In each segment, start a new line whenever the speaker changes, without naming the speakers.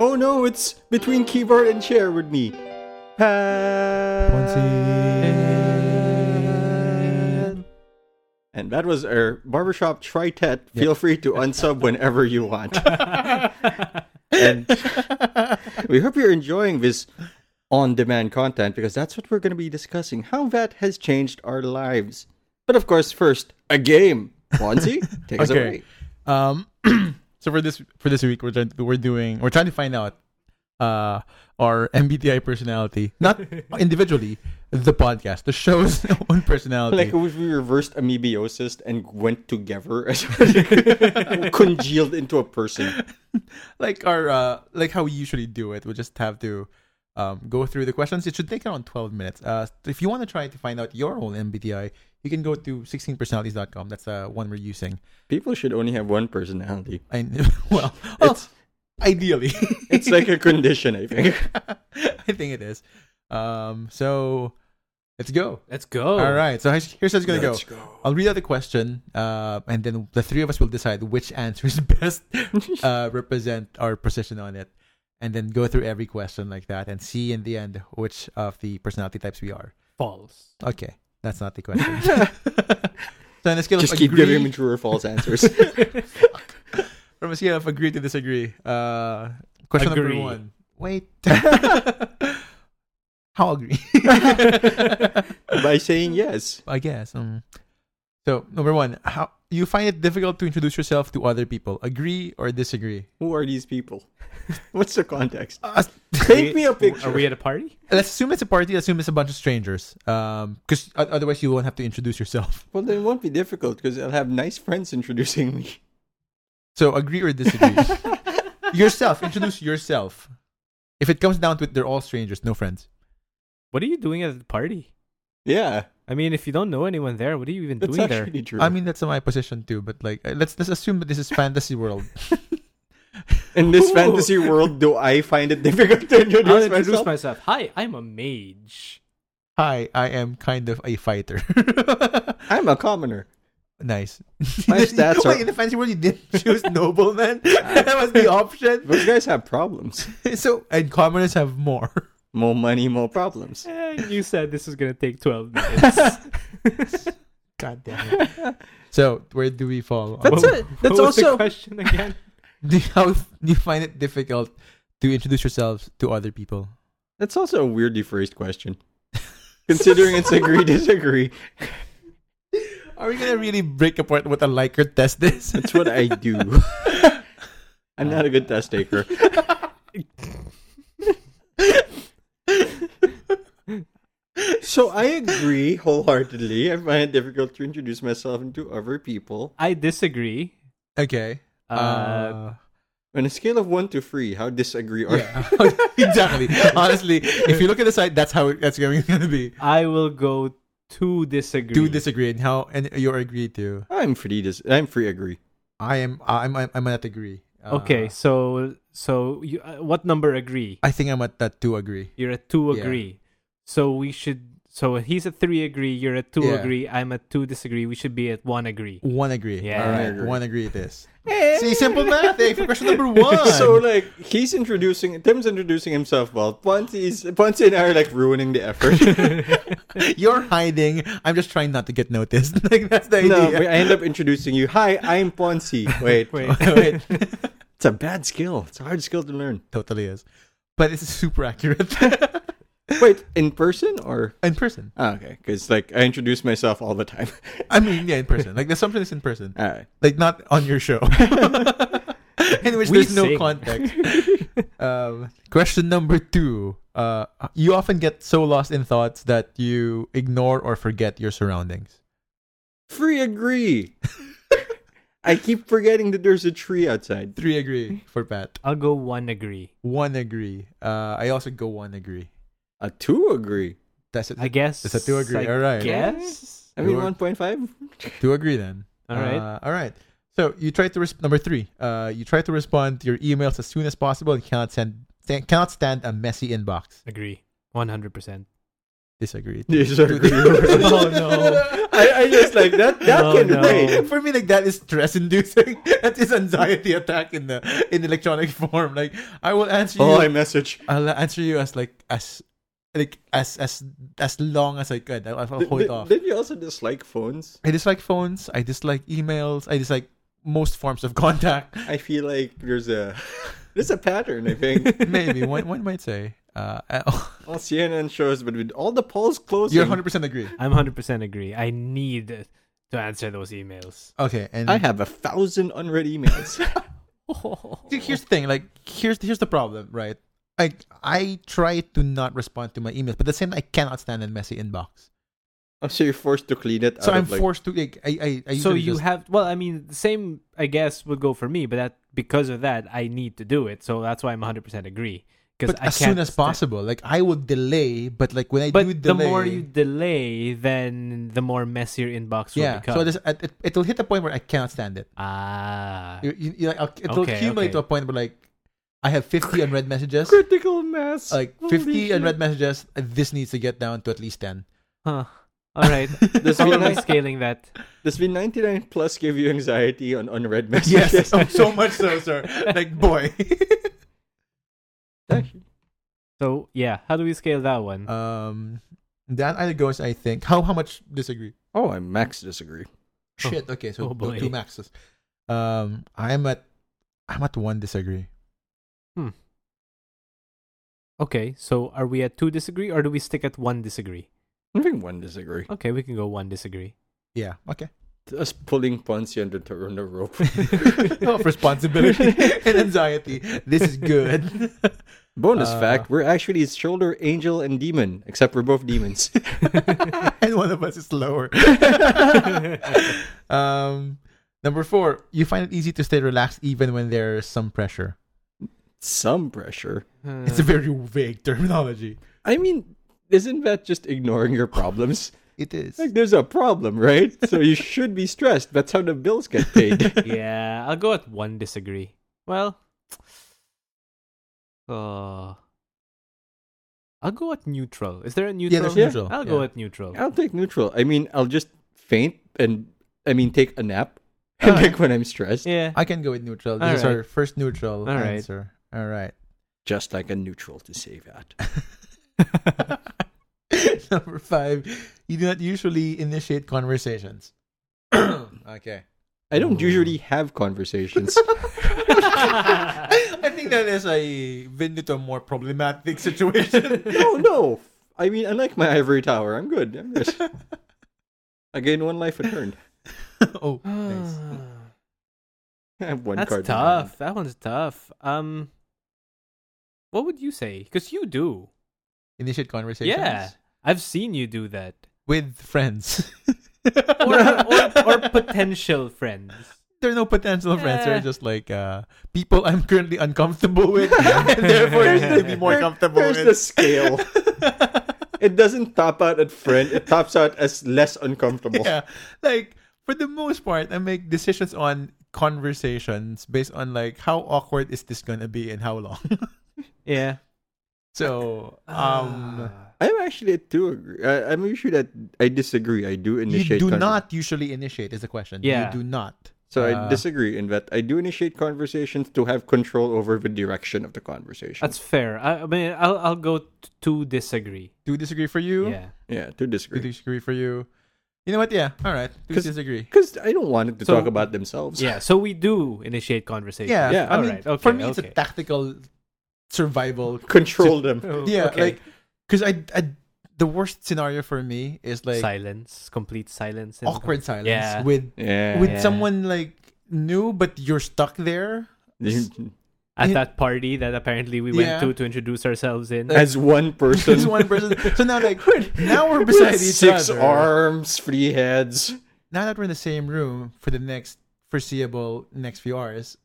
Oh no, it's between keyboard and chair with me. Hat. And that was our barbershop tritet. Feel free to unsub whenever you want. and we hope you're enjoying this on demand content because that's what we're going to be discussing how that has changed our lives. But of course, first, a game. Ponzi, take us
Okay.
away.
Um, so for this for this week, we're trying, we're doing we're trying to find out uh our MBTI personality, not individually, the podcast, the show's own personality.
Like if we reversed amoebiosis and went together as congealed into a person.
like our uh like how we usually do it we just have to um go through the questions it should take around 12 minutes uh if you want to try to find out your own mbti you can go to 16personalities.com that's the one we're using
People should only have one personality.
and well, well
It's-
ideally
It's like a condition, I think.
i think it is um so let's go
Let's go.
all right so here's how it's gonna
Let's
go I'll read out the question, uh, and then the three of us will decide which answers best uh, represent our position on it, and then go through every question like that and see in the end which of the personality types we are.
False.
Okay, that's not the question. so on a scale
Just
of
keep
agree,
giving me true or false answers.
from a scale of agree to disagree, uh, question
Agree.
number one. Wait, how agree?
By saying yes.
I guess. Um, so number one, how you find it difficult to introduce yourself to other people? Agree or disagree?
Who are these people? What's the context?
Uh,
Paint me a
Are
picture.
we at a party?
let's assume it's a party. Assume it's a bunch of strangers. Um, because otherwise you won't have to introduce yourself.
well, then it won't be difficult because I'll have nice friends introducing me.
So agree or disagree. yourself. Introduce yourself. If it comes down to it, they're all strangers, no friends.
What are you doing at the party?
Yeah,
I mean, if you don't know anyone there, what are you even
that's
doing there?
actually true.
I mean, that's my position too. But like, uh, let's let's assume that this is fantasy world.
in this
Ooh.
fantasy world, do I find it difficult to introduce,
I'll introduce
myself?
myself. Hi, I'm a mage.
Hi, I am kind of a fighter.
I'm a commoner.
nice.
My stats are-
Wait, in the fantasy world, you didn't choose nobleman. that was the option.
Those guys have problems.
So and commoners have more.
More money, more problems.
And you said this was gonna take twelve minutes.
God damn it. so where do we fall?
That's
Well,
it. That's
what was the
also
question again.
do you- how you find it difficult to introduce yourselves to other people?
that's also a weirdly phrased question. Considering it's agree disagree,
Are we gonna really break apart what a liker test is?
that's what I do. I'm not a good test taker. so I agree wholeheartedly. I find it difficult to introduce myself to other people.
I disagree.
okay.
Uh,
Uh,
On a scale of one to three, how disagree are you?
yeah. exactly. Honestly, if you look at the site, that's how it, that's going to be.
I will go to disagree.
Do disagree and how and you agree to.
I'm free. Dis- I'm free. Agree.
I am. I'm. I'm, I'm at agree. Uh,
Okay, so so you, uh, what number agree?
I think I'm at that two agree.
You're at two
Yeah.
agree. So we should. So he's at three agree. You're at two
Yeah.
agree. I'm at two disagree. We should be at one agree.
One agree.
Yeah.
All right.
Agree.
One agree. It is. See, simple math. Eh, for question number one.
So like he's introducing Tim's introducing himself well. Ponce is Ponce and I are like ruining the effort.
You're hiding. I'm just trying not to get noticed. like that's the
no,
idea.
I end up introducing you. Hi, I'm Ponce. Wait,
Wait.
Wait.
it's a bad skill. It's a hard skill to learn.
totally is, but it's super accurate
Wait, in person or
in person.
ah, okay? Because like I introduce myself all the time.
I mean, yeah, in person. Like the assumption is in person,
all right.
like not on your show, in which
We
there's no
sing.
context. um, question number two. Uh, you often get so lost in thoughts that you ignore or forget your surroundings.
Free agree. I keep forgetting that there's a tree outside.
Three agree for Pat.
I'll go one agree.
One agree. Uh, I also go one agree.
A two agree.
That's it.
I guess.
It's a two agree,
I
alright.
Guess.
I mean
Sure.
one point five.
Do agree then.
All right.
Uh, all right. So you try to resp- number three. Uh, you try to respond to your emails as soon as possible and cannot send th- cannot stand a messy inbox.
Agree. 100%.
Disagreed.
Disagree.
Oh, no.
I, I just like that. That
Oh,
can
no.
wait.
For me, like that is stress inducing. that is anxiety attack in the in electronic form. Like I will answer
Oh,
you.
I message.
I'll answer you as like as like as as as long as I could. I'll, I'll hold
Did,
off.
did you also dislike phones?
I dislike phones. I dislike emails. I dislike most forms of contact.
I feel like there's a there's a pattern. I think
Maybe one one might say. Uh, I-
all CNN shows, but with all the polls closing,
you're 100 percent agree.
I'm 100% agree. I need to answer those emails.
Okay, and
I have a thousand unread emails.
Dude, here's the thing like here's here's the problem right like i try to not respond to my emails but at the same time, i cannot stand a messy inbox
I'm so you're forced to clean it.
so
out
i'm
of, like,
forced to like i i, I
so
usually
you
just-
have well i mean the same i guess would go for me but that because of that i need to do it so that's why i'm 100% agree because
but as soon as possible like i will delay but like when i
but
do
the
delay
more you delay then the more messier inbox will
yeah
become
so this, it, it, will hit a point where i cannot stand it
ah
you, you, you- like, I'll- it'll
Okay,
accumulate
okay.
to a point where like i have 50 unread messages
critical mass.
like
Holy
50
shit.
unread messages this needs to get down to at least 10
huh. all right
Does
how am i
V99
scaling that
does V99 plus give you anxiety on unread messages?
yes oh, so much so sir like boy
so yeah how do we scale that one
Um, that either goes. I think. How how much disagree?
Oh, I max disagree.
Oh.
Shit. Okay, so
Oh,
two-
boy.
two maxes. Um, I'm at I'm at one disagree.
okay so are we at two disagree or do we stick at one disagree
I think one disagree.
okay we can go one disagree
Yeah. Okay.
Us pulling Ponzi under the, on the rope.
Oh.
of responsibility and anxiety. This is good.
Bonus
Uh.
fact: We're actually shoulder angel and demon, except we're both demons.
and one of us is lower. um, number four. You find it easy to stay relaxed even when there's some pressure.
Some pressure.
Mm.
It's a very vague terminology.
I mean, isn't that just ignoring your problems?
It is.
Like, there's a problem, right? So you should be stressed. That's how the bills get paid.
yeah, I'll go at one disagree. Well, uh, I'll go at neutral. Is there a neutral?
there's neutral,
I'll go
yeah.
at neutral.
I'll take neutral. I mean, I'll just faint and, I mean, take a nap. And like when I'm stressed,
Yeah.
I can go with neutral. This is
All right.
our first neutral
All right.
answer. All right.
just like a neutral to say that.
Number five, you do not usually initiate conversations. okay.
I don't
Ooh.
usually have conversations.
I think that is a been into a more problematic situation.
no, no. I mean, unlike my ivory tower, I'm good. I'm good. I gain one life a turn.
oh, nice.
I have one
That's
card. in my hand.
tough. That one's tough. Um, what would you say? Because you do.
Initiate conversations.
Yeah, I've seen you do that.
With friends.
Or, or, or potential friends.
There are no potential friends. They're
Yeah.
just like uh, people I'm currently uncomfortable with, and therefore I need to be more
There-
comfortable
There's
with.
the scale. it doesn't top out at friend. It tops out as less uncomfortable.
yeah like for the most part i make decisions on conversations based on like how awkward is this gonna be and how long
Yeah.
so
Ah.
um
I'm actually at two. Agree. I, I'm usually that I disagree. I do
you
initiate.
do
conver-
not usually initiate is the question
Yeah.
you do not
So I
Uh,
disagree in that I do initiate conversations to have control over the direction of the conversation.
That's fair. I, I mean, I'll I'll go t- to disagree.
do disagree for you
Yeah.
yeah, to
do
disagree.
disagree for you you know what yeah all right do
'Cause-
disagree
Because I don't want it to
So-
talk about themselves.
Yeah. So we do initiate conversation.
yeah,
Yeah.
i
All
mean
right, okay,
for me it's a
okay.
tactical survival
Control them.
Oh,
yeah
okay.
like because I, I the worst scenario for me is like
silence, complete silence, and-
awkward silence
Yeah.
with
Yeah.
with
Yeah.
someone like new but you're stuck there
at
Yeah.
that party that apparently we
Yeah. Uh,
went to to introduce ourselves in.
as one
There's
person.
one person. So now, like, now we're beside
with
each
six
other.
arms, three heads.
Now that we're in the same room for the next foreseeable next few hours,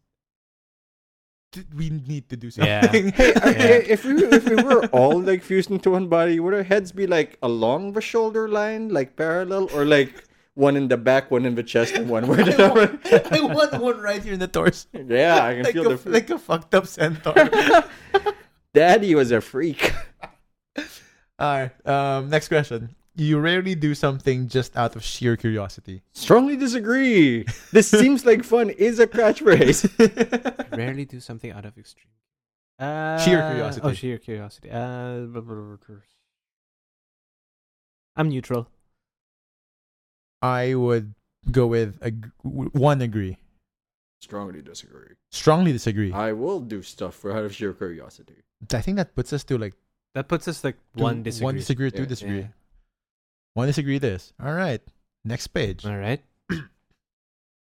th- we need to do
Yeah.
something.
Hey, I-
Yeah.
hey, if we if we were all like fused into one body, would our heads be like along the shoulder line, like parallel, or like one in the back, one in the chest, and one where the
I want one right here in the torso.
Yeah, I can
Like
feel
a,
the
like a fucked up centaur.
Daddy was a freak.
All right. Um, next question. You rarely do something just out of sheer curiosity.
Strongly disagree. This seems like fun is a catchphrase.
Rarely do something out of extreme. Uh,
Sheer curiosity.
Oh, sheer curiosity. Uh, blah, blah, blah, blah. I'm neutral.
I would go with ag- one agree.
Strongly disagree.
Strongly disagree.
I will do stuff for out of sheer curiosity.
I think that puts us to like
That puts us like
two-
one disagree.
one disagree, or two
Yeah.
disagree,
Yeah.
one disagree. This. All right. Next page.
All right.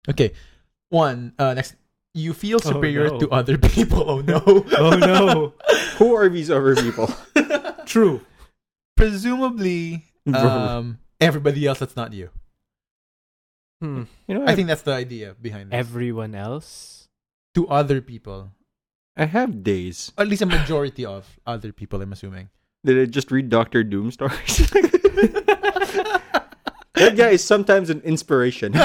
Okay. One. Uh, next. You feel
Oh,
superior
no.
to other people. Oh no.
Oh no.
Who are these other people?
True.
Presumably, um, everybody else that's not you.
Hmm.
you know, I,
I think that's the idea behind this.
Everyone else.
to other people,
I have days.
at least a majority of other people. I'm assuming.
Did I just read Doctor Doom stories? that guy is sometimes an inspiration.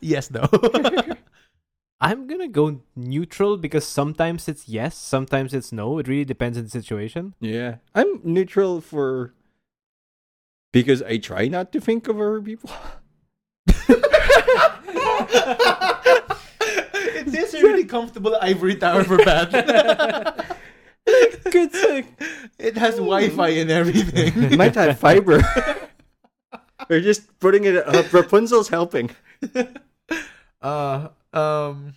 yes, though.
I'm gonna go neutral because sometimes it's yes, sometimes it's no. It really depends on the situation.
Yeah. I'm neutral for because I try not to think of other people.
It is a really comfortable ivory tower for bad.
Good thing.
it has Wi-Fi and everything.
Might have fiber. They're just putting it up. Rapunzel's helping.
Uh, um,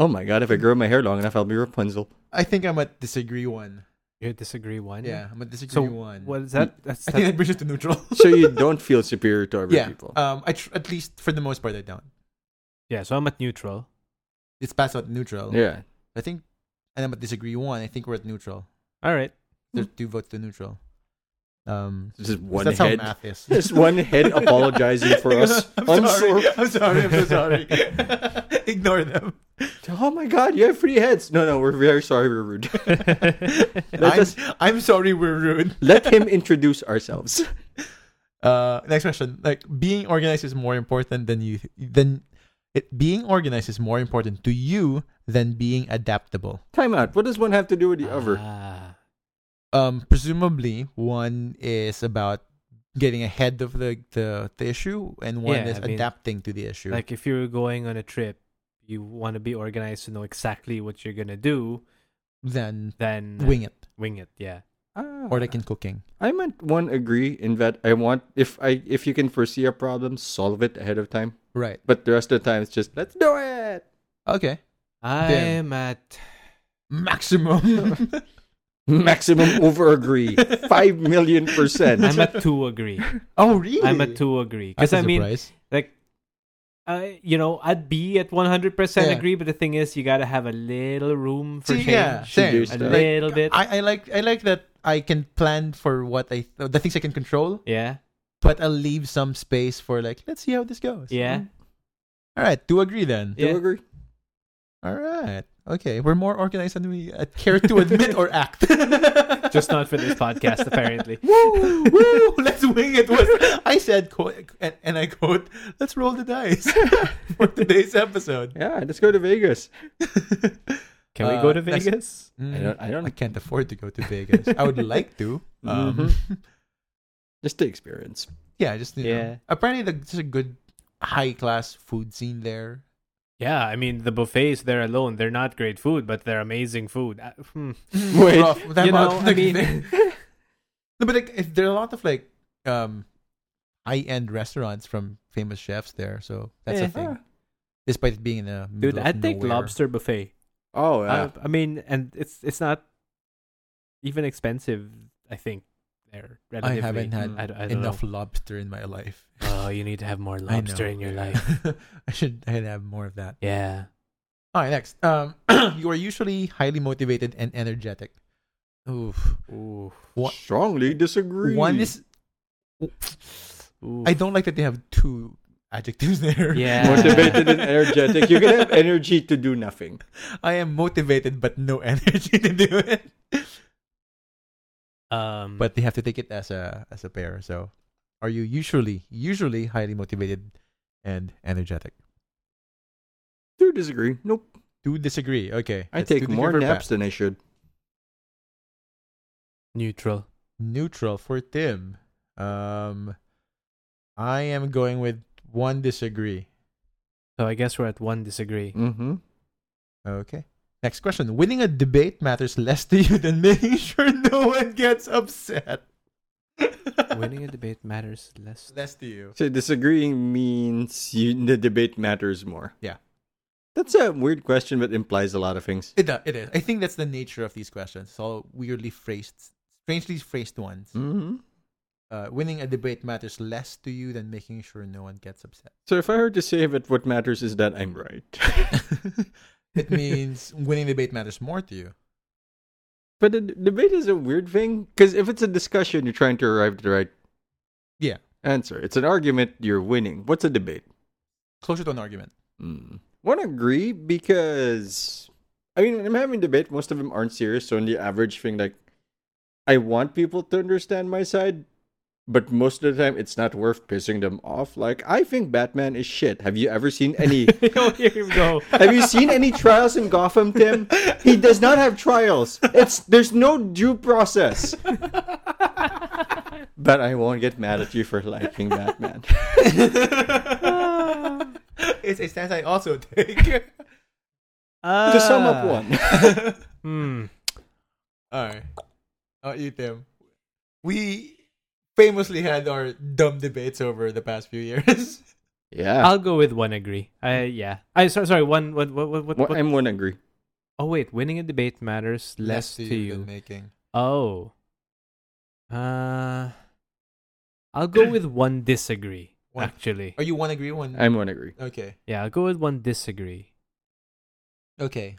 Oh my god, if I grow my hair long enough, I'll be Rapunzel.
I think I'm at disagree one.
You disagree one.
Yeah, I'm at disagree
So
one.
what is that? That's
I think
that-
that brings us to neutral.
So you don't feel superior to other
yeah.
people.
Um, I tr- at least for the most part, I don't.
yeah. So I'm at neutral.
It's passed out neutral.
yeah.
I think, and I'm at disagree one. I think we're at neutral.
All right.
There's two votes to neutral. Um,
This is one
that's
head.
how math is.
This one head apologizing for us.
I'm,
I'm
sorry.
sore.
I'm sorry. I'm so sorry. Ignore them.
Oh my god, you have three heads. No, no, we're very sorry we're rude.
I'm,
us-
I'm sorry. We're rude.
Let him introduce ourselves.
Uh, next question. Like being organized is more important than you than it being organized is more important to you than being adaptable.
Time out. What does one have to do with the other?
Ah.
Um, presumably one is about getting ahead of the the, the issue, and one
Yeah,
is
I mean,
adapting to the issue.
Like if you're going on a trip, you want to be organized to know exactly what you're gonna do.
then
Then
wing it,
wing it. Yeah.
Ah. or
Oh,
like in cooking.
I meant one agree in that I want if I if you can foresee a problem, solve it ahead of time.
Right.
But the rest of the time it's just let's do it.
Okay.
I'm at
Maximum.
Maximum over agree. Five million percent.
I'm at two agree.
oh really?
I'm at two agree because I
That's a
mean
surprise.
like uh, you know I'd be at 100%
Yeah.
agree, but the thing is you gotta have a little room for
See,
change.
yeah,
Should
same.
A
do stuff.
little bit.
I, I like I like that I can plan for what I the things I can control,
yeah.
but I'll leave some space for like let's see how this goes.
Yeah.
All right. Do agree then.
Do
Yeah.
agree.
All right. Okay. We're more organized than we uh, care to admit or act.
Just not for this podcast, apparently.
Woo! Woo! Let's wing it. Was I said, quote, and, and I quote, "Let's roll the dice for today's episode."
Yeah, let's go to Vegas.
Can
Uh,
we go to
next-
Vegas?
I don't Mm, I
Mm. I
don't
can't afford to go to Vegas. I would like to. Um,
Mm-hmm.
just the experience.
Yeah, just you
Yeah.
Know, apparently, the, there's a good high class food scene there.
Yeah, I mean the buffets there alone, they're not great food, but they're amazing food. Uh, hmm.
Wait.
Rough, that
you know,
about-
I mean-
no, but like, if there are a lot of like um, high end restaurants from famous chefs there, so that's a
Yeah.
thing. Despite it being in the middle of
Dude, I'd take
nowhere.
lobster buffet.
Oh yeah.
I, I mean, and it's it's not even expensive. I think there.
I
Relatively.
haven't had
Mm.
I, d- I don't
enough
Know.
lobster in my life.
Oh, you need to have more
I
lobster
know.
in your life.
I should I should have more of that.
Yeah.
All right, next. Um, you are usually highly motivated and energetic. Oof.
Ooh.
What-
Strongly disagree.
One is
Ooh.
I don't like that they have two adjectives there.
Yeah.
motivated and energetic. You can have energy to do nothing.
I am motivated but no energy to do it.
Um,
Mm-hmm. but they have to take it as a as a pair. So, are you usually usually highly motivated and energetic?
Do disagree. Nope.
To disagree. Okay,
I
let's do
take
the
more
reverse
naps
back.
than I should.
neutral.
Neutral for Tim. Um, I am going with one disagree.
So I guess we're at one disagree.
Mm-hmm.
Okay. Next question. Winning a debate matters less to you than making sure no one gets upset.
Winning a debate matters less.
less to you.
So disagreeing means you, the debate matters more.
Yeah.
That's a weird question, but implies a lot of things.
It, do- it is. I think that's the nature of these questions. It's all weirdly phrased, strangely phrased ones.
Hmm.
Mm-hmm.
Uh, winning a debate matters less to you than making sure no one gets upset.
So if I were to say that what matters is that I'm right,
it means winning the debate matters more to you.
but a d- debate is a weird thing because if it's a discussion, you're trying to arrive at the right
Yeah.
answer. It's an argument, you're winning. What's a debate?
Closer to an argument.
Mm. Won't agree because I mean when I'm having debate, most of them aren't serious. So in the average thing, like I want people to understand my side, but most of the time it's not worth pissing them off. Like I think Batman is shit. Have you ever seen any?
oh, here we go.
have you seen any trials in Gotham, Tim? He does not have trials. It's there's no due process.
Uh,
but I won't get mad at you for liking Batman.
it's a stance I also take.
to sum up
Uh,
one.
Hmm.
All right. How about you, Tim? We famously had our dumb debates over the past few years.
Yeah.
I'll go with one agree. I
Hmm.
yeah. I sorry sorry one what what what, what,
Well, I'm one agree.
Oh wait, winning a debate matters less, to you.
than making.
Oh. Uh I'll go with one disagree
One-
actually.
Are you one agree one?
I'm one agree.
Okay.
Yeah, I'll go with one disagree.
Okay.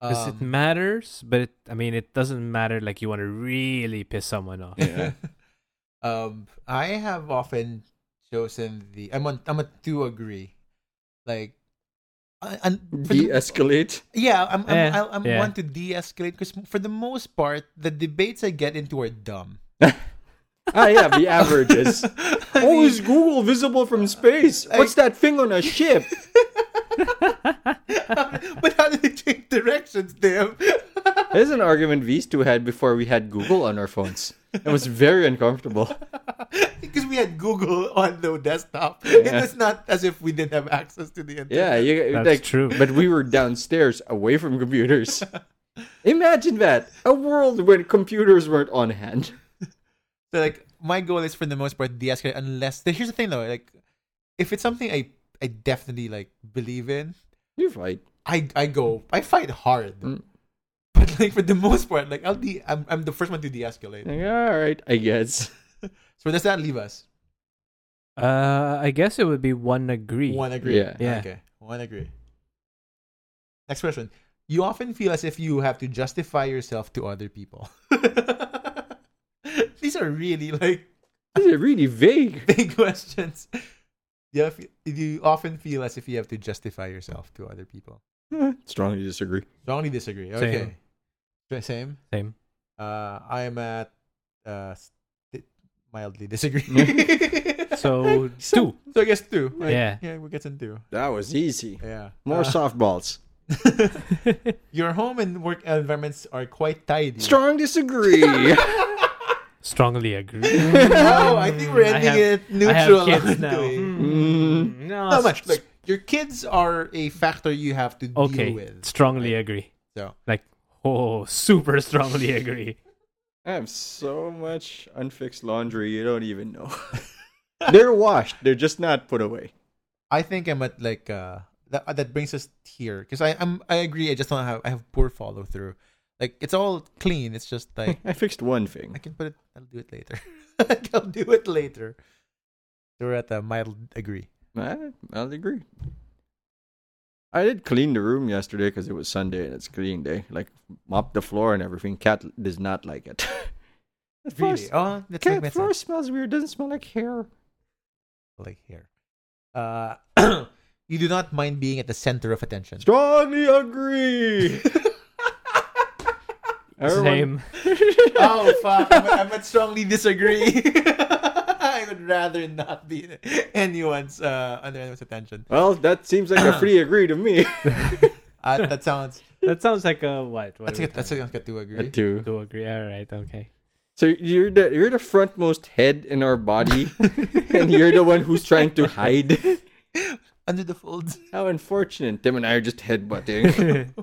Because it
Um,
matters, but it, I mean, it doesn't matter like you want to really piss someone off.
Yeah.
um, I have often chosen the. I'm on. I'm a two agree. Like, I- and for the-
De-escalate.
yeah, I'm. I'm,
Eh,
I'll- I'm
yeah.
one to de-escalate because for the most part, the debates I get into are dumb.
Ah, yeah, the averages.
I
oh,
mean-
is Google visible from space? What's that thing on a ship?
but how do they change directions, Tim?
There's an argument these two had before we had Google on our phones. It was very uncomfortable.
Because we had Google on the desktop. It
Yeah.
was not as if we didn't have access to the internet.
Yeah, you,
That's
like,
true.
But we were downstairs, away from computers. Imagine that a world when computers weren't on hand.
So like my goal is for the most part de-escalate unless here's the thing though, like if it's something I I definitely like believe in,
You fight.
I I go I fight hard.
Mm.
But like for the most part, like I'll de I'm I'm the first one to de-escalate.
Like, All right, I guess.
So does that leave us?
Uh, I guess it would be one agree.
One agree.
Yeah.
Yeah.
Okay. One agree. Next question. You often feel as if you have to justify yourself to other people. These are really like
This is really vague.
big questions. You, have, you often feel as if you have to justify yourself to other people.
Eh, Strongly disagree.
Strongly disagree.
Same.
Okay. Same. Same.
Same.
Uh, I am at uh, st- mildly disagree.
So
so
two.
I guess two. right?
Yeah.
Yeah, we get in two.
That was easy.
Yeah.
More
Uh,
softballs.
Your home and work environments are quite tidy.
Strong disagree.
Strongly agree.
no, I think we're
I
ending
have-
it
I
neutral.
have kids now.
Okay.
Mm. No,
Not much. Like your kids are a factor you have to
okay.
deal with.
Strongly agree.
So
Like oh, super strongly agree.
I have so much unfixed laundry you don't even know. they're washed, they're just not put away.
I think I'm at like uh that that brings us here because I I'm, I agree. I just don't have I have poor follow through. Like it's all clean. It's just like
I fixed one
I
thing.
can put it. I'll do it later. I'll do it later. So we're at the mild agree.
I, I'll agree. I did clean the room yesterday because it was Sunday and it's cleaning day. Like, mop the floor and everything. Cat does not like it. The floor
Really?
s-
Oh, that's like
Cat,
my son.
floor smells weird. Doesn't smell like hair.
like here. Uh, you do not mind being at the center of attention.
Strongly agree. Everyone-
Same.
oh fuck! I would, I would strongly disagree. I would rather not be anyone's uh, under anyone's attention.
Well, that seems like a free agree to me.
Uh, that sounds.
That sounds like a what? what
That's
are
a,
we
that's a, that's a to agree.
Too.
to agree. All right. Okay.
So you're the you're the frontmost head in our body, and you're the one who's trying to hide.
Under the folds.
How unfortunate! Tim and I are just headbutting.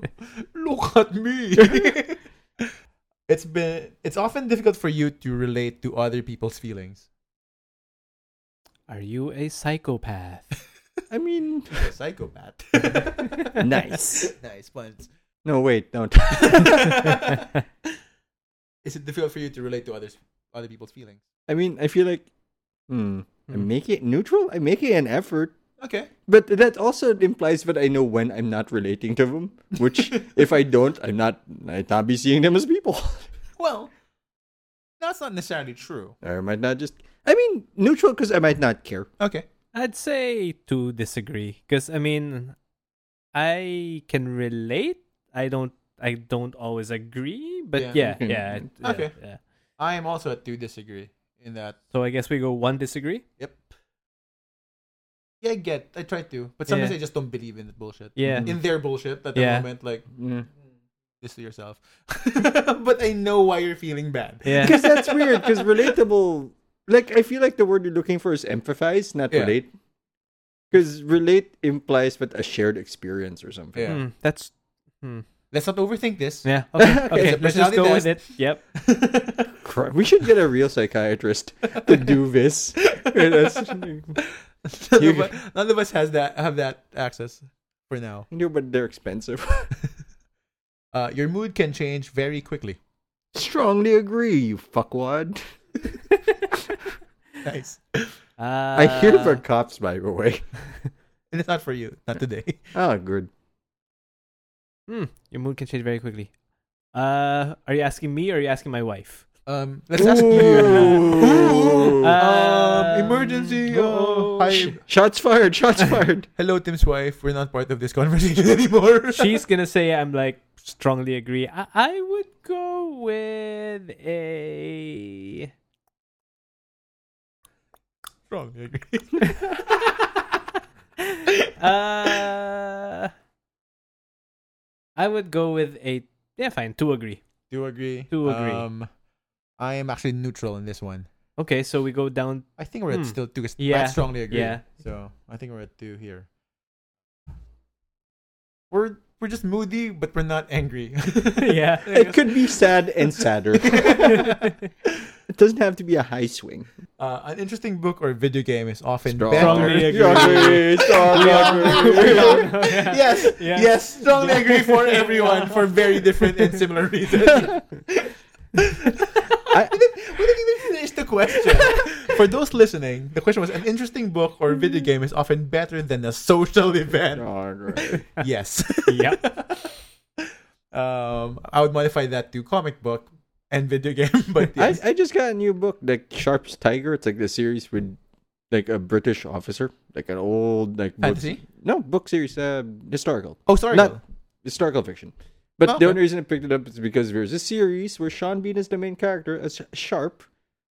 Look at me. it's been. It's often difficult for you to relate to other people's feelings.
Are you a psychopath?
I mean,
Psychopath.
Nice.
nice puns.
no, wait, don't.
Is it difficult for you to relate to others, other people's feelings?
I mean, I feel like, hmm, I
Hmm.
make it neutral. I make it an effort,
Okay.
but that also implies that I know when I'm not relating to them. Which, if I don't, I'm not. I'd not be seeing them as people.
Well, that's not necessarily true.
Or I might not just. I mean, neutral because I might not care.
Okay.
I'd say to disagree because I mean, I can relate. I don't. I don't always agree, but
Yeah.
yeah, yeah,
Okay.
it- yeah,
Okay.
yeah.
I am also at to disagree in that.
So I guess we go one disagree.
Yep. Yeah, I get. I try to, but sometimes I
Yeah.
just don't believe in the bullshit.
Yeah.
In their bullshit at the
Yeah.
moment, like
Yeah.
this to yourself. but I know why you're feeling bad.
Yeah.
Because that's weird. Because relatable, like I feel like the word you're looking for is empathize, not
Yeah.
relate. Because relate implies but a shared experience or something.
Yeah.
Hmm, that's hmm,
Let's not overthink this.
yeah. Okay.
Okay,
okay.
so
Let's just
personality
go with it.
test.
Yep.
Cri- We should get a real psychiatrist to do this. That's-
none, of
You-
us, none of us has that have that access for now.
No, but they're expensive.
Uh, your mood can change very quickly.
Strongly agree, you fuckwad.
Nice.
Uh,
I hear the cops, by the way.
And it's not for you. Not today.
Oh, good.
Hmm, your mood can change very quickly. Uh, are you asking me or are you asking my wife?
Um, let's ask you.
Ooh.
um,
Um,
emergency.
oh.
Oh, hi.
Shots fired! Shots fired!
Hello, Tim's wife. We're not part of this conversation anymore.
She's gonna say I'm like strongly agree. I, I would go with a.
wrong. I agree.
Uh, I would go with a yeah fine two agree.
Do agree.
Do agree.
Um, I am actually neutral in this one.
Okay, so we go down.
I think we're at
Hmm.
still two. 'cause
Yeah,
I strongly agree.
yeah.
So I think we're at two here. We're we're just moody, but we're not angry.
yeah.
It could be sad and sadder. It doesn't have to be a high swing.
Uh, an interesting book or video game is often
Strongly
better.
Strongly
Strongly,
agree.
strongly agree.
yes,
Yeah.
yes, strongly agree for everyone for very different and similar reasons. we, didn't, we didn't even finish the question. For those listening, the question was an interesting book or video game is often better than a social event.
Strongly.
Yes.
yep.
Um, I would modify that to comic book and video game, but
I,
yes.
I just got a new book, like Sharp's Tiger. It's like the series with like a British officer, like an old like book,
fantasy.
no book series, uh, historical,
Oh, sorry.
Not- historical fiction. But
Oh, okay.
the only reason I picked it up is because there's a series where Sean Bean is the main character, as Sh- Sharp,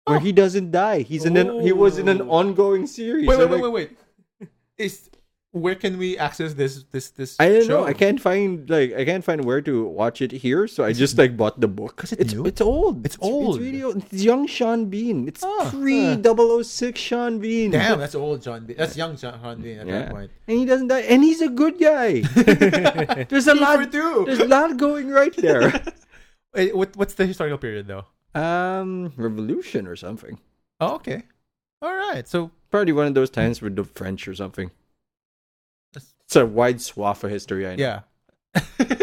where
Oh.
he doesn't die. He's in an he was in an
Ooh.
ongoing series.
wait, wait,
I'm
wait,
like,
wait, wait. Is where can we access this? This this.
I don't
show?
know. I can't find like I can't find where to watch it here, so I just like bought the book.
Is it
it's
new?
it's old.
It's old.
It's, really old. it's young Sean Bean. It's
Ah,
pre 006 Sean Bean.
Damn, that's old John. Dean. That's young John Dean at that
Yeah.
point.
and he doesn't die, and he's a good guy. there's a
Number
lot. There's a
two.
lot going right there.
Wait, what, what's the historical period though?
um, revolution or something.
Oh, okay. All right. So
Probably one of those times with the French or something.
That's-
It's a wide swath of history. I know.
yeah. so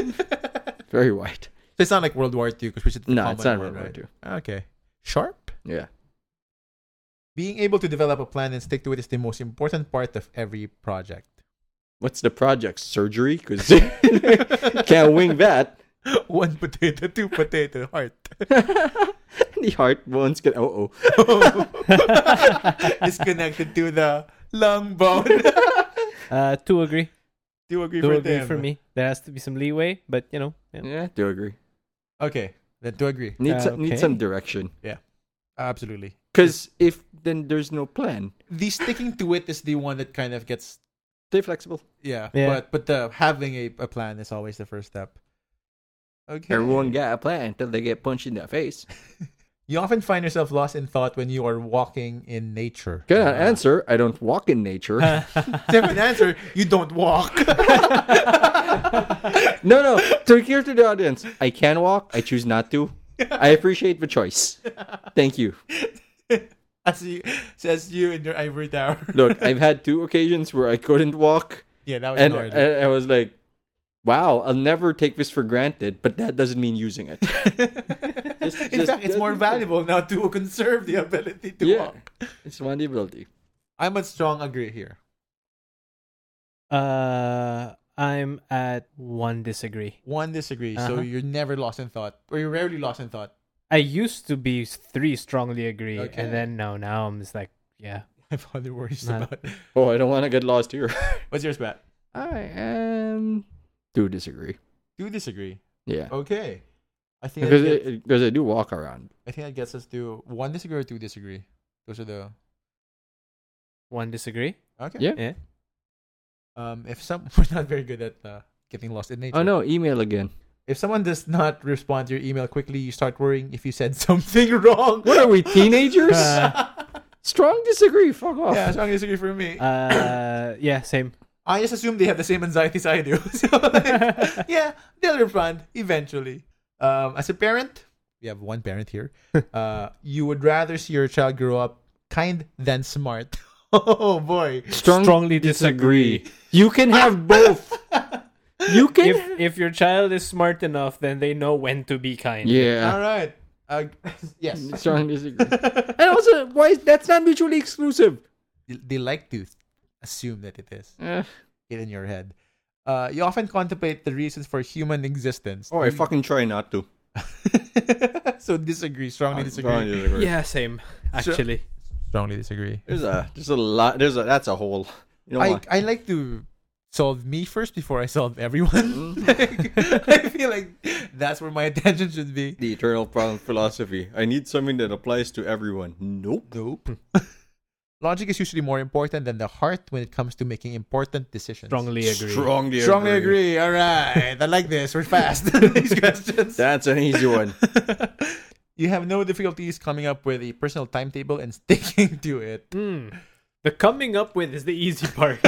very wide.
it's not like World War II because we should.
No,
common
it's not
one,
World War
right?
Two.
Okay. Sharp.
Yeah,
Being able to develop a plan and stick to it is the most important part of every project.
what's the project? Surgery? Because can't wing that.
One potato, two potato, heart.
the heart bones can. Oh, oh.
is connected to the lung bone.
Uh, two agree.
Do you agree
Two
for
agree
them?
for me. There has to be some leeway, but you know. yeah.
Yeah, do agree.
Okay, Then to agree.
Need, some, need some
Okay.
direction.
Absolutely.
Because if then there's no plan,
The sticking to it is the one that kind of gets
stay flexible.
yeah.
Yeah.
But but the having a, a plan is always the first step. Okay.
Everyone got a plan until they get punched in the face.
You often find yourself lost in thought when you are walking in nature.
Cannot answer. I don't walk in nature. no,
Different answer. You don't walk.
no. To here to the audience, I can walk. I choose not to. I appreciate the choice. Thank you.
As you says you in your ivory tower.
Look, I've had two occasions where I couldn't walk,
yeah, that was
and,
annoying.
and Oh, I was like, "Wow, I'll never take this for granted." But that doesn't mean using it. Just-
in
just-
fact, it's more valuable now to conserve the ability to
Yeah.
walk.
It's one ability.
I'm a strong agree here.
Uh, I'm at one disagree.
One disagree. So
Uh-huh.
you're never lost in thought, or you're rarely lost in thought.
I used to be three strongly agree,
Okay.
and then no, now I'm just like, yeah.
I have other worries
Nah.
about.
Oh, I don't want to get lost here.
What's yours, Matt?
I am. Do disagree.
Do disagree.
Yeah.
Okay. I think
Because
that get-
it, because I do walk around.
I think that gets us to one disagree or two disagree. Those are the
One disagree.
okay.
Yeah.
Yeah.
Um, if some we're not very good at uh, getting lost in nature.
Oh no, email again.
If someone does not respond to your email quickly, you start worrying if you said something wrong.
What are we teenagers?
Uh,
Strong disagree. Fuck off.
Yeah, strong disagree for me.
Uh, yeah, same.
I just assume they have the same anxieties I do. So like, yeah, they'll respond eventually. Um, as a parent, we have one parent here. uh, you would rather see your child grow up kind than smart. Oh boy.
Strong
Strongly disagree.
You can have both. You can.
If if your child is smart enough, then they know when to be kind.
All
yeah.
right. Uh, yes.
Strong disagree. and also, why is, that's not mutually exclusive?
They like to assume that it is.
Eh.
Get in your head. Uh, you often contemplate the reasons for human existence.
Oh, I fucking try not to.
so disagree, strongly disagree.
Strong disagree.
Yeah, same. Actually,
Strongly disagree.
There's a there's a lot. There's a that's a whole. You know
I,
what?
I like to solve me first before I solve everyone. Like, I feel like that's where my attention should be.
The eternal problem philosophy. I need something that applies to everyone. Nope.
Nope. Logic is usually more important than the heart when it comes to making important decisions.
strongly agree.
Strongly,
Strongly agree. All right. I like this. We're fast. These questions.
That's an easy one.
You have no difficulties coming up with a personal timetable and sticking to it.
Mm. The coming up with is the easy part.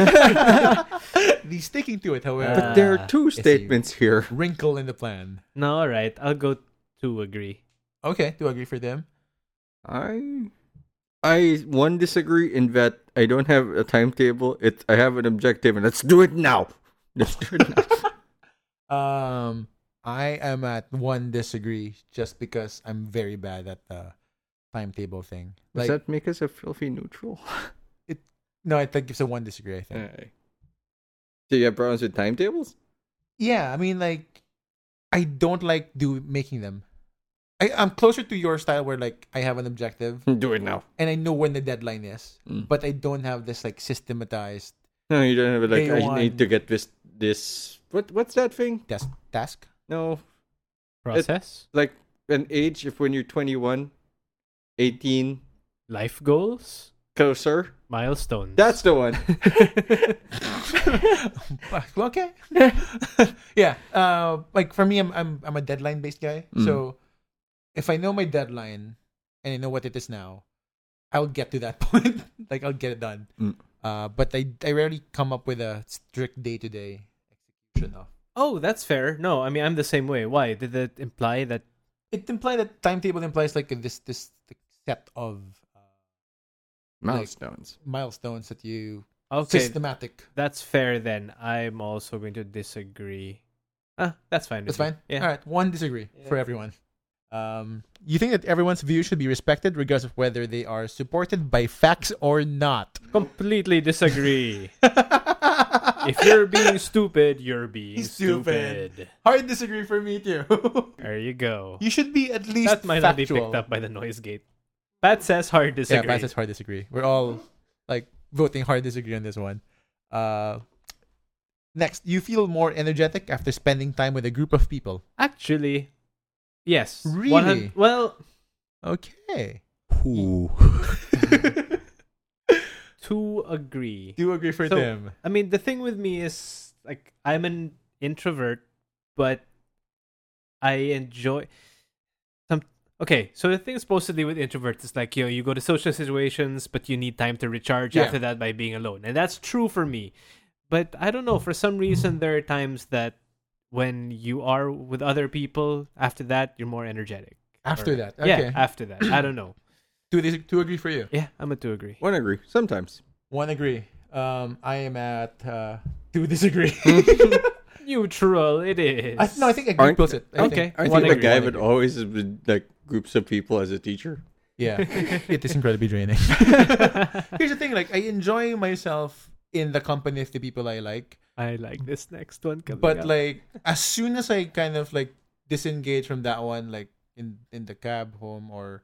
The sticking to it, however,
But there are two
see.
statements here.
wrinkle in the plan.
no, all right, I'll go to agree.
Okay, do I agree for them?
I I one disagree in that I don't have a timetable. It I have an objective, and let's do it now. Let's do it now.
Um, I am at one disagree just because I'm very bad at the timetable thing.
Does
Like,
that make us a filthy neutral?
no, I think it's a one disagree. I think.
Aye. Do you have problems with timetables?
Yeah, I mean, like, I don't like do making them. I, I'm closer to your style where like I have an objective
Do it now.
and I know when the deadline is,
Mm.
but I don't have this like systematized
No, you don't have it, like I
Day one.
need to get this this what what's that thing?
task. Task.
No,
Process,
like an age if when you're 21, 18,
life goals,
closer.
milestones.
That's the one.
okay. yeah. Uh, like for me, I'm I'm I'm a deadline based guy.
Mm.
So if I know my deadline and I know what it is now, I'll get to that point. like I'll get it done.
Mm.
Uh, but I I rarely come up with a strict day to day execution of.
oh, that's fair. No, I mean I'm the same way. Why did that imply that?
It implies that timetable implies like this this set of uh,
Milestones.
milestones that you
Okay,
systematic.
that's fair. Then I'm also going to disagree. Ah, that's fine. with
That's
me.
fine.
Yeah.
All right. One disagree for
Yeah.
everyone. Um, you think that everyone's view should be respected, regardless of whether they are supported by facts or not.
Completely disagree. if you're being stupid, you're being
Stupid.
stupid.
Hard disagree for me too.
There you go.
you should be at least
that might not be
factual.
picked up by the noise gate. Pat says hard
Yeah,
disagree.
Pat says hard disagree. We're all like voting hard disagree on this one. Uh, next, you feel more energetic after spending time with a group of people.
Actually, Yes.
Really?
100 well,
Okay.
Ooh.
to agree.
Do you agree for
So-
them?
I mean, the thing with me is like I'm an introvert, but I enjoy some. Okay, so the thing supposedly with introverts is like you know, you go to social situations, but you need time to recharge
Yeah.
after that by being alone, and that's true for me. But I don't know. For some reason, there are times that when you are with other people, after that you're more energetic.
After
Or-
that, okay.
yeah. After that, I don't know.
two, dis- two agree for you.
Yeah, I'm a to agree.
One agree. Sometimes.
One agree. Um, I am at uh, two disagree.
Hmm. Neutral, it is.
I, no, I think agree
Aren't-
plus it. I
Okay.
think.
I
One
think the
agree,
guy
one
would
agree.
always have been, like groups of people as a teacher.
Yeah, it is incredibly draining. Here's the thing: like, I enjoy myself in the company of the people I like,
I like this next one coming
but
up.
like, as soon as I kind of like disengage from that one, like in in the cab home or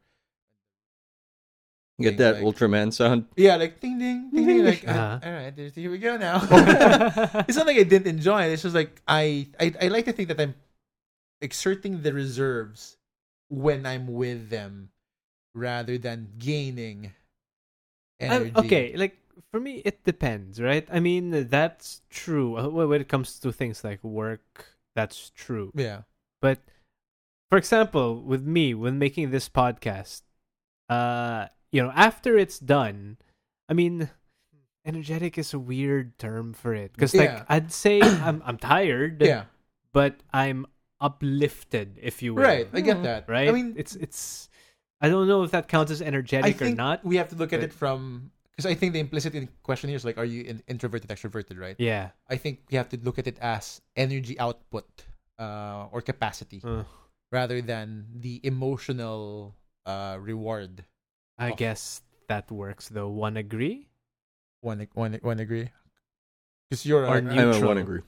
Get
Think
that
like-
Ultraman sound.
yeah, like ding ding ding ding, like
Uh-huh.
all right, there's- here we go now. it's not like I didn't enjoy it. It's just like I, I I like to think that I'm exerting the reserves when I'm with them rather than gaining energy.
Um, okay, like for me, it depends, right? I mean, that's true. Uh, wh- When it comes to things like work, that's true.
Yeah.
But for example, with me, when making this podcast, uh, you know, after it's done, I mean, energetic is a weird term for it because, like,
Yeah.
I'd say I'm I'm tired,
Yeah.
but I'm uplifted, if you will,
Right. I get that.
Hmm,
I
Right?
mean,
it's it's. I don't know if that counts as
I
energetic
think
or not.
we have to look at it
but-
from because I think the implicit in question here is like, are you in, introverted, extroverted, right?
Yeah.
I think we have to look at it as energy output uh, or capacity
Uh,
rather than the emotional uh, reward.
I
Oh.
guess that works though. One agree?
One, one, one agree. Because you're a-
Or
I'm a
Neutral.
one agree.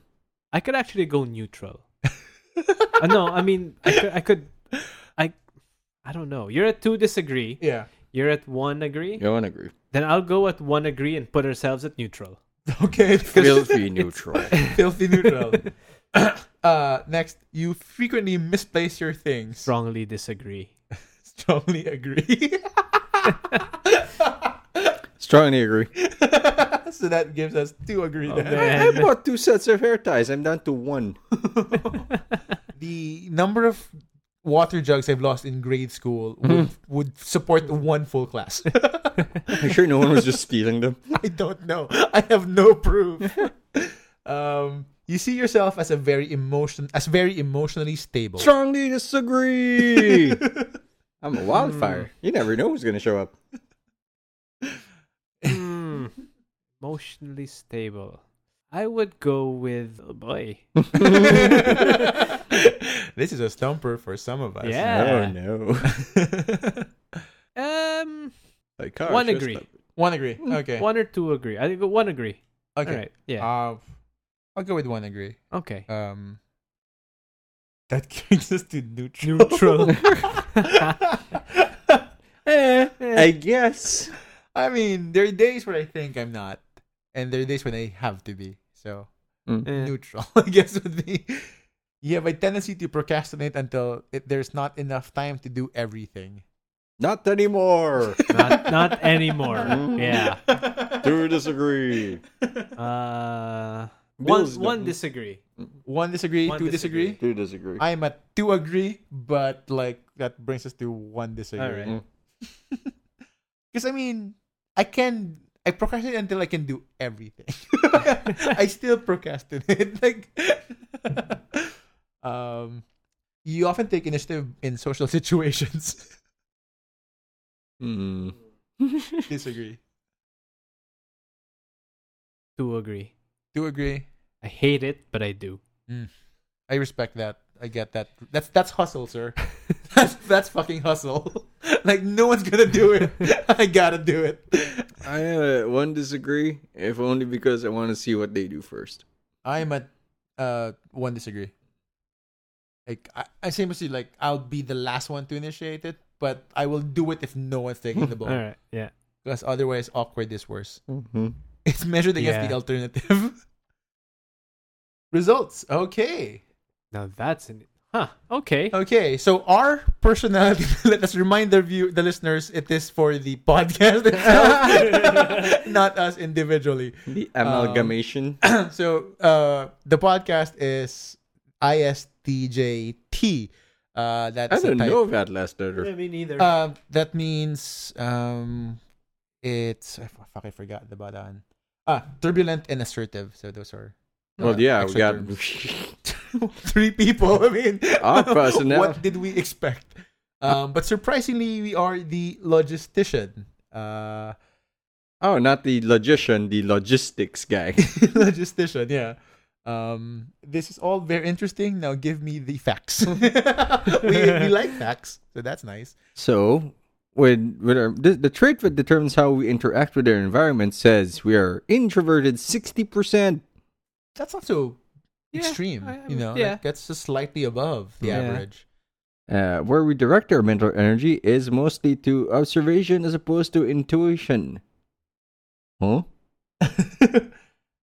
I could actually go neutral. Uh, no, I mean I could, I could I I don't know. You're at two disagree.
yeah.
You're at one agree.
Yeah, one agree.
Then I'll go at one agree and put ourselves at neutral.
Okay,
Filthy neutral.
filthy neutral. uh, next, you frequently misplace your things.
Strongly disagree.
Strongly agree.
Strongly agree.
so that gives us two agree.
Oh,
there.
man.
I bought two sets of hair ties. I'm down to one.
The number of water jugs I've lost in grade school
Hmm.
would, would support one full class.
Are you sure no one was just stealing them?
I don't know. I have no proof. um, you see yourself as a very emotion as very emotionally stable.
Strongly disagree. I'm a wildfire. You never know who's going to show up.
Hmm. Emotionally stable. I would go with oh boy.
this is a stumper for some of us.
Yeah.
Oh, no.
Um
Like,
One agree.
one agree. Okay.
Mm, one or two agree. I think one agree.
okay.
All right. Yeah.
Uh, I'll go with one agree.
Okay.
Um, that brings us to neutral.
Neutral. Eh.
I guess.
I mean, there are days where I think I'm not, and there are days when I have to be. So
Eh.
neutral, I guess, would be. You have a tendency to procrastinate until it, there's not enough time to do everything.
Not anymore.
not not anymore. yeah.
Two disagree.
Uh, one
Bill's
one
the-
disagree.
One disagree,
One
two
disagree.
Two
disagree.
disagree.
I'm at two agree, but like that brings us to one disagree.
All right.
Mm.
Because I mean, I can I procrastinate until I can do everything. I still procrastinate. like, um, you often take initiative in social situations.
Mm.
disagree.
Two agree.
Do agree.
I hate it, but I do.
I respect that. I get that. That's that's hustle, sir. That's that's fucking hustle. like no one's gonna do it. I gotta do it.
I uh, one disagree, if only because I want to see what they do first.
I'm at uh one disagree. Like I, I same as you, like I'll be the last one to initiate it, but I will do it if no one's taking the ball.
All right. Yeah.
Because otherwise awkward is worse.
Mm-hmm.
It's measured against
Yeah.
the alternative. Results. Okay.
Now that's an Huh. Okay.
Okay, so our personality. Let us remind the view, the listeners, it is for the podcast itself, not us individually.
The amalgamation.
so uh, the podcast is ISTJT. Uh, that's
I
the
don't
type-
know that last
Yeah,
letter.
me neither.
Um, that means um, it's I f- fuck, I forgot about that. One. Ah, turbulent and assertive. So those are. uh,
Well, yeah, we
extra
got
terms. three people. I mean,
Our Ah, personnel.
What did we expect? Um, but surprisingly, we are the logistician. Uh,
oh, not the logician, the logistics guy.
logistician, yeah. Um, this is all very interesting. Now give me the facts. we, we like facts, so that's nice.
So, when, when our, the, the trait that determines how we interact with our environment says we are introverted 60%.
That's not so
Yeah,
extreme,
I- I
you
would-
know.
yeah.
Like, that's just slightly above the
Yeah.
average.
Uh, where we direct our mental energy is mostly to observation as opposed to intuition. Huh?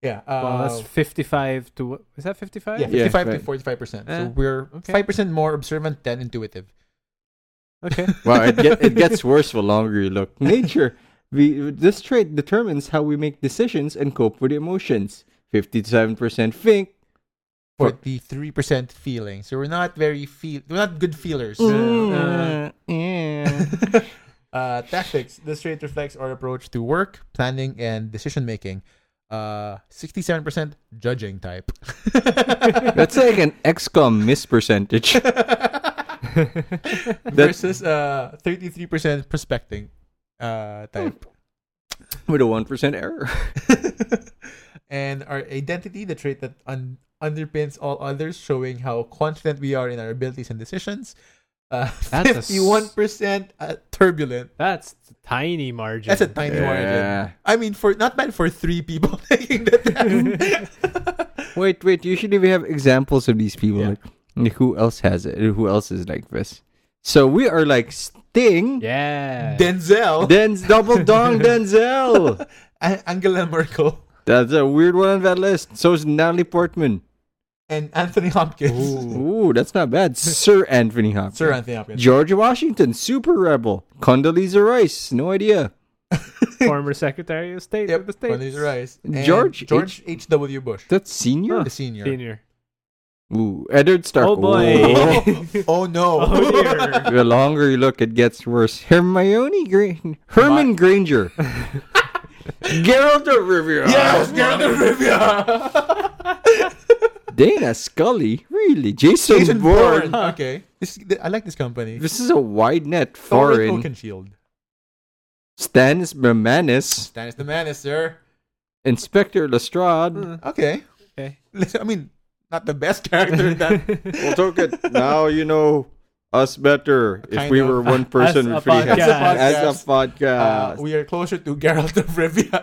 Yeah. Uh,
well, that's fifty-five to what- is that fifty-five?
yeah,
Yeah,
fifty-five to
right.
forty-five percent.
Eh,
So we're
okay.
five percent more observant than intuitive.
Okay.
Well, it, get, it gets worse the longer you look. Nature. We, this trait determines how we make decisions and cope with emotions. 57% think. Or-
Forty-three percent feeling. So we're not very feel. We're not good feelers.
Mm, yeah.
Uh, tactics. This trait reflects our approach to work, planning, and decision making. Uh, sixty-seven percent judging type.
That's like an XCOM miss percentage.
versus uh thirty-three percent prospecting uh type.
with a 1% error.
and our identity, the trait that un- underpins all others, showing how confident we are in our abilities and decisions. Uh,
That's a s-
fifty-one percent uh, turbulent.
That's a tiny margin.
That's a tiny margin. I mean, for not bad for three people taking the test.
Wait, wait. Usually we have examples of these people.
Yeah.
Like, like, who else has it? Who else is like this? So we are like Sting,
yeah.
Denzel,
Denz, Double Dong Denzel.
A- Angela Merkel,
That's a weird one on that list. So is Natalie Portman.
and Anthony Hopkins.
Ooh, that's not bad. Sir Anthony Hopkins.
Sir Anthony Hopkins.
George Washington, super rebel. Condoleezza Rice, no idea.
Former Secretary of State of
Yep,
the States.
Condoleezza Rice. And
George
George H. W. Bush,
That's senior.
the senior.
Senior.
Ooh, Eddard Stark.
Oh, boy.
Whoa.
Oh no!
Oh dear.
the longer you look, it gets worse. Hermione Green, Herman Granger, Geralt of Rivia,
yes, Geralt of Rivia.
Dana Scully, really, Jason,
Jason
Bourne.
Bourne. Okay, this, I like this company.
This is a wide net
Thorvald
foreign.
Oakenshield.
Stannis Bermanis,
Stannis the Manis, sir.
Inspector
Hmm.
Lestrade.
Okay.
Okay.
I mean, not the best character in that
Well, Token, now you know us better.
Kind of.
one
As a
if we had-
podcast.
as a podcast.
Uh, we are closer to Geralt of Rivia.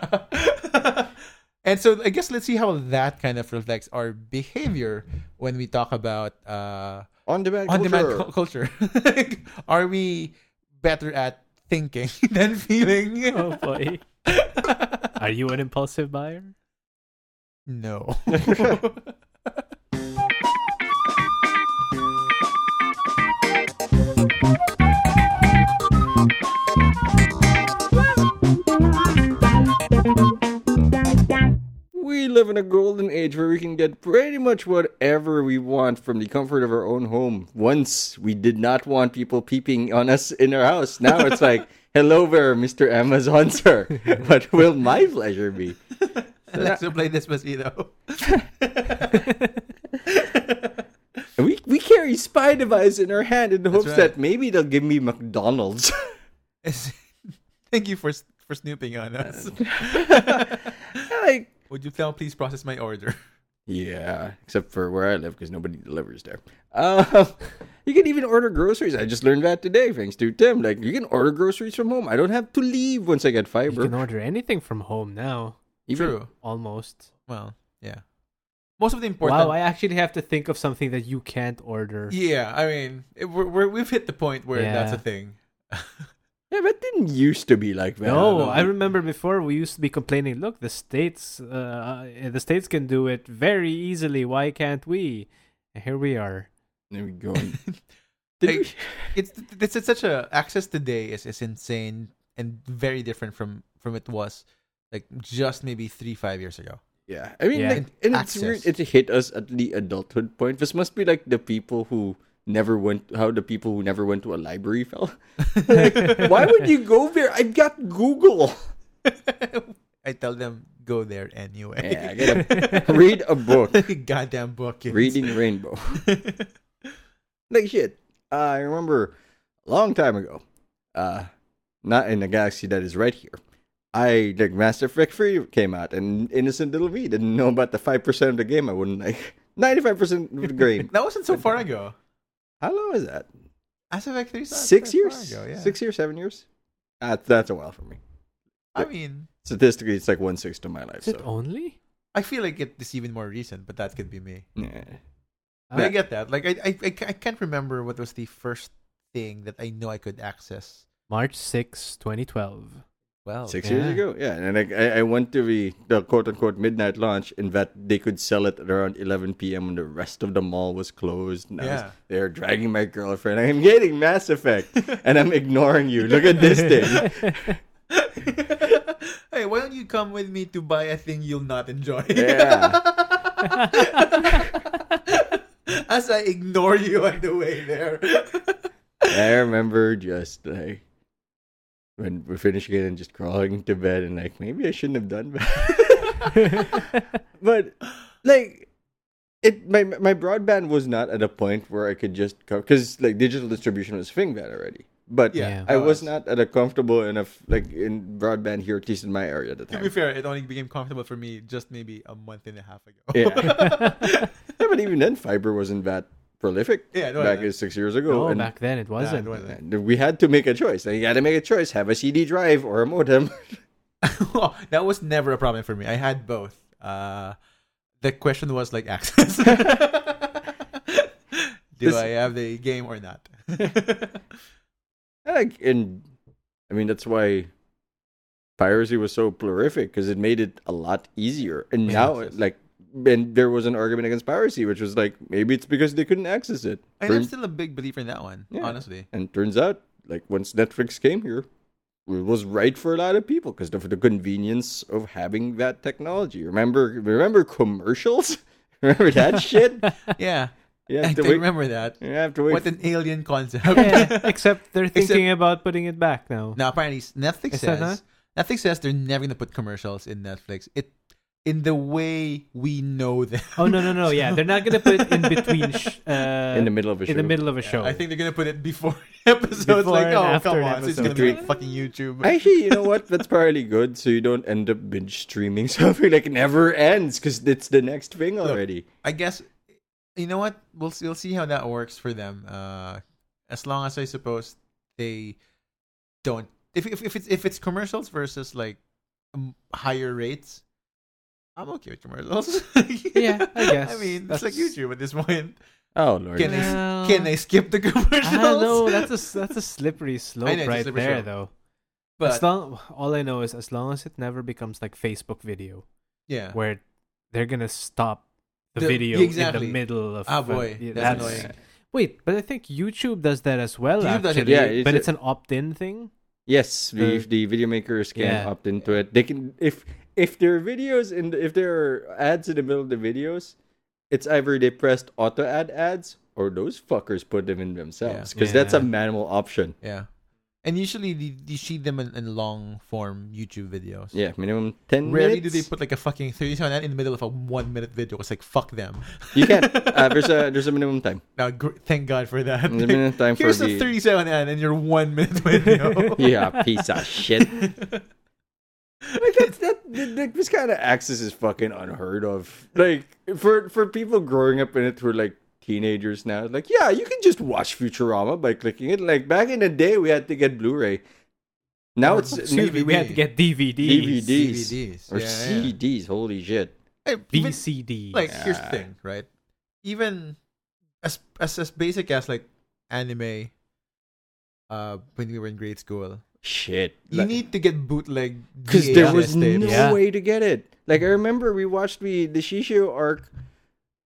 and so I guess let's see how that kind of reflects our behavior when we talk about uh,
on demand
on demand
culture.
cu- culture. are we better at thinking than feeling?
oh boy. Are you an impulsive buyer?
No.
We live in a golden age where we can get pretty much whatever we want from the comfort of our own home. Once we did not want people peeping on us in our house. Now it's like, hello there, Mr. Amazon, sir. What will my pleasure be?
Let's play Despacito.
We, we carry spy device in our hand in the hopes
right.
that maybe they'll give me McDonald's.
Thank you for s- for snooping on us.
like,
Would you now please process my order?
Yeah, except for where I live because nobody delivers there. Um, you can even order groceries. I just learned that today thanks to Tim. Like, you can order groceries from home. I don't have to leave once I get
You
fiber.
can order anything from home now.
Even-
True.
Almost.
Well, yeah. Most of the important.
Wow, I actually have to think of something that you can't order.
Yeah, I mean, it, we're, we're, we've hit the point where that's a
Yeah.
thing.
Yeah, that didn't used to be like that.
No,
don't
I
know.
remember before we used to be complaining. Look, the states, uh, the states can do it very easily. Why can't we? And here we are.
There we go. Did
Like,
we-
it's, it's it's such a access today is is insane and very different from from it was like just maybe three five years ago.
Yeah, I mean,
Yeah.
like, and it's
Access.
weird. It hit us at the adulthood point. This must be like the people who never went. How the people who never went to a library felt. Like, why would you go there? I've got Google.
I tell them go there anyway.
Yeah, I gotta read a book.
Goddamn book. kids.
Reading Rainbow. like shit. I remember a long time ago, uh, not in the galaxy that is right here. I like Master Effect Free came out, and Innocent Little Me didn't know about the five percent of the game. I wouldn't like ninety-five percent of the game.
That wasn't so far ago.
How long is that?
As of X3
Six years?
Ago, yeah.
Six years? Seven years? That, that's a while for me.
I mean,
Statistically, it's like one sixth of my life.
Is it
So.
only?
I feel like it is even more recent, but that could be me.
Yeah.
But I
Yeah.
get that. Like, I, I, I ca- I can't remember what was the first thing that I know I could access.
March 6, 2012.
Well,
Six
yeah.
years ago, yeah, and like I, I went to the, the quote unquote midnight launch in that they could sell it at around 11 p.m. when the rest of the mall was closed. And I was
Yeah.
there dragging my girlfriend. I'm getting Mass Effect, and I'm ignoring you. Look at this thing.
hey, why don't you come with me to buy a thing you'll not enjoy?
Yeah,
As I ignore you on the way there.
I remember just like when we're finishing it and just crawling to bed and like maybe I shouldn't have done that. but like it my my broadband was not at a point where I could just go because like digital distribution was a thing that already. But
Yeah.
I was not at a comfortable enough like in broadband here, at least in my area at the
To
time.
be fair, it only became comfortable for me just maybe a month and a half ago.
yeah. Yeah, but even then fiber wasn't that prolific.
Oh, Yeah, no,
back
no.
six years ago.
no,
and
back then it wasn't.
it wasn't.
and we had to make a choice. And you gotta make a choice, have a CD drive or a modem.
Oh, that was never a problem for me. I had both. Uh, the question was like access. Do
This-
I have the game or not?
And, like and I mean that's why piracy was so prolific because it made it a lot easier. And
Yeah,
now
access.
like and there was an argument against piracy, which was like maybe it's because they couldn't access it.
And I'm
Turn-
still a big believer in that one,
Yeah.
honestly.
and turns out like once Netflix came here, it was right for a lot of people because of the convenience of having that technology. Remember remember commercials? remember that shit?
Yeah,
You
I
have to
do
wait.
remember that.
You have to wait.
What an alien concept.
Yeah, except they're
Except-
thinking about putting it back now.
Now apparently Netflix
Is
says
that not?
Netflix says they're never gonna put commercials in Netflix. It in the way we know them.
Oh no no no! Yeah, they're not gonna put it in between sh- uh,
in the middle of a
in
show.
the middle of a show.
I think they're gonna put it before episodes.
Oh. Before
like,
and
oh
after
come
an
on, so it's
episode.
gonna be
Between-
like fucking YouTube.
Actually, you know what? That's probably good, so you don't end up binge streaming something like never ends because it's the next thing already.
I guess you know what we'll see, we'll see how that works for them. Uh, as long as I suppose they don't if if, if it's if it's commercials versus like um, higher rates, I'm okay with commercials.
Yeah, I guess.
I mean, it's like
That's-
YouTube at this point.
Oh lord!
Can I
Well-
can I skip the commercials?
I don't know. That's a that's a slippery slope
it's a
right
slippery
there,
slope.
though.
but
as long, all I know is as long as it never becomes like Facebook video,
yeah,
where they're gonna stop the,
Uh-huh. The-
video
exactly.
in the middle of.
Ah,
uh,
boy,
yeah,
that's annoying.
Wait, but I think YouTube does that as well.
YouTube does it,
actually,
yeah, it's
but
a-
it's an opt-in thing.
Yes, the
Uh,
the video makers can
yeah.
opt into it. They can if if there are videos in the, if there are ads in the middle of the videos, it's either they pressed auto ad ads or those fuckers put them in themselves because that's a
Yeah.
manual option.
yeah. And usually you, you see them in, in long form YouTube videos.
Yeah, minimum ten
Rarely do
minutes.
they put like a fucking 30 second ad in the middle of a one minute video. It's like, fuck them.
you can. Uh, there's a there's a minimum time.
Now, gr- thank God for that.
There's a minimum time for
Here's
the
a 30 second ad and your one minute video.
yeah piece of shit. like that's that th- th- this kind of access is fucking unheard of. Like for for people growing up in it who are like teenagers now, like yeah, you can just watch Futurama by clicking it. Like back in the day, we had to get Blu-ray. Now
Or
it's DVD
CD.
Excuse me, we had to get DVDs,
DVDs,
DVDs.
or
Yeah, yeah.
CDs. Holy shit!
Hey, even-
VCDs.
like here's
Yeah.
the thing, right? Even as as as basic as like anime, uh, when we were in grade school,
Shit!
you need to get bootleg
because there
VHS
was
tapes.
no
Yeah.
way to get it. Like I remember we watched the the Shishio arc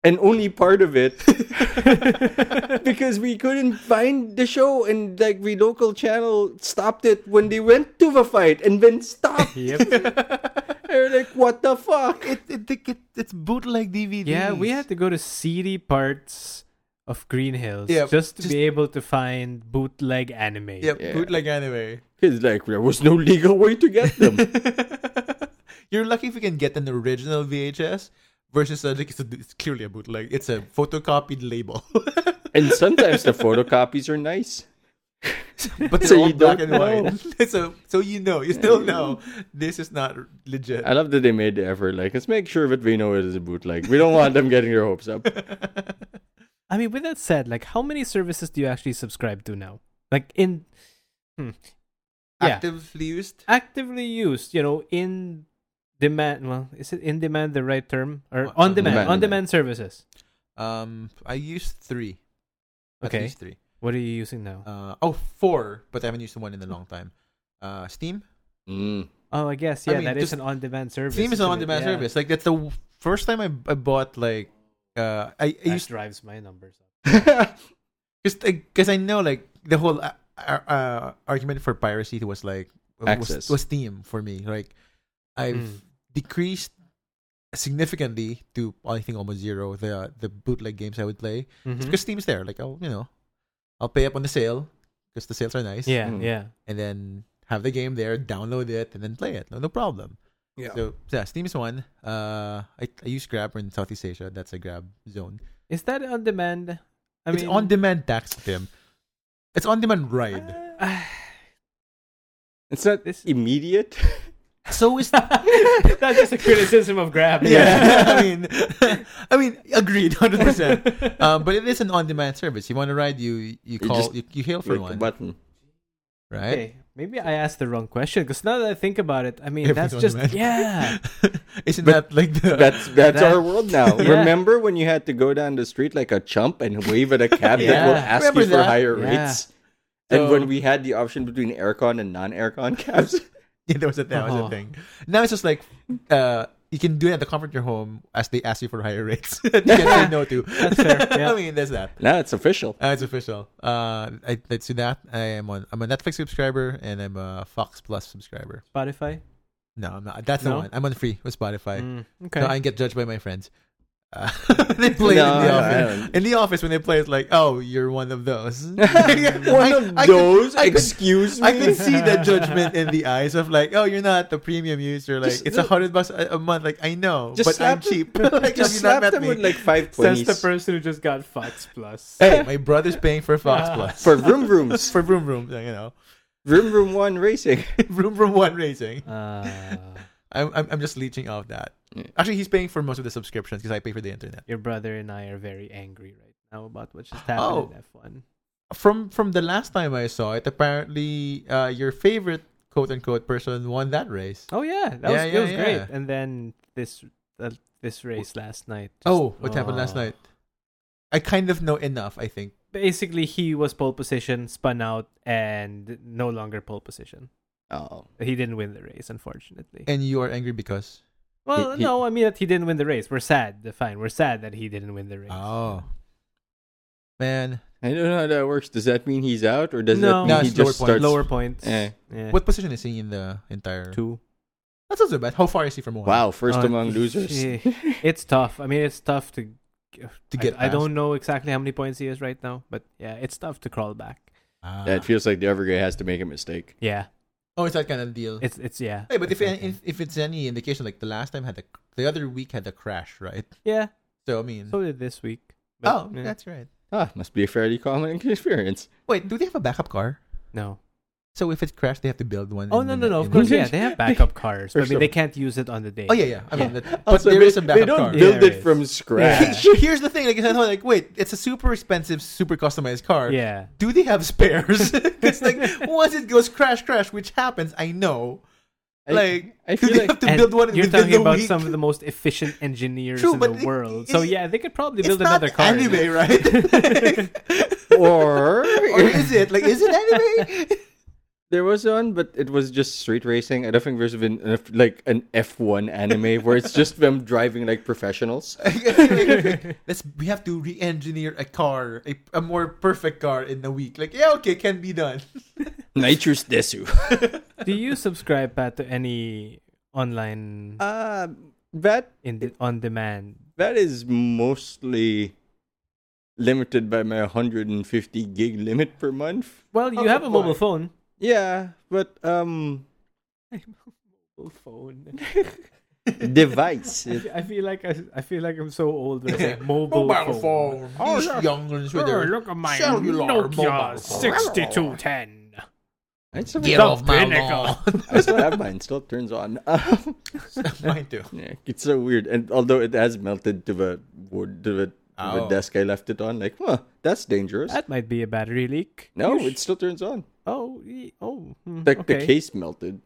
and only part of it because we couldn't find the show and like the local channel stopped it when they went to the fight and then stopped.
Yep.
they were like, what the fuck?
It, it, it, it's bootleg DVD.
yeah, we had to go to seedy parts of Green Hills
Yeah,
just to
just-
be able to find bootleg anime.
Yep,
Yeah.
bootleg anyway.
It's like there was no legal way to get them.
You're lucky if you can get an original VHS versus uh, like it's, a, it's clearly a bootleg. It's a photocopied label,
and sometimes the photocopies are nice.
but
So
they're all
you
black
don't
and white. so so you know, you still know this is not legit.
I love that they made the effort. Like, let's make sure that we know it is a bootleg. We don't want them getting their hopes up.
I mean, with that said, like, how many services do you actually subscribe to now? Like, in hmm, yeah.
Actively used.
actively used, you know, in demand. Well, is it in demand the right term
On-
or on
on
demand?
demand.
On demand services.
Um, I used three. At
Okay.
least three.
What are you using now?
Uh, oh, four, but I haven't used one in a long time. Uh, Steam.
Mm.
oh, I guess
I
yeah,
mean,
that is
just-
an on demand service.
Steam is an
isn't it?
on-demand
Yeah.
service. Like that's the w- first time I, I bought like uh I, I
That
used
drives my numbers up.
because because I know like the whole uh, uh, uh, argument for piracy was like was,
Access.
was Steam for me. Like I've
Mm.
decreased significantly to I think almost zero the the bootleg games I would play
Mhm.
because Steam's there. Like I'll you know I'll pay up on the sale because the sales are nice.
Yeah,
Mm.
yeah.
and then have the game there, download it, and then play it. No, no problem.
Yeah.
So yeah, Steam is one. Uh, I, I use Grab in Southeast Asia. That's a Grab zone.
Is that on demand? I
it's
mean, uh,
on demand tax, Tim. It's on demand ride.
It's not
This-
immediate.
so is
That's just a criticism of Grab.
yeah. I mean, I mean, agreed, hundred percent. Um, but it is an on demand service. You want to ride, you you call,
just
you, you hail for
Click
one,
the button.
right?
Okay, maybe I asked the wrong question because now that I think about it, I mean,
Everything's
that's
on
just
demand.
yeah.
Isn't
But
that like the
That's that's
That-
our world now.
Yeah.
Remember when you had to go down the street like a chump and wave at a cab that will
Yeah.
ask
Remember
you for
that?
higher
Yeah.
rates? And
So-
when we had the option between aircon and non-aircon cabs,
Yeah, that was a, that was a
Oh.
thing. Now it's just like uh, you can do it at the comfort of your home as they ask you for higher rates. you can say no to.
That's fair, yeah.
I mean, there's that.
now it's official.
Uh, it's official. Uh, I, let's do that. I am on. I'm a Netflix subscriber and I'm a Fox Plus subscriber.
Spotify.
No, I'm not. That's the
No?
one. I'm on free with Spotify.
Mm, okay.
No, I get judged by my friends. Uh, they play
No,
it in the
I
office.
don't.
In the office, when they play, it's like, "Oh, you're one of those." one
One of those.
I could,
excuse
I
me.
can see that judgment in the eyes of like, oh, you're not the premium user. Like,
Just-
it's a hundred bucks a a month. Like, I know,
Just
but
slap
I'm
them-
cheap. like, have
Just
you
slap
not met
them
me?
with like five
Says the
twenties
person who just got Fox Plus.
hey, my brother's paying for Fox
Ah.
Plus
for room rooms.
for Room Room. You know,
Room room one racing.
Room Room One Racing.
Uh,
I'm I'm, I'm just leeching off that.
Yeah.
Actually, he's paying for most of the subscriptions because I pay for the internet.
your brother and I are very angry right now about what just
Oh.
happened in F one.
From from the last time I saw it, apparently uh, your favorite quote unquote person won that race.
Oh yeah,
Yeah,
that was,
yeah,
that was
yeah.
great. And then this uh, this race last night. just-
oh, what happened last
Oh.
night? I kind of know enough. I think.
Basically, he was pole position, spun out, and no longer pole position.
Oh,
He didn't win the race, unfortunately.
And you are angry because
well,
he- he-
no, I mean that he didn't win the race. We're sad. Fine, we're sad that he didn't win the race.
Oh. Man,
I don't know how that works. Does that mean he's out, or does
No.
that
No,
mean he
it's lower
just
point.
starts?
Lower points.
Eh.
Yeah.
what position is he in the entire?
two?
That's not so bad. How far is he from one?
Wow, first
Uh,
among losers.
eh, It's tough. I mean, it's tough to
To get
I, I
past.
don't know exactly how many points he is right now, but yeah, it's tough to crawl back.
Ah.
That feels like the other guy has to make a mistake.
Yeah,
oh, it's that kind of deal.
it's it's yeah.
Hey, but if,
It's okay.
if if it's any indication, like the last time had the the other week had the crash, right?
yeah,
So I mean,
so did this week.
oh,
yeah.
that's right.
Ah, must be a fairly common experience.
Wait, do they have a backup car?
no.
So if it crashed, they have to build one.
Oh
in
no
the- in
no no! Of
the-
course, yeah, they have backup cars. but I
First of
mean, they
all-
can't use it on the day.
Oh yeah, yeah. I mean,
Yeah.
that, but
Also,
there
they,
is a
they
backup
don't
car.
do-
build
There
it
is.
from scratch.
Here- Here's the thing, like I said, like wait, it's a super expensive, super customized car.
yeah.
do they have spares? Because like once it goes crash, crash, which happens, I know.
I-
Like,
I feel
do they
like
have to
And
build one
you're
within
talking
the
about
week?
some of the most efficient engineers
True,
in
but it-
the world.
it's-
So yeah, they could probably
It's
build
not
another car.
anime, right?
or
or is it like is it anime?
There was one, but it was just street racing. I don't think there's been an F- like an F1 anime where it's just them driving like professionals.
Let's we have to re-engineer a car, a, a more perfect car in a week. Like, yeah, okay, can be done.
Nitrous Desu.
Do you subscribe Pat to any online
Uh, that
in the, on demand?
that is mostly limited by my 150 gig limit per month.
Well, you
Oh,
have a mobile
why?
phone.
Yeah, but um,
Mobile phone.
device. It-
I feel like I, I feel like I'm so old. When I say mobile,
Mobile phone.
Oh,
These
yeah.
young ones with
Oh,
their
look at my
cellular mobile phone.
Nokia sixty two ten.
I still,
get
The
off my
pinnacle.
lawn.
I still have mine. Still turns on.
Mine too.
yeah, it's so weird. And although it has melted to the wood, to the, to the
Oh.
desk I left it on, like, huh, that's dangerous.
That might be a battery leak.
no,
You
it still turns on.
Oh, ye- oh. hmm,
Like
okay.
the case melted.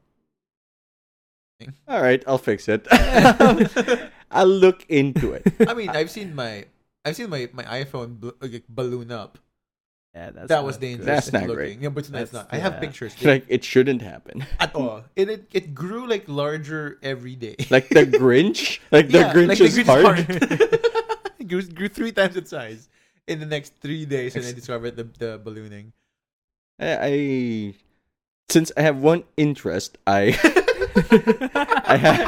Okay.
All right, I'll fix it. I'll look into it.
I mean, I've seen my I've seen my my iPhone bl- uh, like, balloon up.
Yeah, that's
that was
not
dangerous.
That's not
looking.
great.
Yeah, but no, it's
That's-
not. I have
yeah.
pictures
like it shouldn't happen.
at all. It, it it grew like larger every day.
Like the Grinch. Like the
Yeah,
Grinch
like
is hard.
heart. it grew, grew three times its size in the next three days, and I discovered the the ballooning.
I, I since I have one interest, I I have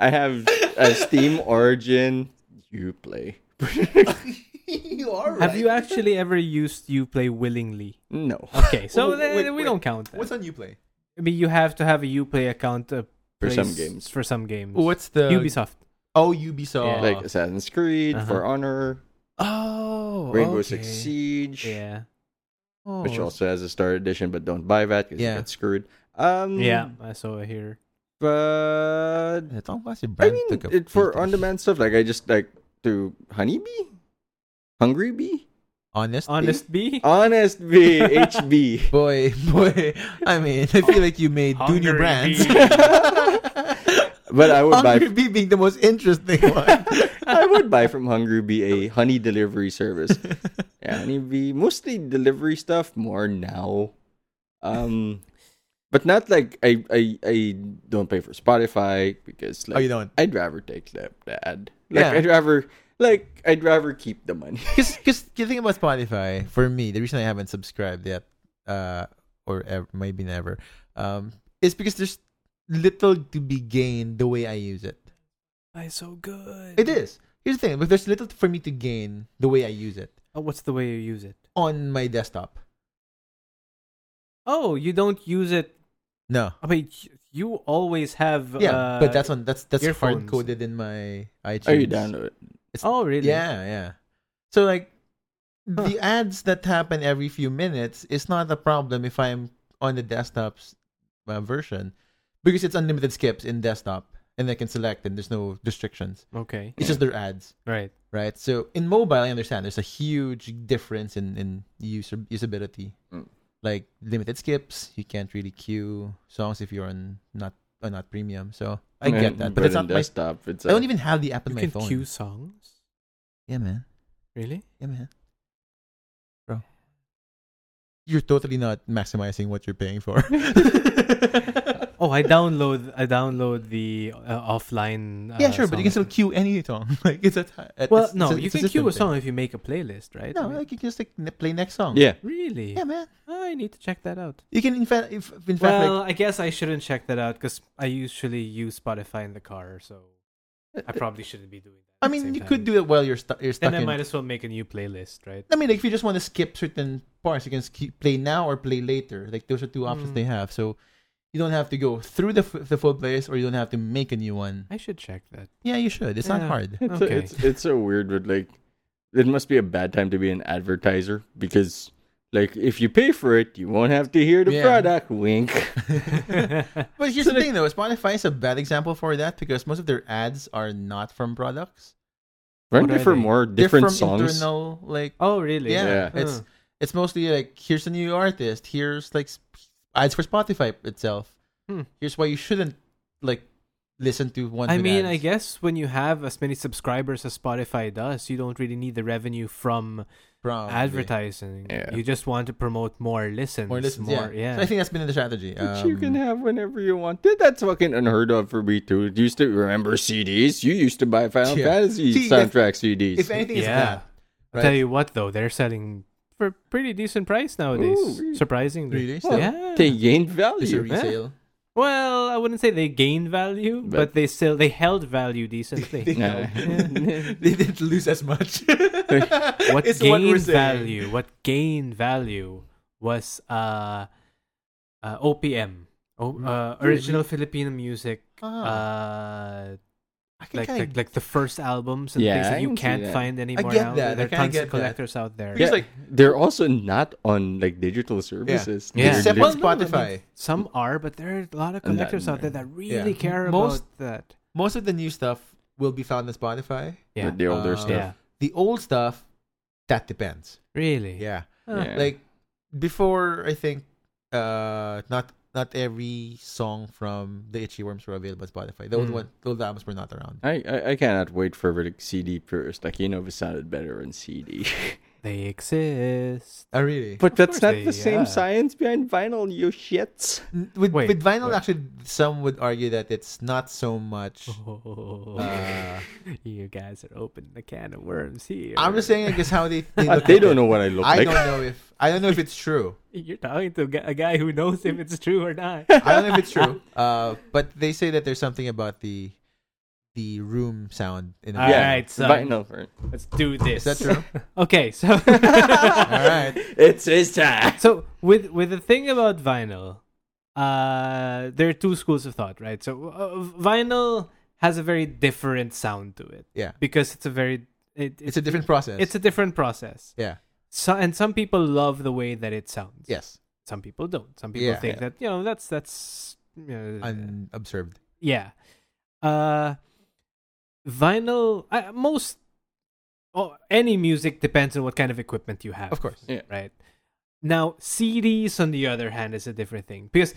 I have uh, Steam Origin. You play.
you are.
Have you actually ever used Uplay willingly?
no.
Okay, so
Oh,
then
wait, wait.
we don't count that.
What's on UPlay?
I mean, you have to have a Uplay account uh,
For some
place
games.
For some games,
the
Ubisoft?
Oh, Ubisoft.
Yeah.
Like Assassin's Creed,
Uh-huh.
For Honor,
oh,
Rainbow
okay.
Six Siege,
Yeah,
Oh,
which also has a Star Edition, but don't buy that because
Yeah.
you get screwed. Um,
yeah. I saw it here.
But
It's almost a
I
brand
mean,
took a
it, for
piece of-
on-demand stuff, like I just like to Honeybee, Hungry Bee,
Honest,
Honest B.
Oh, Honest Bee, HB.
boy, boy. I mean, I feel like you made two new
Hungry
brands.
bee.
But I would
Hungry
buy.
Bee being the most interesting one.
I would buy from Hungry Bee a honey delivery service. Yeah, honey bee, mostly delivery stuff more now. Um, but not like I I I don't pay for Spotify because like
oh, you don't.
I'd rather take the, the ad. Like
Yeah.
I'd rather like I'd rather keep the money.
Because the thing about Spotify, for me, the reason I haven't subscribed yet, uh, or ever, maybe never, um, is because there's little to be gained the way I use it.
Why so good?
It is. Here's the thing, but there's little for me to gain the way I use it
Oh, what's the way you use it?
on my desktop.
Oh, you don't use it.
No.
I mean, you always have.
Yeah,
uh,
but that's on that's that's
earphones.
hard coded in my iTunes.
Are you download it?
Oh, really?
Yeah, yeah. So like the ads that happen every few minutes is not a problem if I'm on the desktop's uh, version because it's unlimited skips in desktop and I can select and there's no restrictions.
Okay.
It's just their ads,
Right.
right? So in mobile, I understand there's a huge difference in in user usability.
Mm.
Like limited skips, you can't really queue songs if you're on not on not premium. So I get that, but it's not my.
desktop. It's
I don't even have the app on
You
my
can
phone.
queue songs.
Yeah, man.
Really?
Yeah, man. Bro. You're totally not maximizing what you're paying for.
Oh, I download. I download the uh, offline. Uh,
yeah, sure, but you can still
songs.
queue any song. Like it's a at,
Well,
it's,
no,
it's
you
it's
can queue a
system
song if you make a playlist,
thing.
right?
No,
I mean-
like you can just like, n- play next song.
yeah.
really? Oh,
yeah, man.
I need to check that out.
You can in fact, if, in fact,
Well,
like,
I guess I shouldn't check that out because I usually use Spotify in the car, so I probably shouldn't be doing that.
I
at the
mean,
same
you
time.
could do it while you're, stu- you're stuck.
Then I
in-
might as well make a new playlist, right?
I mean, like if you just want to skip certain parts, you can skip, play now or play later. Like those are two options
Mm.
they have. So you don't have to go through the f- the full playlist, or you don't have to make a new one.
I should check that.
Yeah, you should. It's
Yeah.
not hard.
It's,
Okay.
it's it's so weird, but like, it must be a bad time to be an advertiser because, like, if you pay for it, you won't have to hear the
Yeah.
product. Wink.
But here's the
So like-
thing, though. Spotify is a bad example for that because most of their ads are not from products.
Run
What are
for
they?
more
They're
different
from
songs.
internal, like
oh, really?
yeah,
Yeah.
it's
Huh.
it's mostly like here's a new artist. Here's like sp- ads for Spotify itself.
Hmm.
Here's why you shouldn't like listen to one.
I
with
mean,
ads.
I guess when you have as many subscribers as Spotify does, you don't really need the revenue from
Probably.
advertising.
Yeah.
You just want to promote more listens.
More listens,
more-
yeah. So I think that's been the strategy.
Which you can
Um,
have whenever you want. Dude, that's fucking unheard of for me too. It used to remember CDs. You used to buy Final
Yeah.
Fantasy
See, if-
soundtrack CDs.
If anything, it's
Yeah.
that.
I'll tell you what, though, they're selling for pretty decent price nowadays.
Ooh, really?
Surprisingly.
Really?
Well,
Yeah.
they gained
There's a
value. eh?
resale.
well, I wouldn't say they gained value, but,
But-
they still they held value decently.
Yeah.
they didn't lose as much.
what
It's what
gained
we're saying.
value? What gained value was uh, uh OPM. O- uh, original Filipino music.
Ah,
Uh,
I can
like,
kinda-
like like the first albums and
Yeah,
things
I
that you
can see
can't
that.
find anymore
get
now.
that. I
There are
kinda
tons
get
of
that.
collectors out there.
Because,
Yeah.
like,
They're also not on like digital services.
Yeah.
They're
except
lit-
on Spotify,
Some are, but there are a lot of
And that-
collectors out there that really
yeah.
care
Most-
about that.
most of the new stuff will be found on Spotify.
Yeah.
the older
Um,
stuff.
Yeah.
The old stuff, that depends.
Really?
Yeah.
Huh.
Yeah.
Like before, I think uh, not not every song from the Itchy Worms were available on Spotify. The old
Mm.
one, the old albums were not around.
I, I, I cannot wait for like CD first. Like you know, it sounded better on CD.
They exist.
Oh, really?
but that's
course
not
they-
the same
yeah.
science behind vinyl, you shits.
N- With,
Wait,
with vinyl,
wait.
actually, some would argue that it's not so much.
Oh.
Uh,
you guys are opening the can of worms here.
I'm just saying, I guess how they they,
Uh,
look
they
at it.
don't know what I look
I
like.
don't know if I don't know if it's true.
You're talking to a gu- a guy who knows if it's true or not.
I don't know if it's true. Uh, but they say that there's something about the the room sound in a
All
yeah,
right, so-
vinyl first.
Let's do this.
Is that true?
Okay, so
All right.
It's his time.
so with with the thing about vinyl, uh, there are two schools of thought, right? So uh, vinyl has a very different sound to it.
Yeah.
because it's a very it,
It's a different process.
it's a different process.
yeah.
So and some people love the way that it sounds.
Yes.
some people don't. Some
Yeah.
people think
Yeah.
that you know that's that's you know,
Unobserved.
yeah. Uh, vinyl. Uh, most oh, any music depends on what kind of equipment you have
Of course.
Yeah.
right? Now, CDs, on the other hand, is a different thing because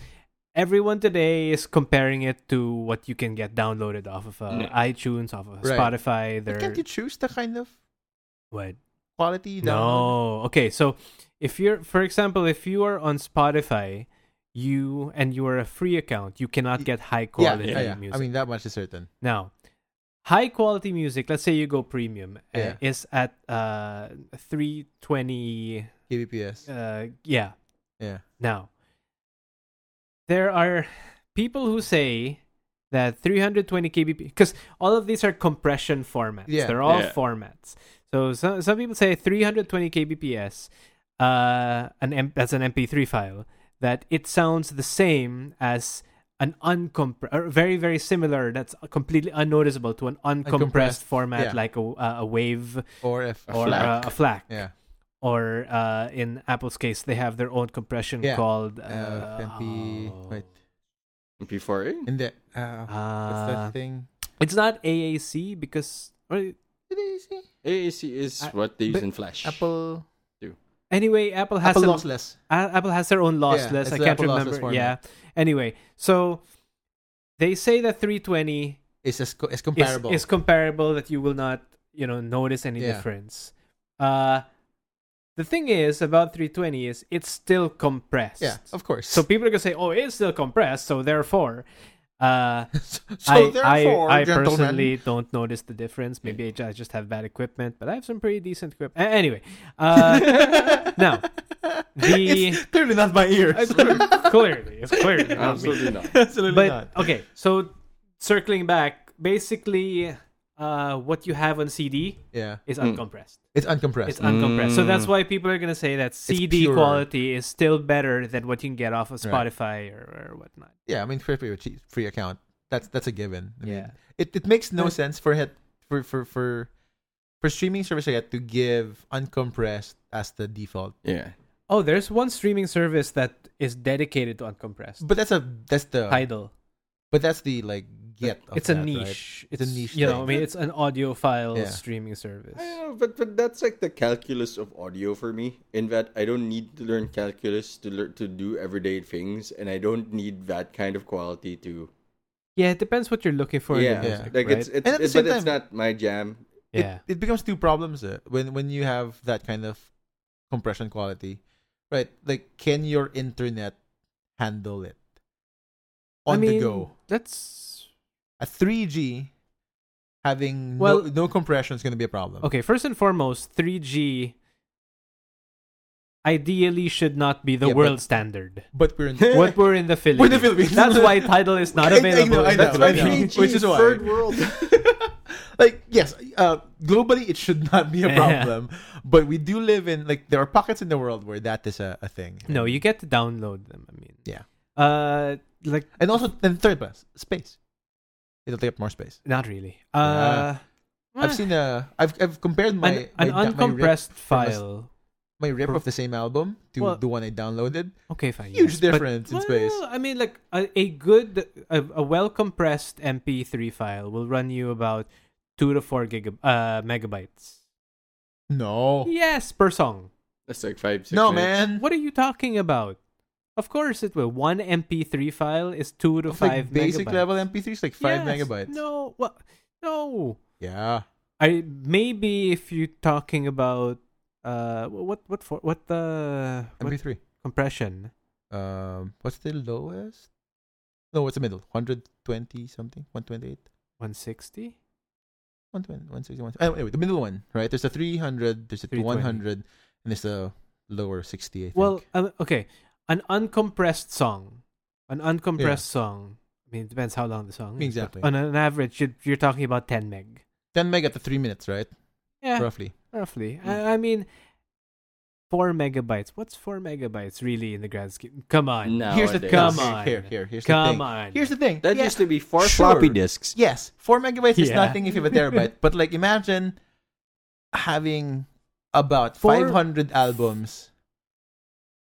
everyone today is comparing it to what you can get downloaded off of uh,
Yeah.
iTunes, off of
Right.
Spotify. There,
But can't you choose the kind of
what?
quality? you download?
No, okay. So, if you're, for example, if you are on Spotify, you and you are a free account, you cannot
Y-
get high
Yeah,
quality
yeah, yeah.
music.
I mean, that much is certain.
Now, high quality music. Let's say you go premium.
Yeah.
uh, is at uh three twenty.
kbps.
Uh, yeah.
Yeah.
Now, there are people who say that 320 kbps because all of these are compression formats.
Yeah.
They're all
Yeah.
formats. So some some people say 320 kbps, uh, an M- that's an MP3 file that it sounds the same as an uncompressed, or very very similar. That's completely unnoticeable to an
Uncompressed,
uncompressed
yeah.
format like a, uh, a wave
Or if
A
or
FLAC.
uh, a FLAC
yeah.
or uh, in Apple's case, they have their own compression
Yeah.
called uh,
Uh, MP.
oh,
Wait.
Before eh? it?
In the uh, what's
uh,
that thing?
it's not AAC because or-
Did I see?
AAC is
I-
what they use
but
in Flash.
Apple.
anyway, Apple has
Apple
an-
lossless.
A- Apple has their own lossless.
it's
I
the
can't
Apple lossless
remember.
format.
yeah. Anyway, so they say that 320
It's as co- it's
is-
comparable.
is comparable that you will not you know notice any
Yeah.
difference. Uh, the thing is about 320 is it's still compressed.
yeah, of course.
So people are gonna say, "Oh, it's still compressed," so therefore, uh,
so
I,
therefore,
I, I
gentlemen,
personally don't notice the difference. Maybe I ju- I just have bad equipment, but I have some pretty decent equipment. Anyway, uh, now the
it's clearly not my ears.
clearly, it's clearly not me.
Absolutely not.
Absolutely
But
not.
okay, so circling back, basically, uh, what you have on CD
Yeah,
is
Mm.
uncompressed.
it's uncompressed.
It's uncompressed.
Hmm.
So that's
Mm.
why people are gonna say that CD
purer.
quality is still better than what you can get off of
Right.
Spotify or, or whatnot.
yeah, I mean, free, free, cheap- free account. That's that's a given. I mean,
Yeah.
it, it makes no
Right.
sense for it for for for for streaming service like that to give uncompressed as the default.
Yeah.
Oh, there's one streaming service that is dedicated to uncompressed.
But that's a that's the
Tidal.
but that's the like get. Of
it's a
that, right?
niche.
It's a niche
You know,
thing.
I mean, it's an audiophile
Yeah.
streaming
I
service.
don't know, but, but that's like the calculus of audio for me, in that I don't need to learn calculus to learn to do everyday things, and I don't need that kind of quality to
Yeah, it depends what you're looking for.
yeah,
in the
Yeah.
music,
like
right?
it's it's,
And at the
it-
same
but it's
time-
not my jam.
It-
yeah,
It, becomes two problems eh, when when you have that kind of compression quality, right? Like, can your internet handle it
I
on
mean,
the go?
That's
At 3G, having
Well-
no, no compression is going to be a problem.
okay. First and foremost, 3G ideally should not be the
Yeah, but-
world standard.
but we're in,
What we're in the Philippines.
Eh. the Philippines.
That's why title is not
I- I
available.
know, I
in
know,
the
That's
I
why
know.
Philippines.
3G
Which is why.
third world.
like yes uh globally it should not be a
Yeah.
problem but we do live in like there are pockets in the world where that is a, a thing
No, you get to download them. I mean,
Yeah.
Uh, like
and also then third class space it'll take up more space
not really.
Yeah.
Uh,
i've seen uh i've i've compared my
an, an
my, da- my rip,
uncompressed
from a-
file.
my rip of the same album to
Well-
the one i downloaded
Okay, fine.
huge
yes, but-
difference in space
Well, I mean, like a, a good, a, a well-compressed MP3 file will run you about two to four gigab uh, megabytes.
no
Yes, per song.
That's like five. Six
no
minutes.
man
What are you talking about? Of course, it will. One MP3 file is two to
It's
five
like basic
megabytes.
level mp3 is like five
Yes,
megabytes
No, well, no.
yeah
I maybe if you're talking about uh, what what for what the what
mp3
compression?
um what's the lowest no what's the middle 120 something 128
One sixty.
120, 160, 120. Anyway, the middle one, right? There's a 300, there's a
320.
100, and there's a lower 60, I think.
Well, um, okay, an uncompressed song, an uncompressed song. I mean, it depends how long the song. is, but
Exactly.
On an average, you're, you're talking about ten meg.
10 meg at the 3 minutes, right?
Yeah,
Roughly.
roughly.
Mm.
I, I mean, four megabytes. What's four megabytes really in the grand scheme? Come on,
Here's the
Nowadays.
Come
here,
on.
Here, here, here's the
come
thing.
on.
Here's the thing.
That
Yeah,
used to be four
sure.
floppy disks.
Yes, 4 megabytes is
Yeah.
nothing if you have a terabyte, but like imagine having about
Four-
500 albums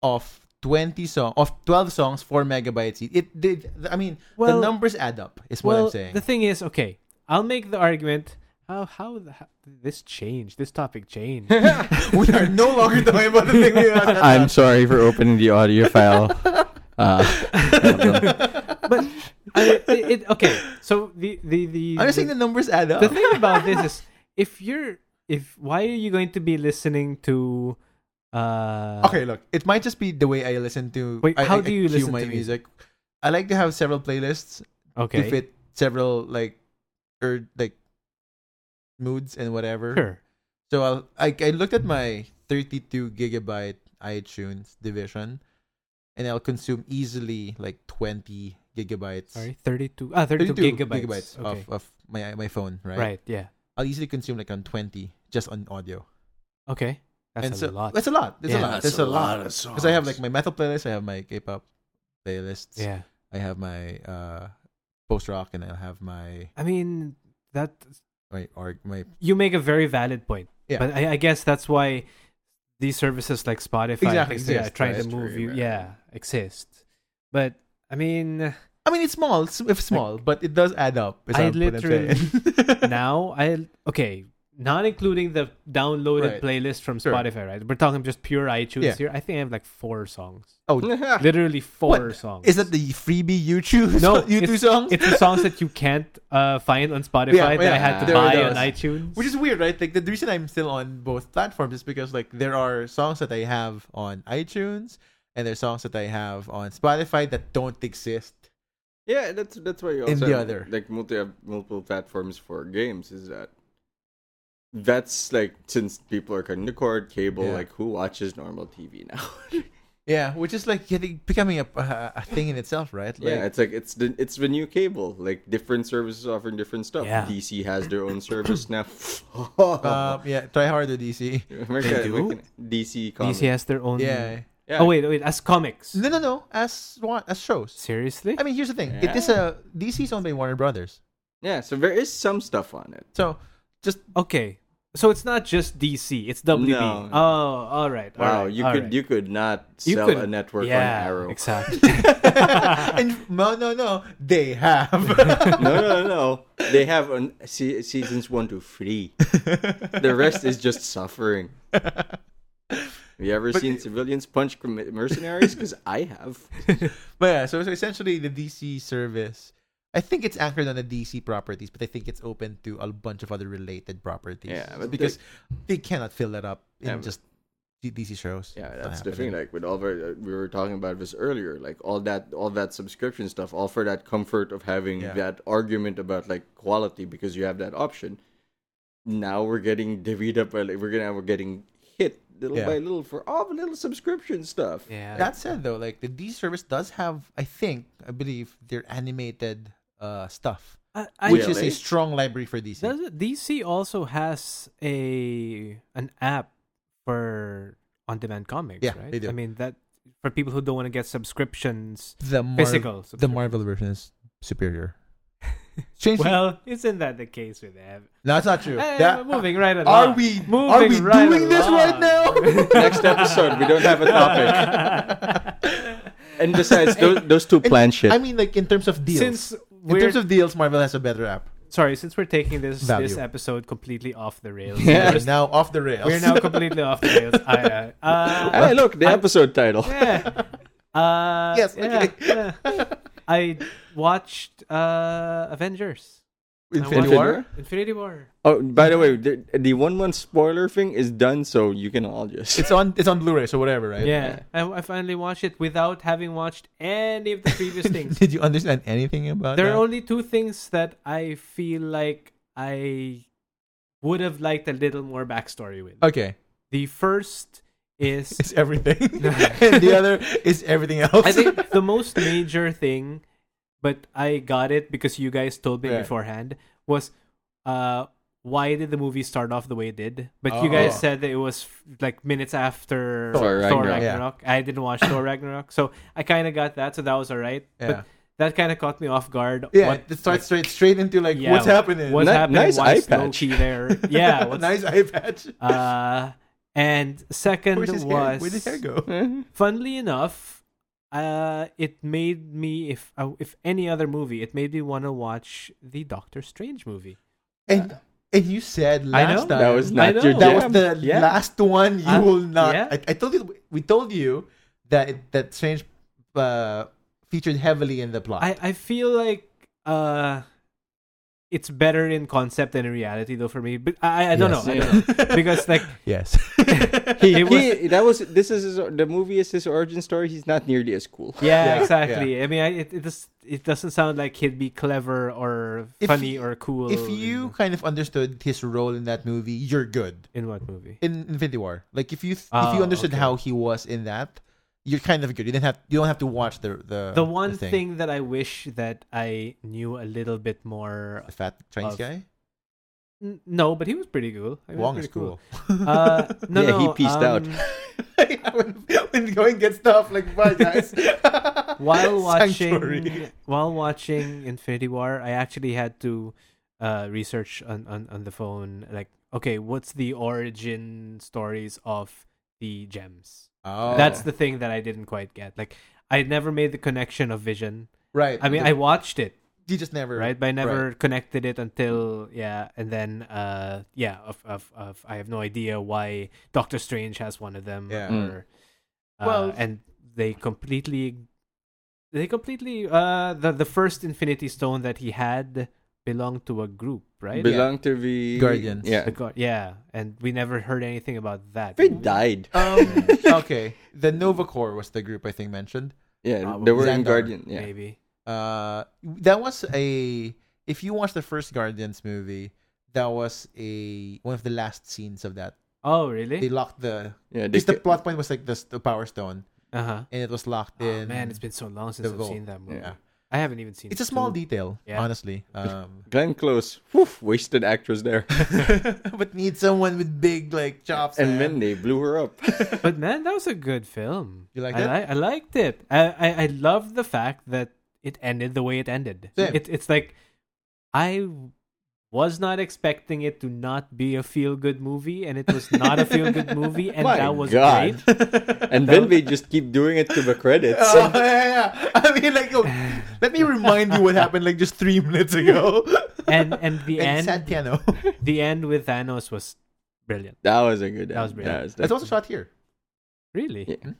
of 20 song of 12 songs 4 megabytes each. It did I mean,
Well-
the numbers add up is what
well,
I'm saying.
the thing is, okay, I'll make the argument. How how, the, how did this change? This topic changed.
we are no longer talking about the thing we had at
I'm sorry for opening the audio file. Uh,
but I, it, it, okay, so the the the
I'm
the-
just saying the numbers add up.
the thing about this is if you're if why are you going to be listening to uh
okay, look, it might just be the way I listen to.
Wait,
I,
how
I-
do
I
you
cue
listen
my
to music?
I like to have several playlists to
okay
fit several like or like moods and whatever.
sure
So I'll, I I looked at my 32 gigabyte iTunes division, and I'll consume easily like 20 gigabytes.
sorry 32 ah 32, gigabytes, okay.
of, of my my phone, right?
right. yeah
I'll easily consume like on 20 just on audio.
okay that's
and
a
so,
lot
That's a lot. That's
Yeah,
a lot. That's, a lot.
of songs.
Because I have like my metal playlist, I have my K-pop playlists,
yeah
I have my uh post rock, and I have my
i mean that
my or my
you make a very valid point
Yeah.
but i, I guess that's why these services like spotify
Exactly,
things that are
exist,
trying to
right?
move you
Streaming.
yeah exist but i mean
I mean it's small, it's, it's small, but it does add up. is
I
what I'm
literally-
saying.
now I okay, not including the
Right.
downloaded playlist from
Sure.
Spotify, right? We're talking just pure iTunes
Yeah.
here. I think I have like four songs.
oh,
Literally four
What?
songs.
is that the freebie you choose?
No,
you two
it's-
songs,
It's the songs that you can't uh, find on Spotify
Yeah,
that I
yeah,
had to
there
buy
it
on
is.
iTunes.
which is weird, right? Like the reason I'm still on both platforms is because like there are songs that I have on iTunes and there's songs that I have on Spotify that don't exist.
Yeah, that's that's why you also
In the
have,
other.
like multi multiple platforms for games is that that's like since people are cutting the cord, cable,
Yeah.
like who watches normal TV now?
Yeah, which is like getting becoming a a, a thing in itself, right? Like,
yeah, it's like it's the it's the new cable. Like different services offering different stuff.
Yeah. Uh,
DC has their own service now.
Um, yeah, try harder, DC.
America,
they do?
America- DC comics.
DC has their
Mm-hmm.
own.
Yeah.
yeah.
Oh wait, wait. As comics,
No, no, no. As wa- as shows.
seriously?
I mean, here's the thing. It is a DC is owned by Warner Brothers,
Yeah, so there is some stuff on it.
so just
okay, so it's not just DC. It's WB.
No.
Oh, all right. all
Wow,
right,
you
all
could
right.
you could not
You
sell
could-
a network on
yeah,
Arrow.
Exactly.
and no, no, no. They have.
no, no, no. They have an, se- seasons one to three. The rest is just suffering. Have you ever seen civilians punch com- mercenaries? Because I have.
but yeah, so, so essentially, the DC service I think it's anchored on the DC properties, but I think it's open to a bunch of other related properties.
Yeah, but
because they cannot fill that up in
Yeah, but-
just D- DC shows.
Yeah,
It's not
that's the thing.
happening.
Like with all of our, uh, we were talking about this earlier. Like all that, all that subscription stuff, all for that comfort of having
Yeah.
that argument about like quality because you have that option. Now we're getting divvied up. uh, Like, we're gonna we're getting hit little
Yeah.
by little for all the little subscription stuff.
Yeah.
That said, though, like the D service does have, I think, I believe, their animated uh stuff,
I,
I-
which
Really?
is a strong library for DC.
does it, DC also has a an app for on-demand comics,
Yeah,
right?
they do.
I mean that for people who don't want to get subscriptions,
the Mar-
physical.
the
subscriptions.
Marvel version is superior. Change.
well, isn't that the case with them?
no, it's not true.
Eh,
That-
moving right along.
are we
moving
are we
right
doing this right
along.
now?
Next episode, we don't have a
topic.
And besides, those, those two plan shit.
I mean, like in terms of deals.
since
in
we're
terms of deals, Marvel has a better app.
sorry, since we're taking this
Value.
this episode completely off the rails,
Yeah.
We're now off the rails.
we're now completely off the rails. I, uh, uh,
hey, look, the
I-
episode title.
yeah. Uh,
Yes,
yeah,
okay.
yeah. I watched uh, Avengers. I
Infinity
watched-
War.
Infinity War.
Oh, by the way, the, the one month spoiler thing is done, so you can all just.
It's on. It's on Blu-ray, so whatever, right?
Yeah, I, I finally watched it without having watched any of the previous things.
Did you understand anything about?
There
that?
are only two things that I feel like I would have liked a little more backstory with.
Okay,
The first is
it's everything. and the other is everything else.
I think the most major thing, but I got it because you guys told me
Yeah.
beforehand, was uh, why did the movie start off the way it did? But you
Oh.
guys said that it was like minutes after
Thor
Thor Ragnarok.
Ragnarok.
Yeah.
I didn't watch Thor Ragnarok, so I kind of got that, so that was alright.
yeah,
But that kind of caught me off guard.
yeah.
What-
it starts straight straight into like
Yeah,
what's happening.
what's
Ni-
happening?
nice
why
eye
is
patch.
Loki there? Yeah, what's,
nice eye patch.
Uh, and second
Where's his hair?
was
Where did his hair go?
funnily enough, uh, it made me if uh, if any other movie, it made me want to watch the Doctor Strange movie.
And and you said last
know.
time
that was
I
not your
know.
that
jam.
was the
Yeah.
last one you
Uh,
will not.
yeah.
I, I told you we told you that it, that Strange uh, featured heavily in the plot.
I I feel like uh, it's better in concept than in reality though for me. But I I don't
Yes.
know I don't know because like
yes,
he,
It was-
he- that was this is his, the movie is his origin story. He's not nearly as cool.
yeah,
Yeah,
exactly. I mean I, it it just it doesn't sound like he'd be clever or
If
funny
you-
or cool.
if you kind of understood his role in that movie, you're good
in, in what movie?
in Infinity War. Like if you th- if
Oh,
you understood
okay.
how he was in that, you're kind of good. You didn't have you don't have to watch the the
The one thing. that I wish that I knew a little bit more.
the fat Chinese
of-
guy
N- No, but he was pretty cool. I mean,
Wong
pretty
is cool.
Uh, no,
Yeah, he
no,
peaced out.
um,
when, when going gets tough, like bye guys.
while watching
Sanctuary.
while watching Infinity War, I actually had to uh, research on, on, on the phone like okay, what's the origin stories of the gems?
Oh,
That's the thing that I didn't quite get. Like I never made the connection of Vision.
right.
I mean, I watched it,
you just never
right? But I never connected it until yeah, and then uh yeah, of of, of I have no idea why Doctor Strange has one of them.
Yeah.
Mm.
Or, uh,
Well-
and they completely they completely uh the the first Infinity Stone that he had belonged to a group, right?
Bel-
Belong to the
Guardians.
Yeah,
The god- yeah, and we never heard anything about that.
they died.
Um, okay, the Nova Corps was the group I think mentioned.
Yeah,
Probably.
they were in
Oh, Xandar,
Guardian. Yeah,
Maybe.
Uh, that was a. If you watch the first Guardians movie, that was a one of the last scenes of that.
Oh,
They
really?
locked the.
yeah. They
Because the
ca-
plot point was like the, the Power Stone,
Uh huh.
and it was locked
Oh
in.
man, it's been so long
the
since I've
vault.
seen that movie.
Yeah.
I haven't even seen.
It's a small
two.
detail,
Yeah.
honestly. Um,
Glenn Close, whew, wasted actress there,
but need someone with big like chops.
and then they blew her up.
But man, that was a good film.
You liked
I
it?
Li- I liked it. I, I I love the fact that it ended the way it ended.
Same.
It, it's like I was not expecting it to not be a feel good movie, and it was not a feel good movie, and
My
that was
God.
great.
And then they just keep doing it to the credits.
Oh, yeah, yeah. I mean, like, oh, let me remind you what happened like just three minutes ago.
And and the
and sad
end,
piano.
the end with Thanos was brilliant.
that was a good.
That was
end.
brilliant.
That's also shot here
Really,
Yeah.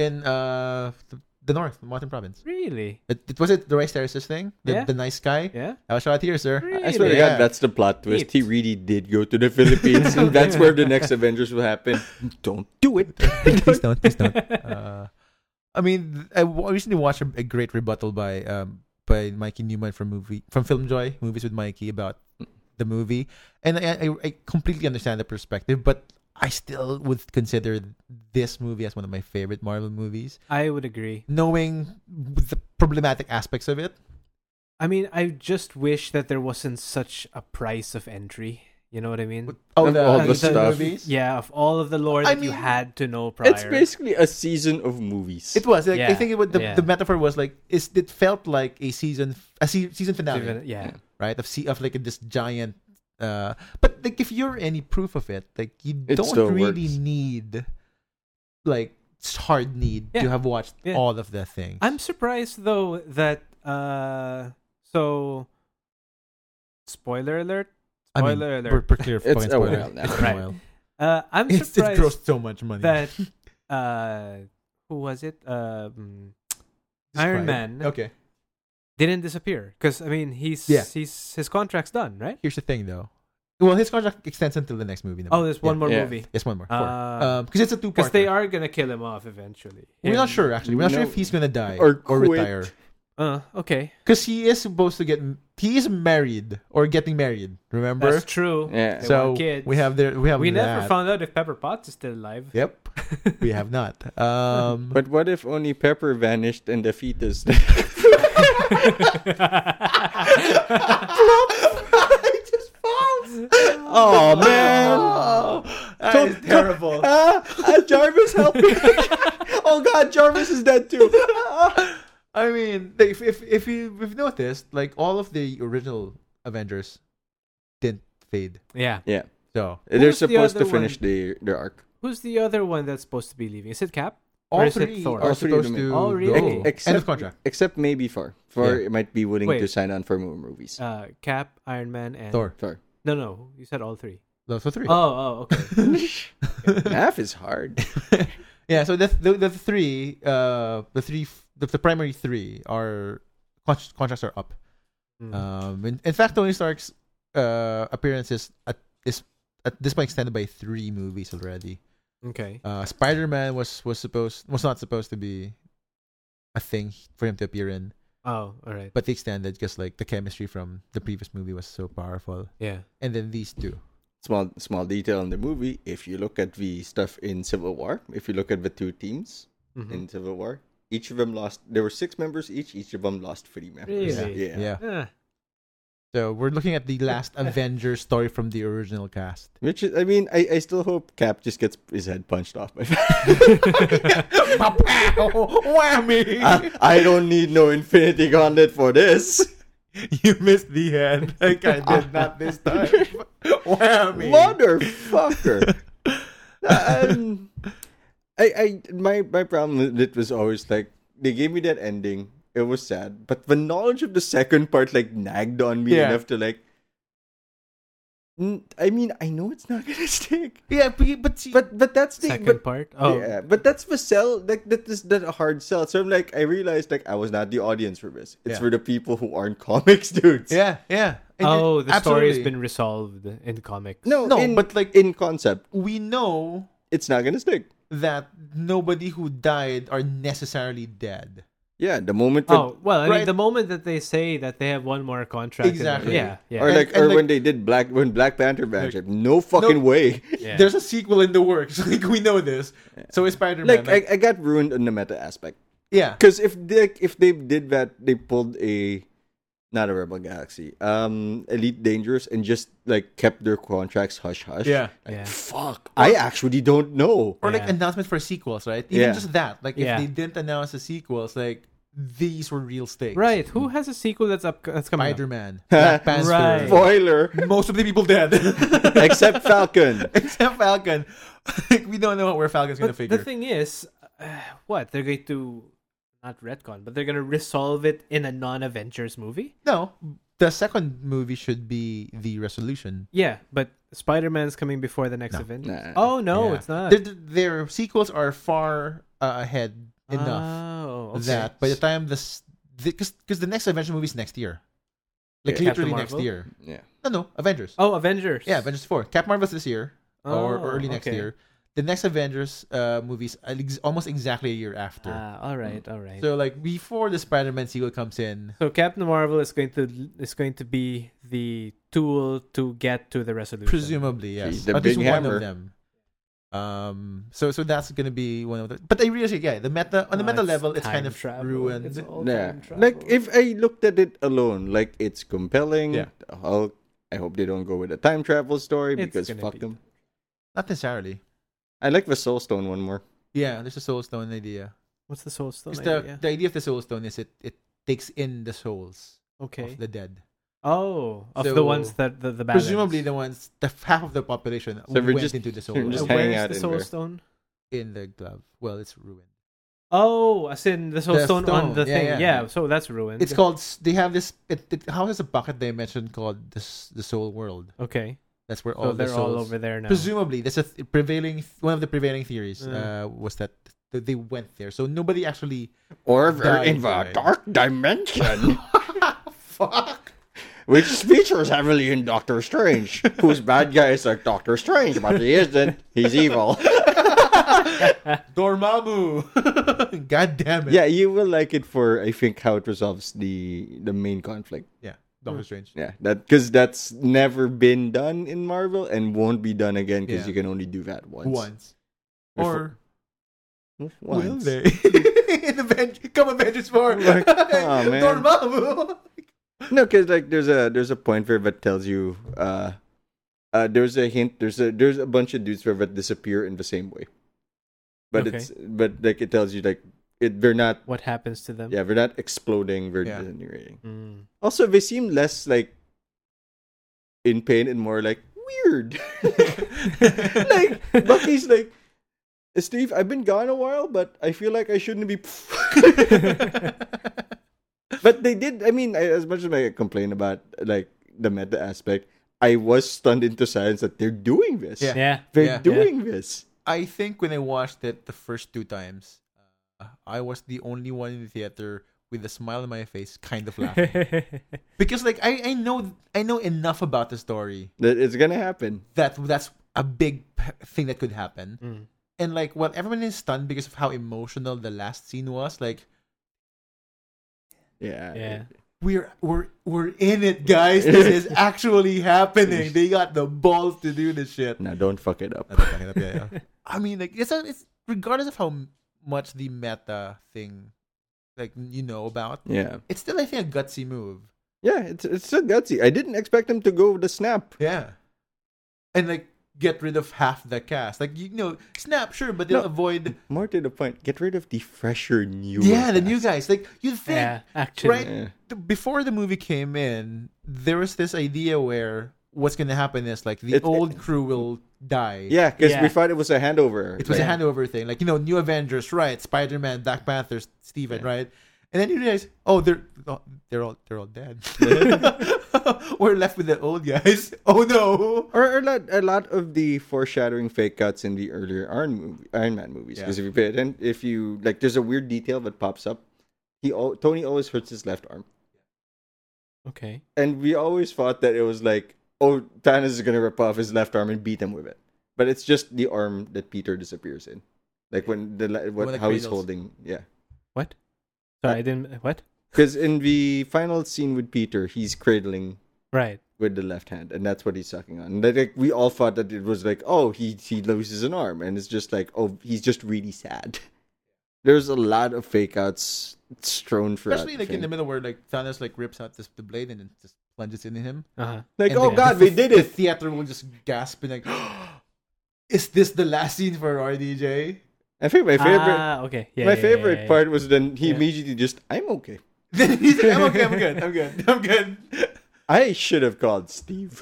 in uh the, the north, Mountain Province.
Really?
It, it was it the rice terraces thing. The,
Yeah.
the nice guy.
Yeah.
I was shot here, sir.
Really?
I swear to
Yeah.
God, that's the plot twist. He
Neat.
really did go to the Philippines, and that's where the next Avengers will happen. Don't do it.
please don't, please don't. Uh, I mean, th- I w- recently watched a, a great rebuttal by um by Mikey Newman from movie from Film Joy movies with Mikey about the movie, and I, I I completely understand the perspective, but I still would consider this movie as one of my favorite Marvel movies,
I would agree.
knowing the problematic aspects of it.
I mean, I just wish that there wasn't such a price of entry. You know what I mean?
Oh,
Of all the
the
stuff.
movies.
Yeah, of all of the lore
I
that you
mean,
had to know prior.
It's basically a season of movies.
It was like I
Yeah.
think it was the,
Yeah.
the metaphor was like is it felt like a season a se- season finale
Even- yeah.
right? Of sea of like this giant. Uh, but like if you're any proof of it, like you
It still
don't really
works.
need like s- hard need to
Yeah.
have watched
Yeah.
all of the things.
I'm surprised though that uh so spoiler alert.
I mean,
Spoiler
We're,
alert.
we're clear of
It's
point
a
spoilers.
while now.
It's been a
Right.
while.
Uh I'm
It's, it
surprised
grossed so much money.
that uh who was it? Um
Just
Iron
right.
Man.
Okay.
didn't disappear because I mean he's
Yeah.
he's his contract's done, right?
Here's the thing, though. Well, his contract extends until the next movie. no?
Oh, there's one
Yeah.
more
Yeah.
movie.
There's one more. Because
Because
it's a two-part.
they are gonna kill him off eventually.
We're not
Him-
sure actually. We're not sure
No.
if he's gonna die
Or quit.
retire.
Uh, okay,
Because he is supposed to get. He is married or getting married. Remember?
that's true.
Yeah.
They
so
want kids.
we have there. We have
we never
that.
found out if Pepper Potts is still alive.
Yep, we have not. Um,
But what if only Pepper vanished and the fetus?
it just falls. Oh.
oh man!
Oh,
that
Don't-
is terrible.
Ah, ah, Jarvis, help me! oh God, Jarvis is dead too.
I mean, if if if you have noticed, like all of the original Avengers didn't fade.
yeah.
yeah,
So
they're
was the
supposed to
other
finish the their arc.
Who's the other one that's supposed to be leaving? Is it Cap? Or
all
is it
three
Thor?
All
are
three of
supposed
them.
to
Oh,
go.
really? Ex-
end
except-
of contract.
Except maybe Far. Far
Yeah.
might be willing to
Wait.
sign on for more movies.
Uh, Cap, Iron Man, and
Thor.
Far.
No, no, you said all three.
Those are three.
Oh, oh, okay.
Math is hard.
yeah. So the the, the three, uh, the three, the, the primary three are con- contracts are up.
Mm.
Um, in, in fact, Tony Stark's uh, appearance is at, is at this point extended by three movies already.
okay.
Uh, Spider Man was was supposed was not supposed to be a thing for him to appear in,
Oh, all right.
but they extended because like the chemistry from the previous movie was so powerful.
Yeah.
And then these two,
Small small detail in the movie. If you look at the stuff in Civil War, if you look at the two teams
Mhm.
in Civil War, each of them lost. There were six members each. Each of them lost three members.
Really?
Yeah.
yeah.
Ah,
So we're looking at the last Avenger story from the original cast.
Which is, I mean, I, I still hope Cap just gets his head punched off. By
Whammy!
I, I don't need no Infinity Gauntlet for this.
you missed the end. Like I did not this time. Whammy!
Motherfucker. um, I, I, my, my problem with it was always like they gave me that ending. It was sad, but the knowledge of the second part like nagged on me
Yeah.
enough to like. N- I mean, I know it's not gonna stick,
Yeah, but but, see,
but but that's the
second
but,
part. Oh,
Yeah, but that's the sell. Like that is that a hard sell. So I'm like, I realized like I was not the audience for this. It's
Yeah.
for the people who aren't comics dudes.
yeah, yeah. And
oh,
it-
the story has
absolutely.
been resolved in comics.
No,
No,
in-
but, like-
in concept,
We know
it's not gonna stick.
that nobody who died are necessarily dead.
Yeah, the moment. That,
Oh well, I
Right.
mean, the moment that they say that they have one more contract, and-
Exactly.
Yeah, yeah.
Or
And-
like,
and
or
like-
when they did Black, when Black Panther match up, no fucking way.
yeah.
There's a sequel in the works. Like we know this. So is Spider Man.
Like, I, I got ruined on the meta aspect
yeah,
because if they if they did that, they pulled a not a Rebel Galaxy, um, Elite Dangerous, and just like kept their contracts hush hush.
yeah.
Like,
Yeah.
Fuck, I actually don't know.
Or like
Yeah.
announcement for sequels, right? Even
Yeah.
just that. Like
Yeah.
if they didn't announce the sequels, like these were real stakes.
right. Who has a sequel that's up? That's coming.
Spider Man, Black Panther.
Right.
Spoiler,
Most of the people dead,
except Falcon.
except Falcon. like we don't know what where Falcon's gonna
Up? But
figure.
the thing is, uh, what they're going to not retcon, but they're going to resolve it in a non-Avengers movie.
no, the second movie should be the resolution.
Yeah, but Spider-Man's coming before the next
No.
Avengers.
Nah.
Oh no,
Yeah.
it's not.
Their, their sequels are far uh, ahead enough.
Oh, okay.
that by the time this because because the next Avengers movie is next year, like
Yeah.
literally
Captain
next
Marvel?
year.
Yeah.
No, no, Avengers.
Oh, Avengers.
Yeah, Avengers four. Cap Marvel's this year or,
Oh,
or early next
okay.
year. The next Avengers uh, movie is ex- almost exactly a year after.
Ah, all right, all right.
so
So,
like before the Spider-Man sequel comes in,
Captain Marvel is going to is going to be the tool to get to the resolution.
presumably yes,
Jeez, the
at least
big
one
hammer.
of them. Um. So so that's gonna be one of the. But I realize yeah, the meta on the
Ah,
meta
it's
level, it's kind
time
of
travel.
ruined.
It's all
Yeah.
time
Like
travel.
if I looked at it alone, like it's compelling.
Yeah.
I'll, I hope they don't go with a time travel story
It's
because
gonna
fuck
be-
them.
Not necessarily.
I like the Soul Stone one more.
Yeah, there's a soul stone idea.
what's the soul stone?
Because the
idea?
the idea of the soul stone is it it takes in the souls
Okay.
of the dead,
oh, of the
So-
ones that the the balance.
presumably the ones the half of the population
So we're
went
just-
into the soul
we're
realm.
just
Uh,
hanging
where's
out in
the soul
there.
stone?
in the glove. Well, it's ruined.
Oh, as in the soul
The
stone, on
stone,
the
yeah,
thing.
yeah.
Yeah, so that's ruined.
It's called. They have this. It, it houses a pocket dimension called the s- the soul world.
okay.
That's where
So
all the
they're all
souls-
over there now.
Presumably, that's a th- prevailing th- one of the prevailing theories
Mm.
uh, was that th- they went there. So nobody actually.
Or we're
Die,
in the
die.
dark dimension,
Fuck.
which features heavily in Doctor Strange, whose bad guy is like Doctor Strange, but he isn't. He's evil.
Dormammu. God damn it.
yeah, you will like it for I think how it resolves the the main conflict.
Yeah.
Mm.
Doctor Strange.
Yeah, that because that's never been done in Marvel and won't be done again because
Yeah.
you can only do that once.
Once.
Before-
Or
Once.
will they? In Avengers, come Avengers 4.
Like, aw, man.
Dormammu.
No, because like there's a there's a point where that tells you uh, uh there's a hint there's a there's a bunch of dudes where that disappear in the same way, but
Okay.
it's but like it tells you like it they're not
what happens to them?
yeah they're not exploding they're
Yeah.
disintegrating.
Mm.
Also, they seem less like in pain and more like weird. like Bucky's like. Steve, I've been gone a while, but I feel like I shouldn't be. But they did. I mean, I, as much as I complain about like the meta aspect, I was stunned into silence that they're doing this.
Yeah.
Yeah.
they're
Yeah.
doing this.
I think when I watched it the first two times, uh, I was the only one in the theater with a smile on my face, kind of laughing. because like I, I know I know enough about the story
That it's gonna happen.
that that's a big p- thing that could happen.
Mm.
And like while everyone is stunned because of how emotional the last scene was, like
Yeah.
Yeah.
we're we're we're in it, guys. This is actually happening. They got the balls to do this shit.
Now don't fuck it up.
I don't fucking up, yeah, yeah. I mean, like it's, a, it's regardless of how m- much the meta thing, like you know about,
Yeah.
it's still I think a gutsy move.
Yeah. It's it's so gutsy. I didn't expect them to go with the snap.
Yeah, and like get rid of half the cast. Like you know, snap sure, but they'll
No.
avoid.
More to the point, get rid of the fresher new.
yeah, the new guys. Like you'd think
Yeah. Actually.
Right.
Yeah.
th- before the movie came in, there was this idea where what's going to happen is like the
It's-
old crew will die.
Yeah, because
Yeah.
we thought it was a handover.
It was
Like,
a handover thing. Like, you know, New Avengers, right? Spider Man, Black Panther, S- Steven,
Yeah.
right? And then you realize, oh, they're oh, they're all they're all dead. We're left with the old guys. Oh no.
Or a lot, a lot of the foreshadowing fake cuts in the earlier Iron movie, Iron Man movies.
Yeah.
Because if you pay atten- if you like, there's a weird detail that pops up. He al- Tony always hurts his left arm,
Okay.
and we always thought that it was like, oh, Thanos is gonna rip off his left arm and beat him with it. But it's just the arm that Peter disappears in, like when the la- what
One of the
how he's
cradles.
holding, yeah.
What? Sorry, I didn't. What?
Because in the final scene with Peter, he's cradling
Right.
with the left hand, and that's what he's sucking on. And, like we all thought that it was like, oh, he he loses an arm, and it's just like, oh, he's just really sad. There's a lot of fake outs strewn throughout.
Especially like in the middle where like Thanos like rips out this, the blade and then just plunges it in him.
Uh huh.
like,
And
oh
the-
god,
the-
we did
The
it.
theater will just gasp and like, is this the last scene for RDJ?
I think my favorite.
Ah, okay. Yeah,
my
yeah,
favorite
yeah, yeah,
part was then he
Yeah.
immediately just, I'm okay.
Then he's like, I'm okay, I'm good, I'm good, I'm good.
I should have called Steve.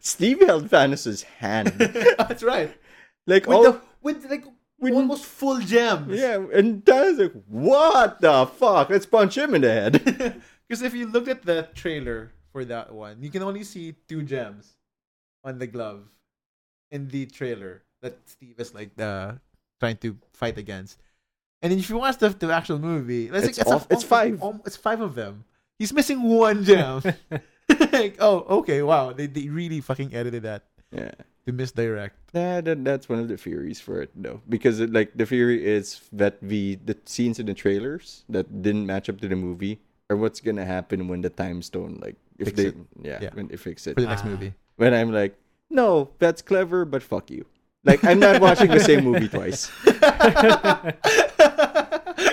Steve held Thanos' hand.
That's right.
Like,
With
oh,
the with like
with-
almost full gems.
yeah. And Thanos, like, what the fuck? Let's punch him in the head.
Because if you look at the trailer for that one, you can only see two gems on the glove in the trailer that Steve is like uh, trying to fight against. And if you watch the, the actual movie, let's
It's
it's, a-
off- it's five.
al- it's five of them. He's missing one gem. like, oh, okay, wow. They, they really fucking edited that.
Yeah.
They misdirect.
Nah, that, that's one of the theories for it, though. Because, it, like, the theory is that the, the scenes in the trailers that didn't match up to the movie are what's going to happen when the time stone, like, if
Fix
they,
it.
yeah,
Yeah.
when they fix it.
for the next
Ah.
movie.
When I'm like, no, that's clever, but fuck you. Like, I'm not watching the same movie twice.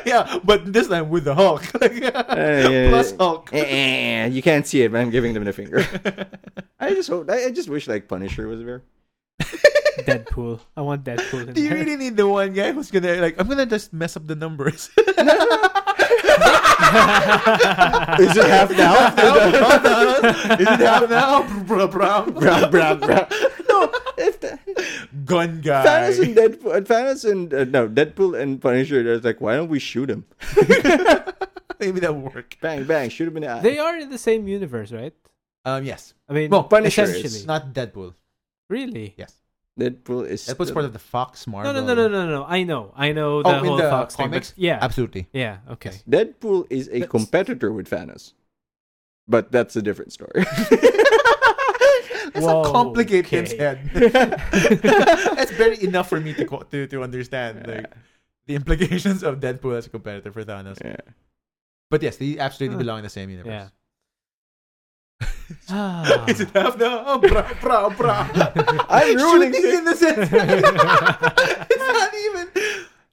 yeah, but this time with the Hulk.
Eh, yeah,
Plus
yeah.
Hulk.
Eh, eh, you can't see it, but I'm giving them the finger. I just hope, I, I just wish, like, Punisher was there.
Deadpool. I want Deadpool. In
Do you
there.
really need the one guy who's gonna like? I'm gonna just mess up the numbers.
Is it half now?
Is it half now? Bra- bra- bra-
Bruh, bruh, bruh. No, if the,
Gun guy.
Thanos and Deadpool, and Thanos and uh, no, Deadpool and Punisher. They're like, why don't we shoot him?
Maybe that will work.
Bang, bang, shoot him in the eye.
They are in the same universe, right?
Um, yes.
I mean,
Well,
Punisher is
essentially.
Not Deadpool.
really?
Yes.
Deadpool is
Deadpool's
still-
part of the Fox Marvel.
No, no, no, no, no, no. I know, I know the
Oh, in
whole
the
Fox thing.
comics?
But yeah,
Absolutely.
yeah. Okay.
Deadpool is a
That's-
competitor with Thanos, but that's a different story.
Let's not
Whoa,
complicate his
okay.
head. That's very enough for me to co- to, to understand like the implications of Deadpool as a competitor for Thanos.
yeah.
But yes, they absolutely
Huh.
belong in the same universe.
Yeah. Ah.
Is it half now? Oh, bra, bra, bra.
I'm ruining
Shooting
it.
in the sense. it's not even.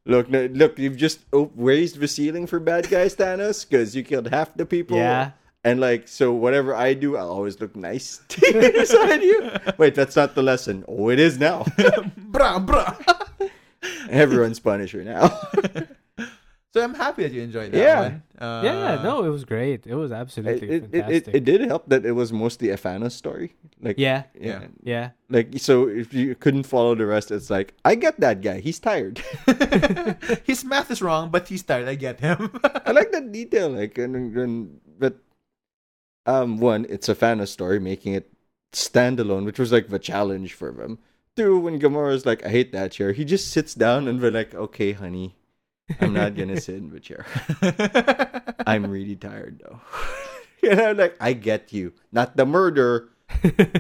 Look, no, look, you've just o- raised the ceiling for bad guys, Thanos, because you killed half the people.
Yeah.
And like, so whatever I do, I'll always look nice beside you. Wait, that's not the lesson. Oh, it is now.
Bra, bra.
Everyone's Punisher now.
So I'm happy that you enjoyed that
Yeah.
one. Uh,
yeah, yeah, no, it was great. It was absolutely
it, it,
fantastic.
it, it did help that it was mostly a Thanos story. Like
yeah,
yeah.
Yeah.
yeah.
Like so if you couldn't follow the rest, it's like, I get that guy. He's tired.
His math is wrong, but he's tired. I get him.
I like that detail. Like and, and but um one, it's a Thanos story, making it standalone, which was like the challenge for them. Two, when Gamora's like, I hate that chair, he just sits down and we're like, Okay, honey, I'm not gonna sit in the chair. I'm really tired though. and I'm like, I get you. Not the murder,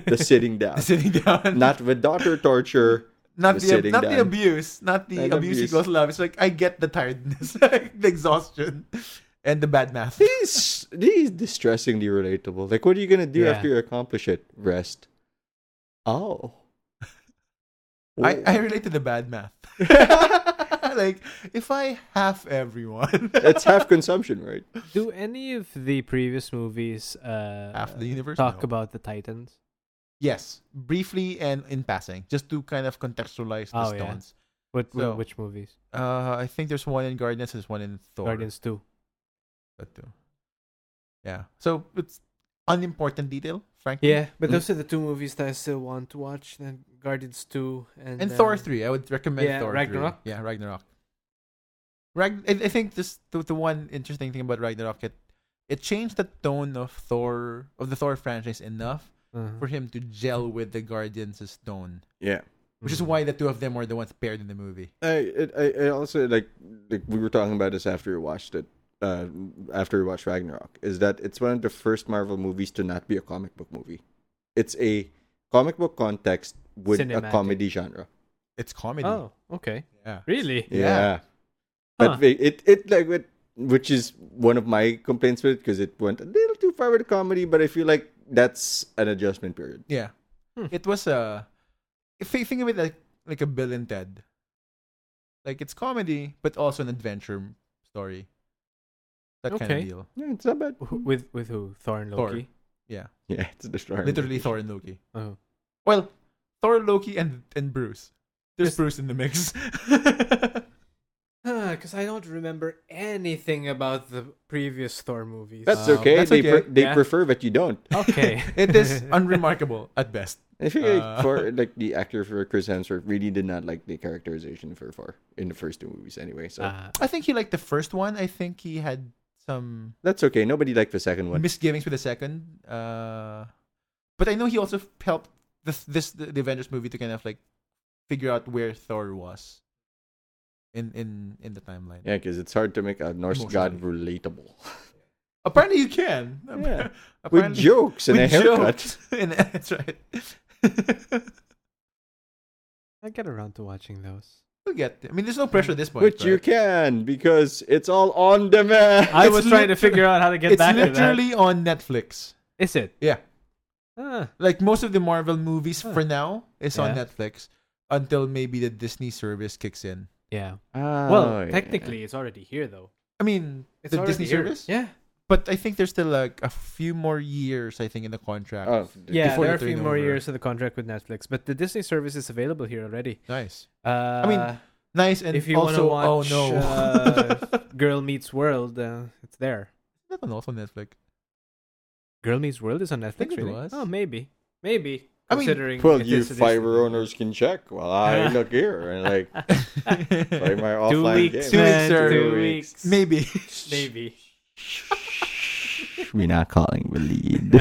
the sitting down.
sitting down.
not with daughter torture.
not
the
the,
sitting
not
down.
the abuse, not the
Not the
abuse,
abuse.
equals love. It's like I get the tiredness, like, the exhaustion, and the bad math.
He's he's distressingly relatable. Like, what are you gonna do
Yeah.
after you accomplish it? Rest. Oh.
I, I relate to the bad math. like if I half everyone,
That's half consumption, right?
Do any of the previous movies uh,
half the universe.
talk
no.
about the Titans?
yes, briefly and in passing, just to kind of contextualize the
Oh, yeah.
stones.
What,
So-
which movies?
Uh, I think there's one in Guardians, there's one in Thor.
Guardians Two.
That too. Yeah, so it's unimportant detail, frankly.
Yeah, but
Mm.
those are the two movies that I still want to watch. Then Guardians Two and
And
uh,
Thor three, I would recommend
yeah,
Thor
Ragnarok?
three. Yeah, Ragnarok. Rag- I, I think this the, the one interesting thing about Ragnarok it it changed the tone of Thor of the Thor franchise enough
Uh-huh.
for him to gel with the Guardians' tone,
Yeah.
which is
Mhm.
why the two of them are the ones paired in the movie.
I it, I, I also like like we were talking about this after we watched it. Uh, after we watched Ragnarok, is that it's one of the first Marvel movies to not be a comic book movie. It's a comic book context with a
Cinematic.
comedy genre.
It's comedy.
Oh, okay,
Yeah.
really?
Yeah.
Yeah.
Huh.
But it, it it like it, which is one of my complaints with it because it went a little too far with the comedy, but I feel like that's an adjustment period.
Yeah.
Hmm.
It was a if you think of it like like a Bill and Ted. Like it's comedy but also an adventure story. That kind of
Okay.
deal.
Yeah, it's not bad.
Who- With with who? Thor and
Thor.
Loki.
Yeah, it's the story.
Literally Thor and Loki.
Oh.
Well, Thor, Loki, and and Bruce. There's Bruce in the mix.
Because I don't remember anything about the previous Thor movies.
That's
Um,
okay.
that's
they
okay.
pre- they
Yeah.
prefer that you don't.
okay.
it is unremarkable at best.
I feel like
Uh.
for like the actor for Chris Hemsworth really did not like the characterization for Thor in the first two movies anyway. So
Ah.
I think he liked the first one. I think he had some
that's okay. Nobody liked the second one.
misgivings with the second. Uh, but I know he also f- helped this, this the Avengers movie to kind of like figure out where Thor was. in in in the timeline.
Yeah, because it's hard to make a Norse god relatable.
Apparently, you can.
Yeah. With
Apparently,
jokes and a
with
haircut.
jokes. And- that's right.
I get around to watching those.
We'll get. There. I mean, there's no pressure at this point.
Which you
right?
can because it's all on demand.
I
It's
was trying to
liter-
figure out how to get
It's
back to that.
literally on Netflix.
Is it?
Yeah.
Ah,
Like most of the Marvel movies
Huh.
for now is on
Yeah.
Netflix until maybe the Disney service kicks in.
yeah.
Ah, yeah.
Well, technically, it's already here though.
I mean,
It's
Oh, the Disney
already here.
service.
Yeah.
But I think there's still like a few more years. I think in the contract.
Oh,
Yeah,
Before
there are
the
a few more
turnover.
years of the contract with Netflix, but the Disney service is available here already.
Nice,
Uh, I
mean, nice, and
if you wanna
also oh
watch,
no,
uh, Girl Meets World, uh, it's there.
that one also Netflix.
Girl Meets World is on Netflix,
think it was.
really? Oh, maybe, maybe.
I mean,
Considering
Well,
it
you
is a Disney
fiber
thing.
owners can check while I look here and like play my offline
two
game.
weeks,
Two
man,
weeks, sir.
two
Two
weeks,
Maybe.
maybe.
We're not calling the lead.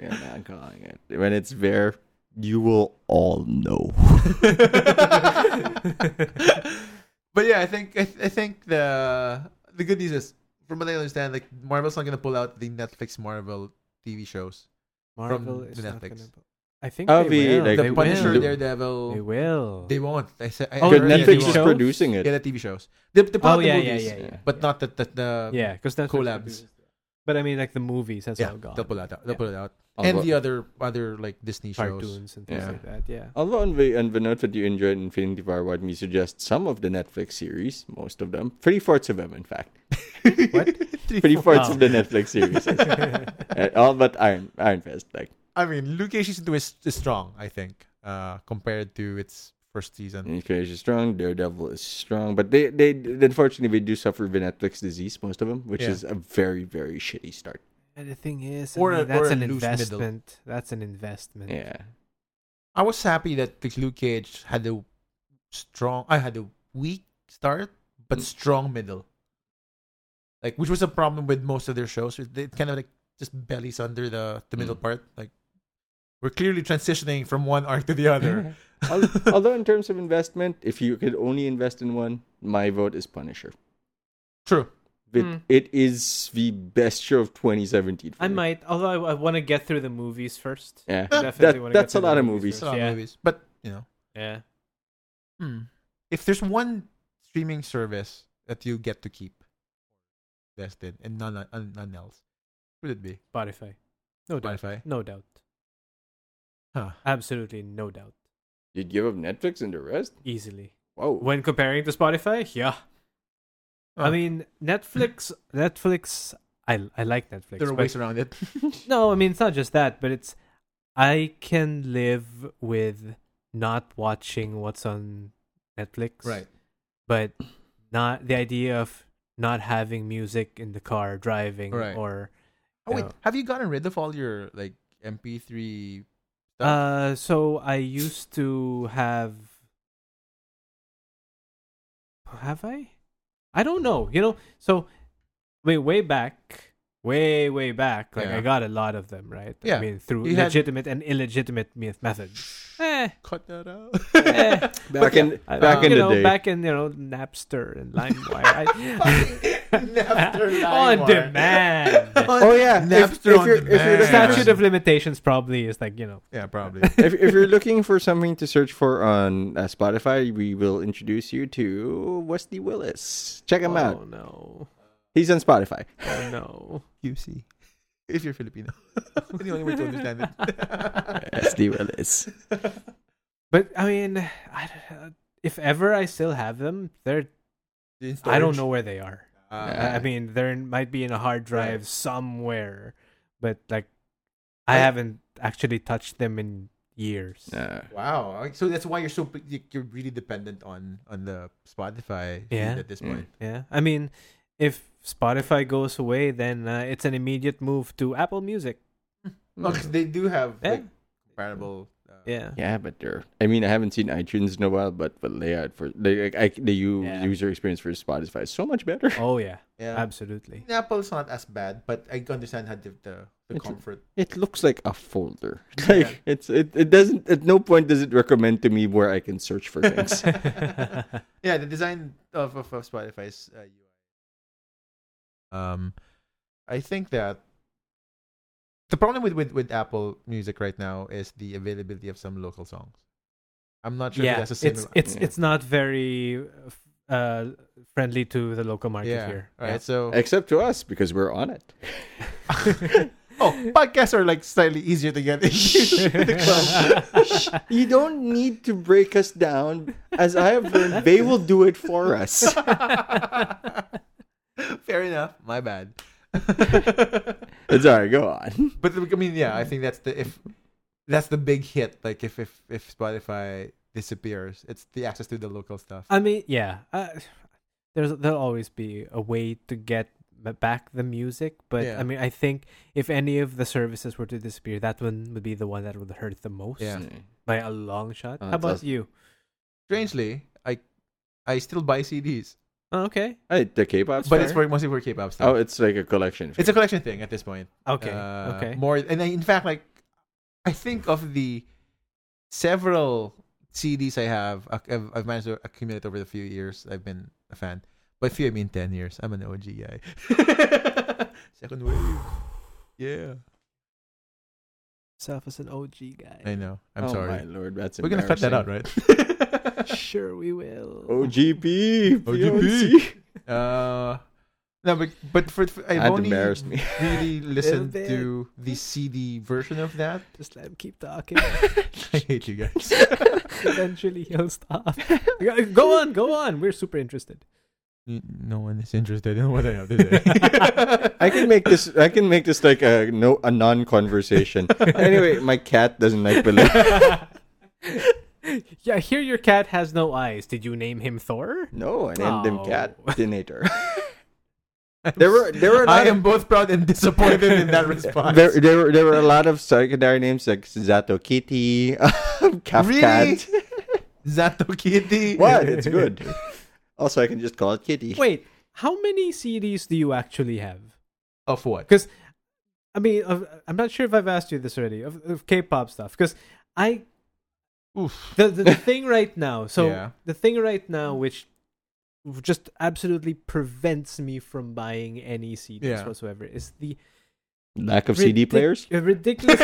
We're not calling it. When it's there, you will all know.
but yeah, I think I, I think the the good news is, from what I understand, like Marvel's not gonna pull out the Netflix Marvel TV shows.
Marvel
the
is not
Netflix.
gonna- I think
I'll
they
be,
will.
like,
the
they
Punisher,
will. They
Daredevil,
will.
they won't. I said I, I
Oh,
Because
the
already
Netflix
they
is
won't.
shows?
producing it.
yeah the TV shows. They, they pull
Oh
out the
yeah, yeah,
movies,
yeah, yeah.
but
yeah.
not the the, the
yeah, because that's
collabs.
But I mean, like the movies, that's all gone.
they'll pull that out. They'll
Yeah.
pull it out,
Oh,
and
well-
the other other like Disney shows.
cartoons and things
Yeah.
like that. Yeah.
Although on the, on the note that you enjoyed Infinity War, what me suggest some of the Netflix series, most of them, three fourths of them, in fact,
what? Um,
three fourths
Wow.
of the Netflix series, Uh, all but Iron Iron Fist. Like,
I mean, Luke Cage season two is, is strong. I think uh, compared to its first season.
Infinity is strong, Daredevil is strong, but they they unfortunately they do suffer the Netflix disease, most of them, which
Yeah.
is a very very shitty start.
And the thing is, I
Or
mean,
a- or
that's
a
an
loose middle.
investment. That's an investment.
Yeah,
I was happy that the Luke Cage had a strong. I had a weak start,
Mm.
but strong middle. Like, which was a problem with most of their shows. It, it kind of like just bellies under the the middle
Mm.
part. Like, we're clearly transitioning from one arc to the other.
Al- Although in terms of investment, if you could only invest in one, my vote is Punisher.
True.
It,
Mm.
it is the best show of 2017. for
I
me.
might, although I, I want to get through the movies first.
Yeah,
Definitely
that,
wanna
that's
get
a
to
lot
the
of movies.
It's
movies
a lot of
Yeah.
movies, but you know.
Yeah.
Hmm. If there's one streaming service that you get to keep invested and none uh, none else, would it be
Spotify. No doubt.
Spotify?
No doubt.
Huh.
Absolutely no doubt.
You give up Netflix and the rest?
Easily.
Whoa.
When comparing to Spotify, yeah. I
Oh,
mean, Netflix, Netflix, I, I like Netflix.
there are
but-
ways around it.
No, I mean it's not just that, but it's I can live with not watching what's on Netflix. But not the idea of not having music in the car driving
Right.
or
Oh wait,
Yeah.
have you gotten rid of all your like MP3 stuff?
uh so I used to have have I? I don't know. You know, so way way back way way back like
Yeah.
I got a lot of them, right?
Yeah.
I mean through
You had-
legitimate and illegitimate me- methods. Eh,
Cut that out.
eh.
back in
I-
back
you
in the
know,
day.
back in you know Napster and LimeWire, I-
Napster,
on
LimeWire.
demand.
oh yeah, if-
Napster
if
on
you're- if you're
demand.
looking-
Statute of limitations probably is like you know.
yeah, probably.
if, if you're looking for something to search for on uh, Spotify, we will introduce you to Wesley Willis. Check him
Oh
out.
no!
He's on Spotify.
Oh no!
QC. If you're Filipino, the only way to understand it.
Wesley Willis.
But I mean, I don't- if ever I still have them, they're I don't know where they are.
Uh,
I- I mean, they might be in a hard drive
Right.
somewhere, but like I
Right.
haven't actually touched them in years.
Uh,
Wow. Like, So that's why you're so p- you- you're really dependent on on the Spotify feed
Yeah.
at this
Mm.
point.
Yeah, I mean, if Spotify goes away, then uh, it's an immediate move to Apple Music.
Mm.
Well, 'cause they do have
Yeah.
like, comparable. Uh,
Yeah.
Yeah, but they're. I mean, I haven't seen iTunes in a while, but the layout for the I, the u-
Yeah.
user experience for Spotify is so much better.
Oh yeah,
yeah.
absolutely.
Apple's not as bad, but I understand how the the, the
It's-
comfort.
It looks like a folder. Like it's it, it doesn't at no point does it recommend to me where I can search for things.
Yeah, the design of of, of Spotify's uh, UI. Um, I think that the problem with, with with Apple Music right now is the availability of some local songs. I'm not sure
yeah,
if that's the
it's
same.
it's
Yeah.
it's not very uh, friendly to the local market
yeah,
here.
right. So
Except to us because we're on it.
oh, podcasts are like slightly easier to get into the club.
You don't need to break us down. As I have learned, they will do it for us.
Fair enough. My bad.
It's all right. Go on.
But I mean, yeah, I think that's the if that's the big hit. Like if if if Spotify disappears, it's the access to the local stuff.
I mean, yeah, uh, there's there'll always be a way to get b- back the music, but
Yeah.
I mean, I think if any of the services were to disappear, that one would be the one that would hurt the most
Yeah.
by a long shot.
Oh,
How
that's
about
us.
you?
Strangely, I I still buy CDs,
Oh, okay,
Hey, the K-pop.
but
star?
it's for mostly for K-pop
oh,
stuff.
it's like a collection.
it's a collection thing at this point.
okay,
Uh,
okay.
More and I, in fact, like I think of the several CDs I have, I- I've, I've managed to accumulate over the few years I've been a fan. By few, I mean ten years. I'm an OG guy. Second wave. Yeah,
Self as an OG guy.
I know. I'm
oh
sorry.
my lord, that's
We're gonna cut that out, right?
Sure, we will.
Oh,
OGP,
OGP.
POC.
uh, no, but but for, for I've
That
only
embarrassed me.
really listened
bit.
to the CD version of that.
Just let him keep talking.
I hate you guys.
Eventually, he'll stop. go on, go on. We're super interested.
No one is interested in what I have to say.
I can make this. I can make this like a no a non conversation. anyway, my cat doesn't like balloons.
Yeah, I hear your cat has no eyes. Did you name him Thor?
No, and named him cat
Oh.
dinator. there were there were a lot
I am both proud and disappointed in that
of,
response.
there, there were there were a lot of secondary names like Zato Kitty, Calf
really?
Cat.
Zato Kitty.
What? It's good. Also, I can just call it Kitty.
Wait, how many CDs do you actually have?
Of what?
Because, I mean, of, I'm not sure if I've asked you this already of, of K-pop stuff. Because I
Oof.
the, the the thing right now. So
Yeah.
the thing right now, which just absolutely prevents me from buying any CDs
Yeah.
whatsoever, is the
Lack of CD
ridic-
players.
uh, ridiculous.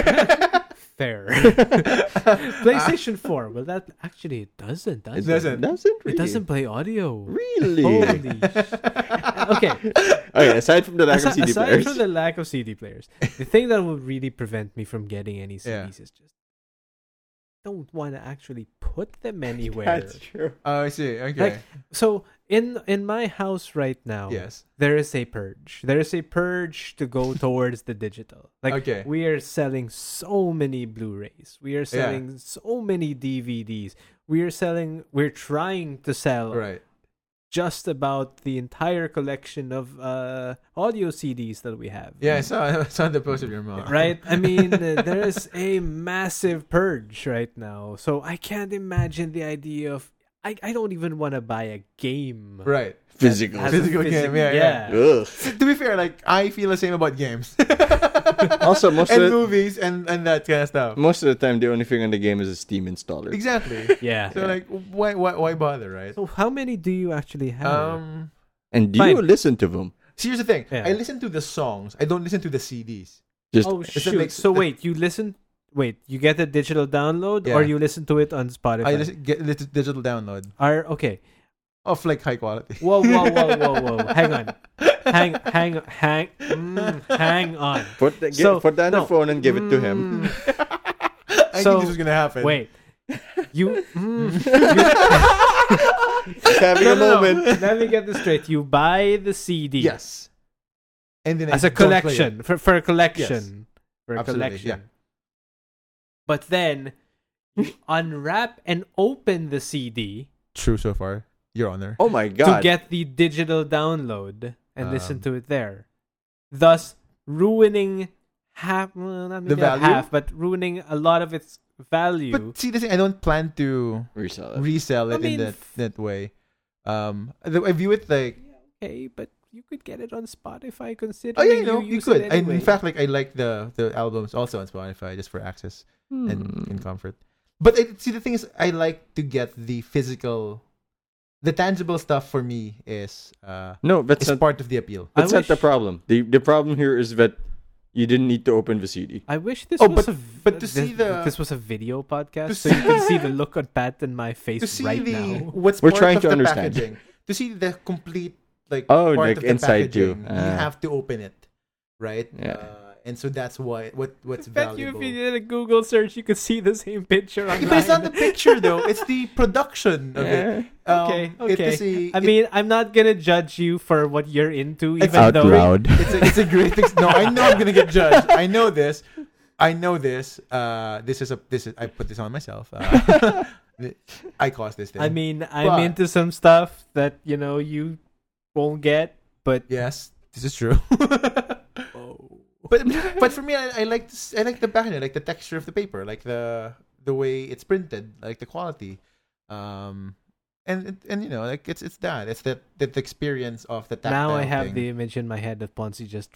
Fair. PlayStation 4. Well, that actually it doesn't, does
It
it?
doesn't.
doesn't.
Doesn't really.
It doesn't play audio.
really.
Holy. sh- okay.
Okay. Aside from the lack
Asi-
of CD
aside
players,
from the lack of CD players, the thing that will really prevent me from getting any CDs
Yeah.
is just don't want to actually put them anywhere.
that's true.
Oh, I see. Okay.
so in in my house right now,
yes.
there is a purge. There is a purge to go towards the digital. Like
Okay.
we are selling so many Blu-rays. We are selling so many DVDs. We are selling we're trying to sell
Right.
just about the entire collection of uh audio CDs that we have.
Yeah, I saw, I saw the post of your mom.
Right? I mean, uh, there is a massive purge right now. So I can't imagine the idea of I, I don't even want to buy a game.
Right.
Physical.
Has a
Physical game,
physic-
yeah, yeah.
Ugh.
To be fair, like I feel the same about games
Also, most of
and
the,
movies and and that kind of
Mm.
stuff.
most of the time, the only thing on the game is a Steam installer.
Exactly.
Yeah.
So like, why why why bother, right?
So how many do you actually have?
Um.
And do
Fine.
you listen to them?
See, here's the thing.
Yeah.
I listen to the songs. I don't listen to the CDs.
Just
oh
that
shoot!
make-
so
that-
wait, you listen. Wait, you get a digital download,
Yeah.
or you listen to it on
I
Spotify?
listen, get lit- digital download
Are okay.
of like high quality.
Whoa, whoa, whoa, whoa, whoa! hang on, hang, hang, hang, mm, hang on.
put the, get,
So,
put down
no.
the phone and give it to him.
Mm,
I think
So-
this was gonna happen.
wait, you. mm,
He's having a
no, no,
moment.
no. Let me get this straight. You buy the CD
Yes. And then I
as a
don't play it.
collection for for a collection for a
Absolutely,
collection.
yeah.
But then you unwrap and open the CD.
True so far, Your Honor.
Oh my
to
god!
get the digital download and listen
Um,
to it there, thus ruining half, well, not
The
maybe not
value?
half, but ruining a lot of its value.
But see, this I don't plan to
Resell it.
resell it
Uh, I mean,
in that
f-
that way. Um, I view it like
okay, but you could get it on Spotify. Considering
oh yeah, you know,
you,
you
use
could.
It
And
anyway.
in fact, like I like the the albums also on Spotify just for access and
Hmm.
in comfort. But I, see, the thing is, I like to get the physical, the tangible stuff. For me, is uh,
no, that's
is
not,
part of the appeal.
I
that's not the
wish-
problem. The the problem here is that you didn't need to open the CD.
I wish this
Oh,
was
but-
a v-
but to
this,
see the-
this was a video podcast,
to
so you
see-
can see the look on Pat and
to
my face
see
right
the
now.
what's
We're
part
trying
of
to
the
understand.
packaging. to see the complete like
Oh,
part
like
of the
inside too.
packaging, you
Ah.
have to open it, right?
Yeah.
Uh, and so that's why what what's
Bet you
valuable.
if you did a Google search, you could see the same picture online.
But it's not the picture though; it's the production of it.
Yeah.
Um,
Okay,
it
okay.
is a- it-
I mean, I'm not gonna judge you for what you're into, even
It's
Out
though
loud.
it's a, it's a great thing. No, I know I'm gonna get judged. I know this. I know this. Uh, this is a this is I put this on myself. Uh, I caused this thing.
I mean, I'm
But-
into some stuff that you know you won't get, but
yes, this is true.
Oh.
but but for me, I, I like this, I like the pattern, I like the texture of the paper, like the the way it's printed, I like the quality, um, and and- and you know, like it's it's that it's that that experience of the tactile
now I have
thing.
the image in my head of Ponzi just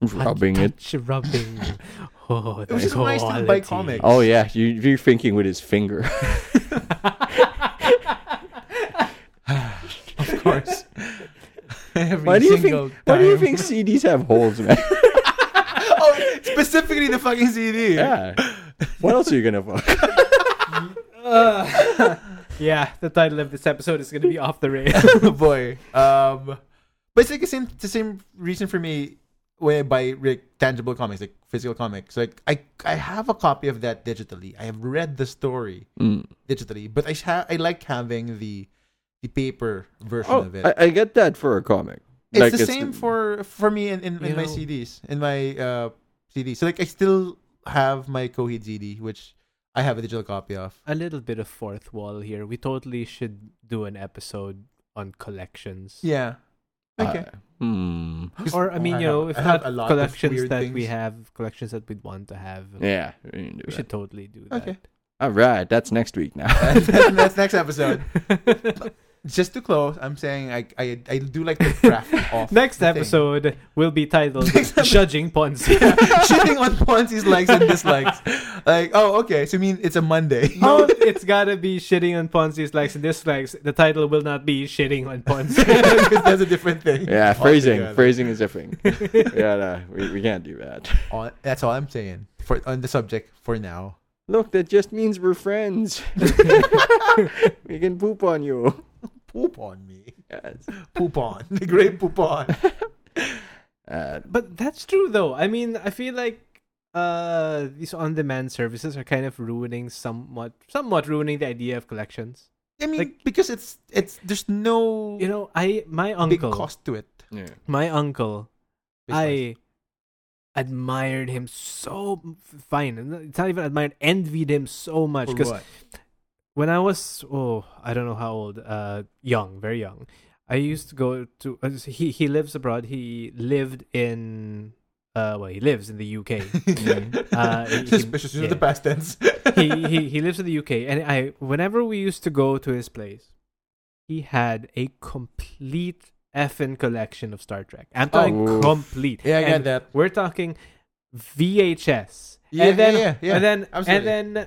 Rubbing it.
touch, rubbing. Oh,
It was just nice to buy comics.
Oh yeah, you, you're thinking with his finger.
of course. Every
Why do you think?
single
Why do you
time.
think CDs have holes, man?
oh, specifically the fucking CD.
yeah. What else are you gonna fuck?
Ugh. Oh. yeah, the title of this episode is gonna be off the rails.
boy. Um, but it's like the same, the same reason for me when I buy like tangible comics, like physical comics. Like I, I have a copy of that digitally. I have read the story
Mm.
digitally, but I ha- I like having the the paper version
Oh,
of it.
I, I get that for a comic.
it's
Like,
the same for for me in, in,
You
in my
know-
CDs, in my uh CDs. So like I still have my Coheed CD, which I have a digital copy of.
a little bit of fourth wall here. We totally should do an episode on collections.
Yeah. Okay.
Uh, hmm.
Or I mean,
I
you know,
have-
if
I have
not
a lot of
collections
weird
that we
things.
have, collections that we'd want to have,
Yeah. we can do
we
that.
should totally do that.
Okay.
All Oh, right, that's next week now.
that's next episode. Just to close, I'm saying I I, I do like the craft off.
Next
the thing.
episode will be titled
Next episode-
"Judging Ponzi."
Shitting on Ponzi's likes and dislikes. Like, oh, okay. So, I mean, it's a Monday.
Oh, it's gotta be shitting on Ponzi's likes and dislikes. The title will not be shitting on Ponzi.
Because that's a different thing.
yeah, phrasing.
altogether.
Phrasing is a thing. yeah, no, we, we can't do that.
All- that's all I'm saying for on the subject for now.
Look, that just means we're friends. we can poop on you.
Poop on me.
Yes.
Poop on. The great poop on.
Uh,
but that's true, though. I mean, I feel like uh, these on-demand services are kind of ruining somewhat, somewhat ruining the idea of collections.
I mean,
Like-
because it's it's there's no
You know, I my
big
uncle,
cost to it.
yeah.
my uncle,
Besides-
I admired him so fine. uh, It's not even admired, envied him so much
for
because
what?
when I was oh I don't know how old uh young very young I used to go to uh, he he lives abroad he lived in uh well he lives in the UK Uh, he-
suspicious use of the
yeah.
past tense.
he, he he lives in the UK and I whenever we used to go to his place he had a complete effing collection of Star Trek I'm
Oh.
talking complete
Yeah, I got
And
that.
we're talking VHS
Yeah,
and then
yeah, yeah, yeah.
and then
Absolutely.
and then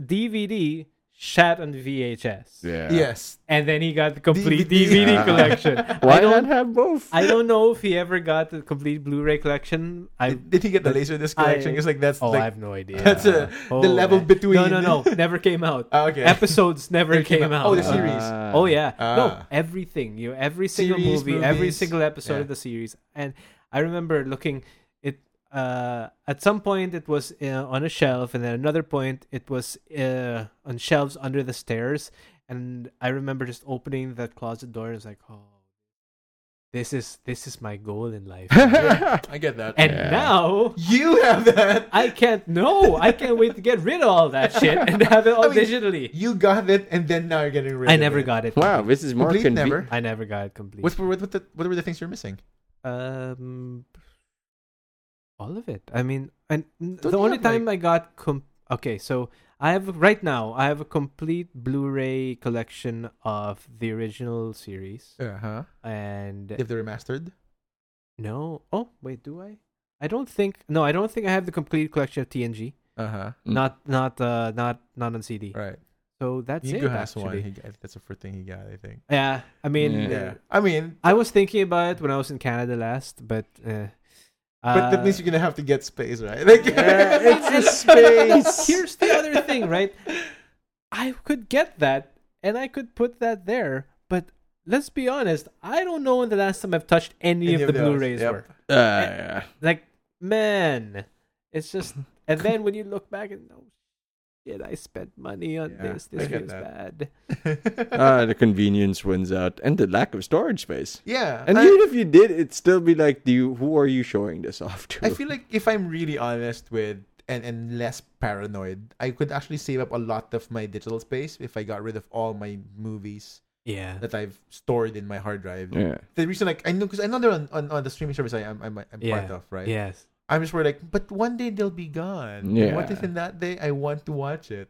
DVD shat on VHS
Yeah.
Yes.
and then he got the complete
DVD.
DVD,
Ah.
collection.
Why
I
not
don't,
have both?
I don't know if he ever got the complete Blu-ray collection. I
Did, did he get the laser disc collection?
I-
It's like that's
oh, I
like
have no idea.
that's a,
Oh,
the level
man.
between.
No, no, no, never came out.
Ah, okay.
Episodes never
Never
came,
came
out.
out. Oh, the
Ah.
series.
Oh yeah, no,
Ah.
everything. You know, every single
Series,
movie, every
movies.
single
Yeah.
episode of the series. And I remember looking it. Uh, at some point, it was uh, on a shelf, and then another point, it was uh, on shelves under the stairs. And I remember just opening that closet door and was like, "Oh, this is this is my goal in life." and
I get that.
Yeah.
now
you have that.
I can't. No, I can't wait to get rid of all that shit and have it all
I mean,
digitally.
You got it, and then now you're getting rid.
I
of
never
it.
got it.
wow,
complete.
this is more
Complete
convenient.
never.
I never got it complete.
What, what, what, the, what were the things you're missing?
Um, all of it. I mean, and
Don't
the
you
only
have, like-
time I got com- okay, so I have right now I have a complete Blu-ray collection of the original series
Uh huh.
and
If they're remastered,
no, oh wait, do I? I don't think no, I don't think I have the complete collection of TNG.
uh huh.
Mm.
Not not uh not not on CD.
Right.
So that's
Yigo
it
has one.
actually.
He got, that's the first thing he got, I think.
Yeah, I mean,
Yeah.
Yeah. I mean,
I was thinking about it when I was in Canada last, but uh,
but
uh,
that means you're gonna have to get space, right? Like,
Yeah, it's a
space.
Here's the other thing, right? I could get that and I could put that there, but let's be honest, I don't know when the last time I've touched any, of, the
those.
Blu-rays
Yep.
were.
Uh, yeah.
Like, man, it's just. And then when you look back and oh shit, I spent money on
Yeah,
this. This
I get
was
that.
bad.
Ah, the convenience wins out, and the lack of storage space.
yeah.
And
I-
even if you did, it'd still be like, do you, who are you showing this off to?
I feel like if I'm really honest with and, and less paranoid, I could actually save up a lot of my digital space if I got rid of all my movies
Yeah.
that I've stored in my hard drive.
yeah.
The reason, like, I know because I know they're on, on, on the streaming service I am I'm, I'm part of, right?
Yes.
I'm just worried, like, but one day they'll be gone. And What
Yeah.
if in that day I want to watch it?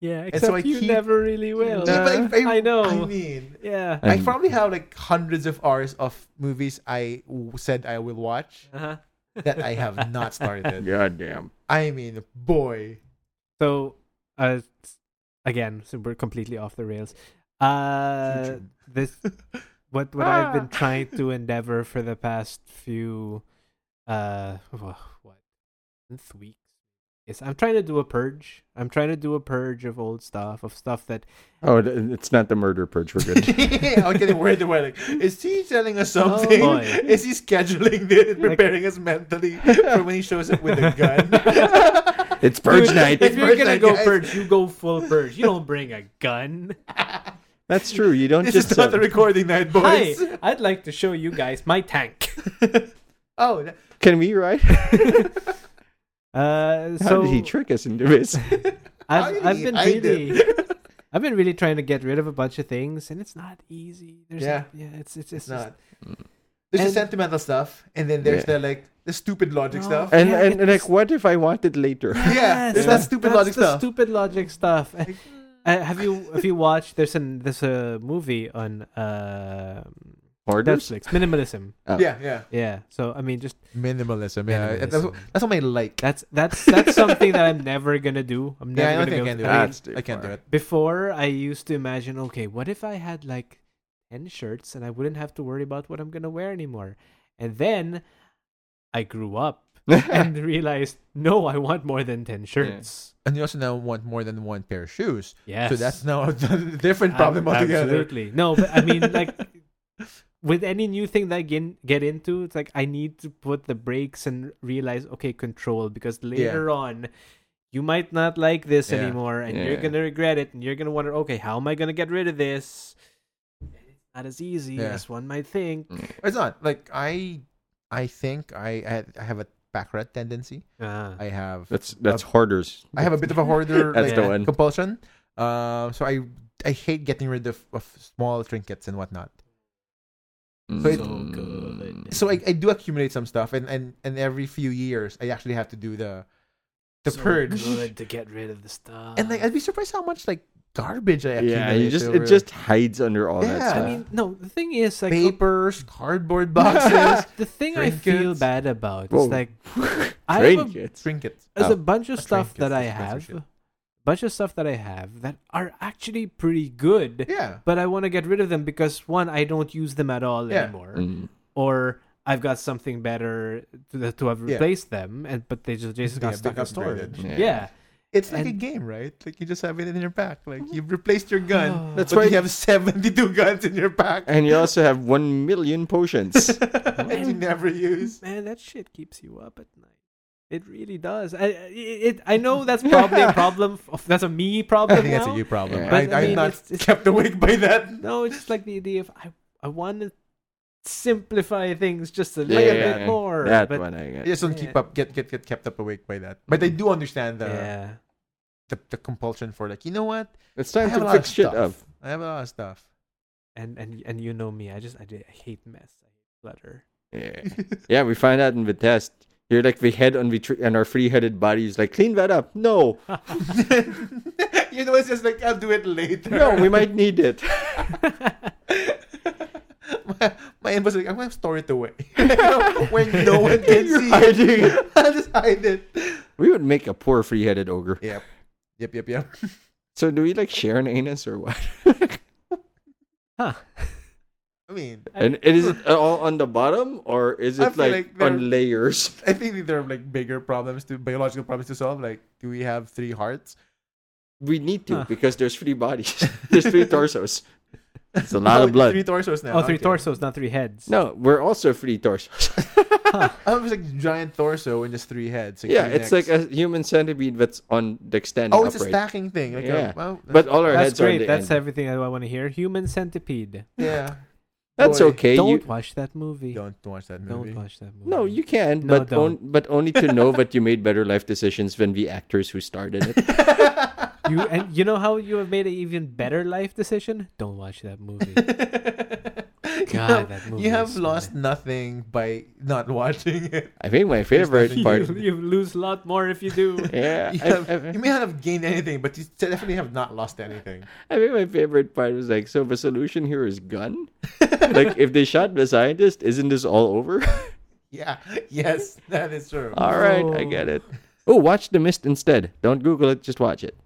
Yeah.
so
Except
I
you
keep-
never really will.
Yeah,
but if
Uh, I know.
I mean,
yeah.
And-
I probably have like hundreds of hours of movies I w- said I will watch
Uh-huh.
that I have not started.
Goddamn.
I mean, boy.
So, uh, s- again, so we're completely off the rails. Uh,
YouTube.
this what what I've
Ah!
been trying to endeavor for the past few, uh, wha- what, month, weeks is I'm trying to do a purge. I'm trying to do a purge of old stuff, of stuff that
Oh, th- it's not the murder purge. We're good.
I was getting worried about like, is he telling us something?
Oh, boy.
is he scheduling this, preparing us mentally for when he shows up with a gun?
it's purge
Dude,
night.
If you're
purge
gonna
night,
go
guys.
purge, you go full purge. You don't bring a gun.
That's true. You don't
this
just.
is not
uh,
the recording night,
Hi,
boys.
I'd like to show you guys my tank.
oh, that-
can we right?
Uh,
How
so
did he trick us into this?
I
I've, I've
did-
been
I did.
really. I've been really trying to get rid of a bunch of things, and it's not easy. There's
Yeah.
yeah, yeah, it's it's
it's
it's, just-
not. There's
And-
the sentimental stuff, and then there's
Yeah.
the like the stupid logic
Oh.
stuff.
And
Yeah,
and,
it
and like,
was-
what if I want it later?
Yeah, there's
Yeah.
that stupid
Ah, That's
logic
the
stuff.
Stupid logic stuff. Uh,
Like,
have you have you watched? There's an there's a movie on uh,
Orders?
Netflix, minimalism.
yeah, yeah.
Yeah, so I mean, just
Minimalism.
yeah. That's-
That's,
Minimalism.
that's what I like.
that's that's that's something that I'm never gonna do. I'm never
Yeah, I don't think I
gonna go
can do
to-
it.
I mean,
That's too
I can't do
far.
it.
Before I used to imagine, okay, what if I had like ten shirts and I wouldn't have to worry about what I'm gonna wear anymore? And then I grew up and realized, no, I want more than ten shirts.
And you also now want more than one pair of shoes.
Yes.
So that's now a different problem
Ab-
altogether.
Absolutely. No, but I mean, like, with any new thing that I get, get into, it's like I need to put the brakes and realize, okay, control, because later on, you might not like this
Yeah.
anymore and you're
Yeah.
going to regret it and you're going to wonder, okay, how am I going to get rid of this? Not as easy
Yeah.
as one might think.
Mm.
It's not like I. I think I had- I have a baccarat tendency.
Ah.
I have
That's that's hoarders.
I have a bit of a hoarder
That's
like,
the one.
compulsion. Um, so I I hate getting rid of, of small trinkets and whatnot.
Mm.
So it-
So good.
So I, I do accumulate some stuff, and, and, and every few years I actually have to do the the
So
purge.
good uh, to get rid of the stuff.
And like I'd be surprised how much like garbage I accumulate.
yeah, you just
over-
it just hides under all that
Yeah.
stuff.
I mean, no, the thing is, like,
papers, cardboard boxes,
the thing I feel
trinkets.
bad about
Whoa.
is like, I have a
trinkets.
trinkets.
There's
Oh.
a bunch of
A
stuff
trinket
that I
is expensive
have,
shit.
bunch of stuff that I have that are actually pretty good,
Yeah.
but I want to get rid of them because one, I don't use them at all
Yeah.
anymore,
Mm.
or I've got something better to, to have
Yeah.
replaced them, and but they just they just
Yeah,
got stuck
big
in
upgraded.
storage.
Yeah.
Yeah.
It's like a
And-
game, right? Like you just have it in your pack. Like you've replaced your gun.
That's why-
but you have seventy-two guns in your pack
And you also have one million potions.
that you never use.
man, that shit keeps you up at night. It really does. I it, it I know that's probably a problem. Of, that's a me
I
problem.
think that's
now.
a you problem.
Yeah.
I,
But,
I
I
am
mean,
not
it's- it's-
kept awake by that.
No, it's just like the idea of I I want to simplify things just a
Yeah,
little
yeah,
bit
yeah.
more.
that
but
one I
I
get.
just don't
Yeah.
keep up, get get get kept up awake by that. But I do understand the
yeah.
the, the compulsion for like, you know what?
It's
I
time
have a
to
lot of
fix shit
stuff.
up.
I have a lot of stuff.
and and and you know me, I just I, do- I hate mess, I hate clutter.
Yeah. yeah, we find out in the test. You're like the head on the tree and our free headed body is like, clean that up. No,
you know, it's just like I'll do it later.
no, we might need it.
my, my end was like, I'm gonna store it away when no one can
You're
see
hiding
it. I'll just hide it.
We would make a poor free headed ogre.
Yep, yep, yep, yep.
So do we like share an anus or what?
Huh.
I mean,
and it is it all on the bottom or is
I
it
feel
like,
like they're-
on layers?
I think there are like bigger problems to biological problems to solve. Like, do we have three hearts?
We need to
Huh.
because there's three bodies. there's three torsos. It's a lot
Oh,
of blood.
Three torsos now.
Oh, three
okay.
torsos, not three heads.
No, we're also three torsos.
I was like giant torso and just three heads. like
yeah,
three
it's
necks.
like a human centipede that's on like standing
oh, it's a
upright.
stacking thing. Like
Yeah.
a, well,
But all our
That's
heads are on
great.
the
That's
end.
everything I want to hear. Human centipede.
yeah,
That's
boy.
okay.
Don't
You,
watch that movie. Don't,
don't watch that movie.
watch that movie.
no, you can,
No,
but on,
don't.
but only to know that you made better life decisions than the actors who started it.
you and you know how you have made an even better life decision? Don't watch that movie.
you
God,
have,
that
you
movie
have
is
lost nothing by not watching it.
I think my favorite
nothing
part.
you, you lose a lot more if you do.
Yeah,
You,
I-
have-
I-
you may not have gained anything, but you definitely have not lost anything.
I think my favorite part was like, so the solution here is gun. like, if they shot the scientist, isn't this all over?
Yeah, yes, that is true.
all right, I
No.
get it. Oh, watch The Mist instead. Don't Google it, just watch it.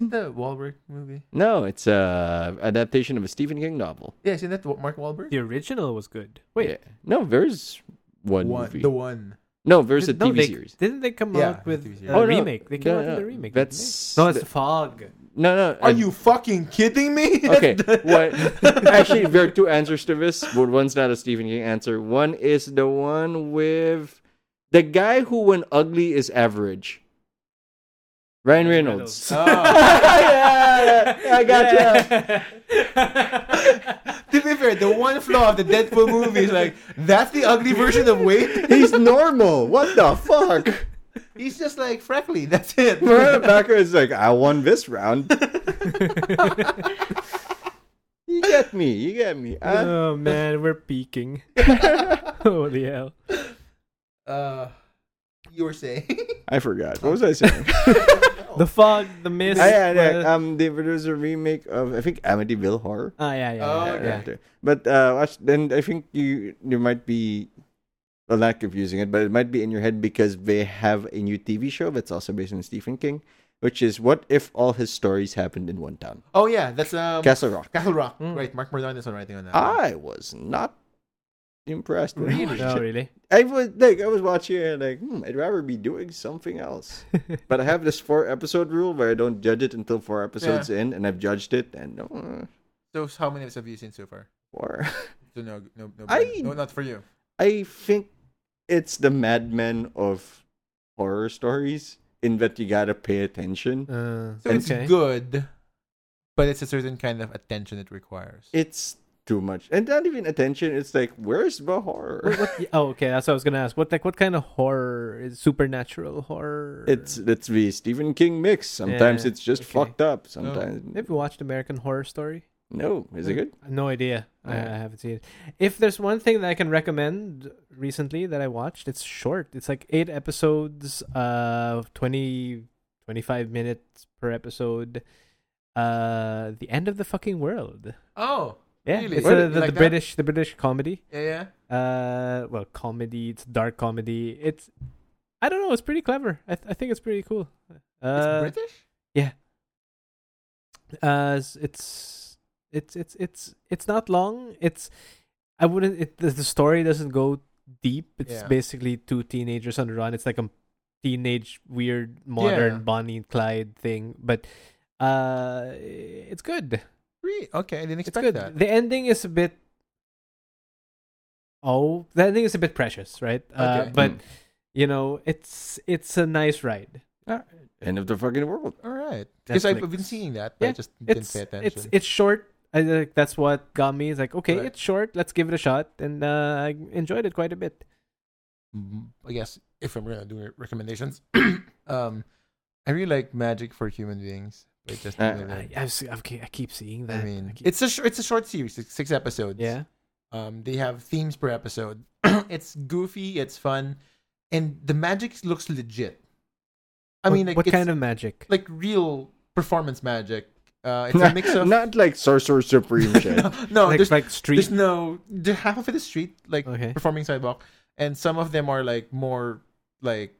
Isn't the Wahlberg movie?
No, it's a adaptation of a Stephen King novel.
Yeah, isn't that Mark Wahlberg?
The original was good. Wait,
Yeah. no, there's one, movie.
one, the one.
No, there's a
did- no,
TV
they-
series.
Didn't they come
Yeah,
out
the
with
TV series.
a
Oh, no,
remake? They came
no,
out with
no,
a remake. didn't they?
That's
no, it's Fog.
no, no.
Are
uh,
you fucking kidding me?
okay? what? Actually, there are two answers to this, but one's not a Stephen King answer. One is the one with the guy who, when ugly, is average. Ryan Reynolds.
Oh.
yeah, I got you.
to be fair, the one flaw of the Deadpool movie is like that's the ugly version of Wade.
He's normal. What the fuck?
He's just like freckly. That's it.
Mariah Packer is like, I won this round. you get me. You get me. Uh,
oh man, we're peaking. Holy hell!
Uh, you were saying
I forgot. What was I saying?
The fog, the mist.
Oh,
I, had
the-
uh, um, there was a remake of I think Amityville Horror.
ah, yeah, yeah.
Oh,
yeah,
okay.
yeah.
But uh, watch, then I think you you might be well not confusing it, but it might be in your head because they have a new TV show that's also based on Stephen King, which is what if all his stories happened in one town?
oh yeah, that's um
Castle Rock.
Castle Rock.
Mm.
Right, Mark Murdon is on writing on that. one.
I was not impressed. When I watched
No,
it.
Oh, really.
I was like, I was watching it and like, hmm, I'd rather be doing something else. but I have this four episode rule where I don't judge it until four episodes in, and I've judged it and uh,
So how many episodes have you seen so far?
four.
So no, no, no,
I-
no, not for you.
I think it's the Mad Men of horror stories in that you gotta pay attention.
Uh,
So
okay.
it's good, but it's a certain kind of attention it requires.
It's too much, and not even attention. It's like, where's the horror?
Wait, what- yeah, oh, okay. That's what I was gonna ask. What like what kind of horror is supernatural horror?
It's it's the Stephen King mix. Sometimes
Yeah,
it's just
okay.
fucked up. Sometimes
Have you watched American Horror Story?
no. Is it good?
No idea. I, I
Yeah.
haven't seen it. If there's one thing that I can recommend recently that I watched, it's short. It's like eight episodes, uh, 20, 25 minutes per episode. Uh, the end of the fucking world.
Oh,
Yeah,
Really?
it's
Where
uh,
did-
the,
like
the
that?
British the British comedy.
yeah, yeah.
Uh, well, comedy. It's dark comedy. It's I don't know. It's pretty clever. I th- I think it's pretty cool.
It's
Uh,
British.
uh s- it's it's it's it's it's not long it's i wouldn't it the, the story doesn't go deep it's
Yeah.
basically two teenagers on the run it's like a teenage weird modern
Yeah.
bonnie and clyde thing but uh it's good
Really? Okay, I didn't
it's
expect
good
that.
the ending is a bit oh the ending is a bit precious right uh,
Okay. Mm.
but
Hmm.
you know it's it's a nice ride
End of the fucking world.
All right, because I've
Netflix.
been seeing that, but I
Yeah,
just didn't
it's
pay attention.
it's it's short. I think that's what got me. It's like okay,
Right.
it's short. Let's give it a shot, and uh, I enjoyed it quite a bit.
Mm, I guess if I'm gonna do re- recommendations, um, I really like Magic for Human Beings. by
Uh,
Justin Lin.
I, I've se- I've ke- I keep seeing
I
that.
mean,
keep-
it's a sh- it's a short series, it's six episodes.
yeah.
Um, they have themes per episode. it's goofy, it's fun, and the magic looks legit. I mean, like,
what
it's
kind of magic?
like real performance magic. Uh, it's a mix of
Not like Sorcerer Supreme shit.
no,
like,
there's,
like street.
there's no the half of it is street like
Okay.
performing sidewalk, and some of them are like more like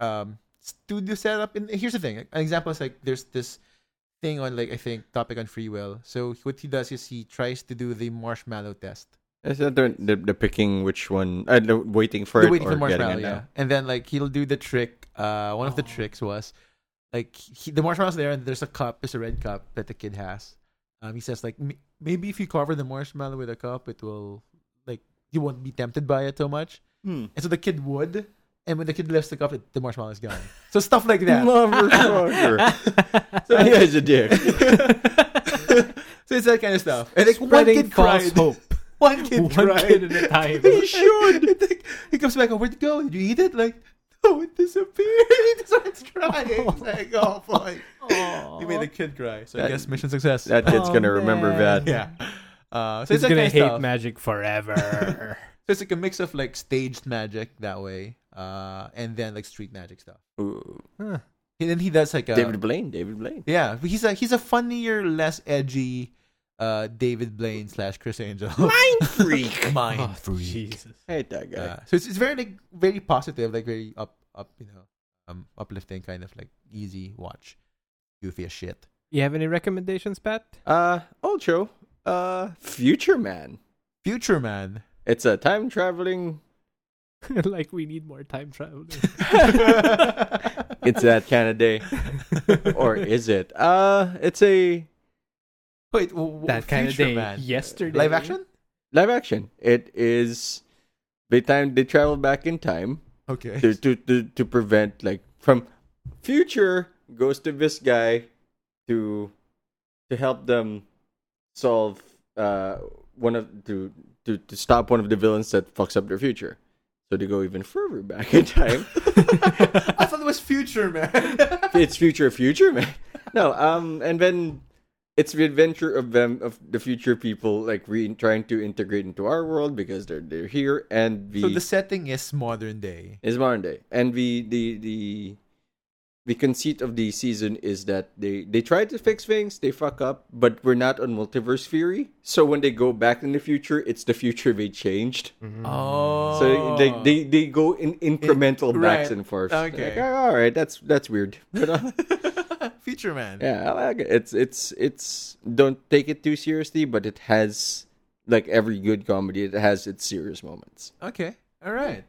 um studio setup. And here's the thing: an example is like there's this thing on like I think topic on free will. So what he does is he tries to do the marshmallow test.
Is that the, the, the picking which one? Uh, the waiting for it
They're waiting
or
for
getting it
marshmallow, yeah.
now?
And then like he'll do the trick. Uh, one of the
Oh.
tricks was like he, the marshmallow's there, and there's a cup. There's a red cup that the kid has. Um, he says like "M- maybe if you cover the marshmallow with a cup, it will like you won't be tempted by it so much.
Hmm.
And so the kid would, and when the kid lifts the cup, it, the marshmallow is gone. so stuff like that.
Motherfucker. that guy's a dick.
so it's that kind of stuff. And like one
Spreading
kid
false
cried.
hope.
One kid
One
cried.
kid at a time.
he should. Like, he comes back. Oh, where'd it go? Did you eat it? Like, no, it disappeared. he just starts crying. It's like, oh boy.
Aw.
You made the kid cry. So I
That-
guess mission success.
That kid's
Oh,
gonna remember
man.
that.
yeah. Uh, so it's
He's
that
gonna
kind of
hate
stuff.
magic forever.
So it's like a mix of like staged magic that way, uh, and then like street magic stuff.
Ooh.
And then he does like a
David Blaine. David Blaine.
yeah. but He's a he's a funnier, less edgy, uh, David Blaine slash Chris Angel.
Mind freak.
Mind
Oh,
freak.
Jesus.
I hate that guy.
Uh, so it's, it's very like very positive, like very up up you know um uplifting kind of like easy watch, goofy as shit.
You have any recommendations, Pat?
Uh, Ultro. Uh, Future Man.
Future man.
It's a time traveling.
like we need more time travel.
It's that kind of day, or is it? Uh, it's a
Wait, w-
that kind of day. Yesterday.
Live action?
live action. It is the time they travel back in time
Okay.
to to to, to prevent like from future goes to this guy to to help them solve uh one of to to to stop one of the villains that fucks up their future. So they go even further back in time.
I thought it was Future Man.
it's future future man no um and then it's the adventure of them of the future people like re- trying to integrate into our world because they're they're here and the,
so the setting is modern day.
is modern day and the the the the conceit of the season is that they they try to fix things they fuck up but we're not on multiverse theory so when they go back in the future it's the future they changed
Mm.
Oh.
so they they, they go in incremental backs
right.
and forth
Okay.
Like, "Oh, all right that's that's weird but uh,
Oh. Future Man.
yeah, I like it. It's it's it's don't take it too seriously, but it has like every good comedy, it has its serious moments.
Okay. All right.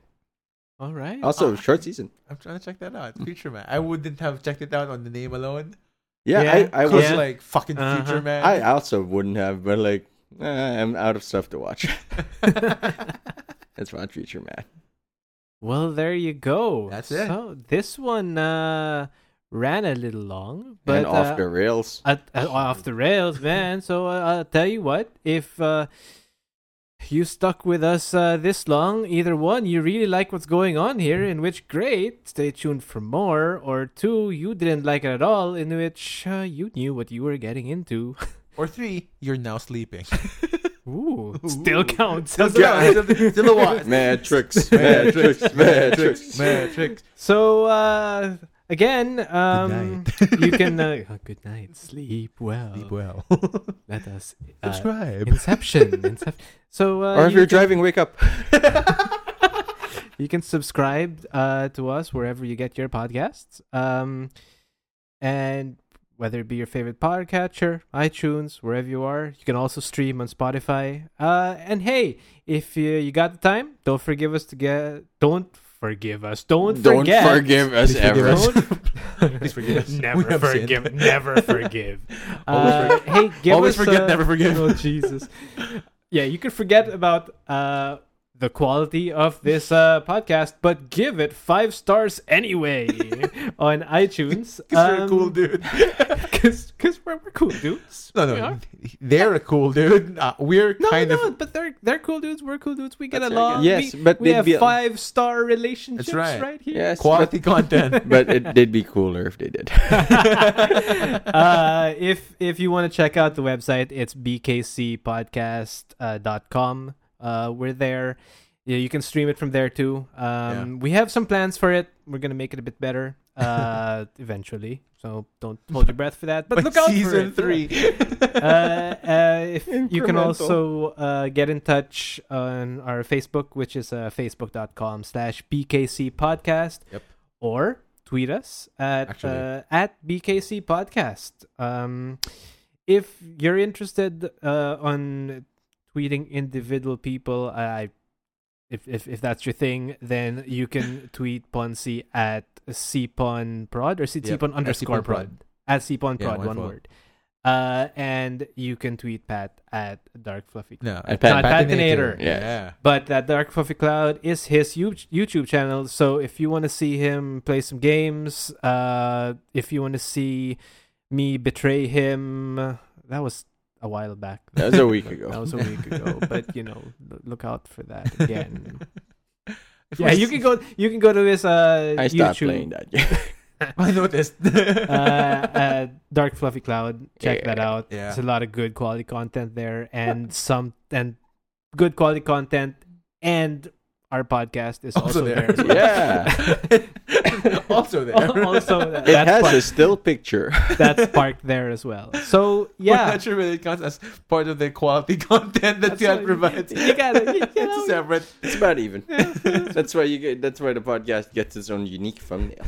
All right.
Ah.
Also, short season.
I'm trying to check that out. Future Man. I wouldn't have checked it out on the name alone.
Yeah,
Yeah,
I, I
Cause
was
Yeah.
like fucking
Uh-huh.
Future Man.
I also wouldn't have, but like eh, I'm out of stuff to watch. That's my future man.
Well, there you go.
That's it.
So this one uh, ran a little long, but
and off
uh,
the rails.
at, at- off the rails, man. So uh, I'll tell you what, if uh, you stuck with us uh, this long, either one, you really like what's going on here, in which great, stay tuned for more, or two, you didn't like it at all, in which uh, you knew what you were getting into.
or three, you're now sleeping.
Ooh, still counts.
count.
Still a watch.
Matrix, Matrix, Matrix.
Matrix.
So uh, again, um,
night.
you can uh, oh, good night, sleep well.
Sleep well.
Let us uh,
Subscribe.
Inception. Inception. So uh,
or if
you
you're
can-
driving, wake up.
you can subscribe uh, to us wherever you get your podcasts. Um, and whether it be your favorite podcatcher, iTunes, wherever you are, you can also stream on Spotify. Uh, and hey, if you, you got the time, don't forgive us to get. Don't forgive us. Don't
Don't
forget.
forgive us
Please forgive
ever.
us.
Don't-
Please forgive us. We
Never
have sinned.
forgive. Never forgive.
Always
Uh, hey, give
Always
us,
forget,
uh,
never forgive.
Oh Jesus. yeah, you can forget about uh, the quality of this uh, podcast, but give it five stars anyway on iTunes.
Because you're a cool
um,
dude.
Because we're, we're cool dudes.
No,
We
no,
are.
they're a cool dude. Uh, we're
No,
kind
no,
of.
but they're they're cool dudes. We're cool dudes. We get
That's right.
along.
Yes,
we,
but
we
they'd
have
be-
five star relationships
right.
here.
Yes,
Quality content.
but, but it did be cooler if they did.
uh, if if you want to check out the website, it's bkcpodcast.com. Uh, we're there. yeah, you can stream it from there too. Um, We have some plans for it. We're gonna make it a bit better uh, eventually. So don't hold your breath for that. But
But
look out
season
for
three.
it. Uh, uh, if you can
Incremental.
also uh, get in touch on our Facebook, which is uh, facebook.com slash BKC podcast.
Yep.
Or tweet us at,
Actually.
uh, at BKC podcast. Um, if you're interested uh, on tweeting individual people, I if, if if that's your thing, then you can tweet Ponzi at cponprod or cpon
Yep, at
underscore
cponprod.
prod at cponprod
Yeah,
one
one word.
word. Uh, and you can tweet Pat at Dark Fluffy.
No,
I
I
pat-
Patinator.
Yes.
Yeah.
But that Dark Fluffy Cloud is his you- YouTube channel. So if you want to see him play some games, uh, if you want to see me betray him, that was a while back.
That was a week
That
ago.
was a week ago. But you know, lo- look out for that again. yeah, you can go. You can go to his uh,
I stopped
YouTube
playing that game.
I noticed.
uh, uh, Dark Fluffy Cloud. Check that
Yeah.
out.
Yeah.
There's a lot of good quality content there, and some and good quality content, and our podcast is also,
Also
there.
there.
as well.
yeah.
also there.
Al- also, that-
It
that's
has a
parked,
still picture.
that's parked there as well. So
We're
yeah,
not sure whether it counts as part of the quality content that
That's
you
what-
had provides.
you gotta- you- you
it's
know.
separate.
It's about even. that's why you get, that's why the podcast gets its own unique thumbnail.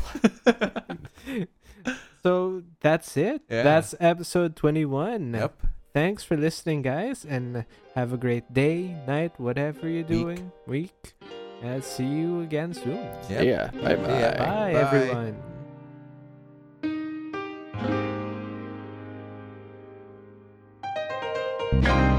so that's it.
Yeah.
That's episode twenty-one.
Yep.
Thanks for listening, guys, and have a great day, night, whatever you're doing, week, and see you again soon.
Yep.
Yeah. Bye bye.
Yeah,
Bye,
Bye.
everyone.
Thank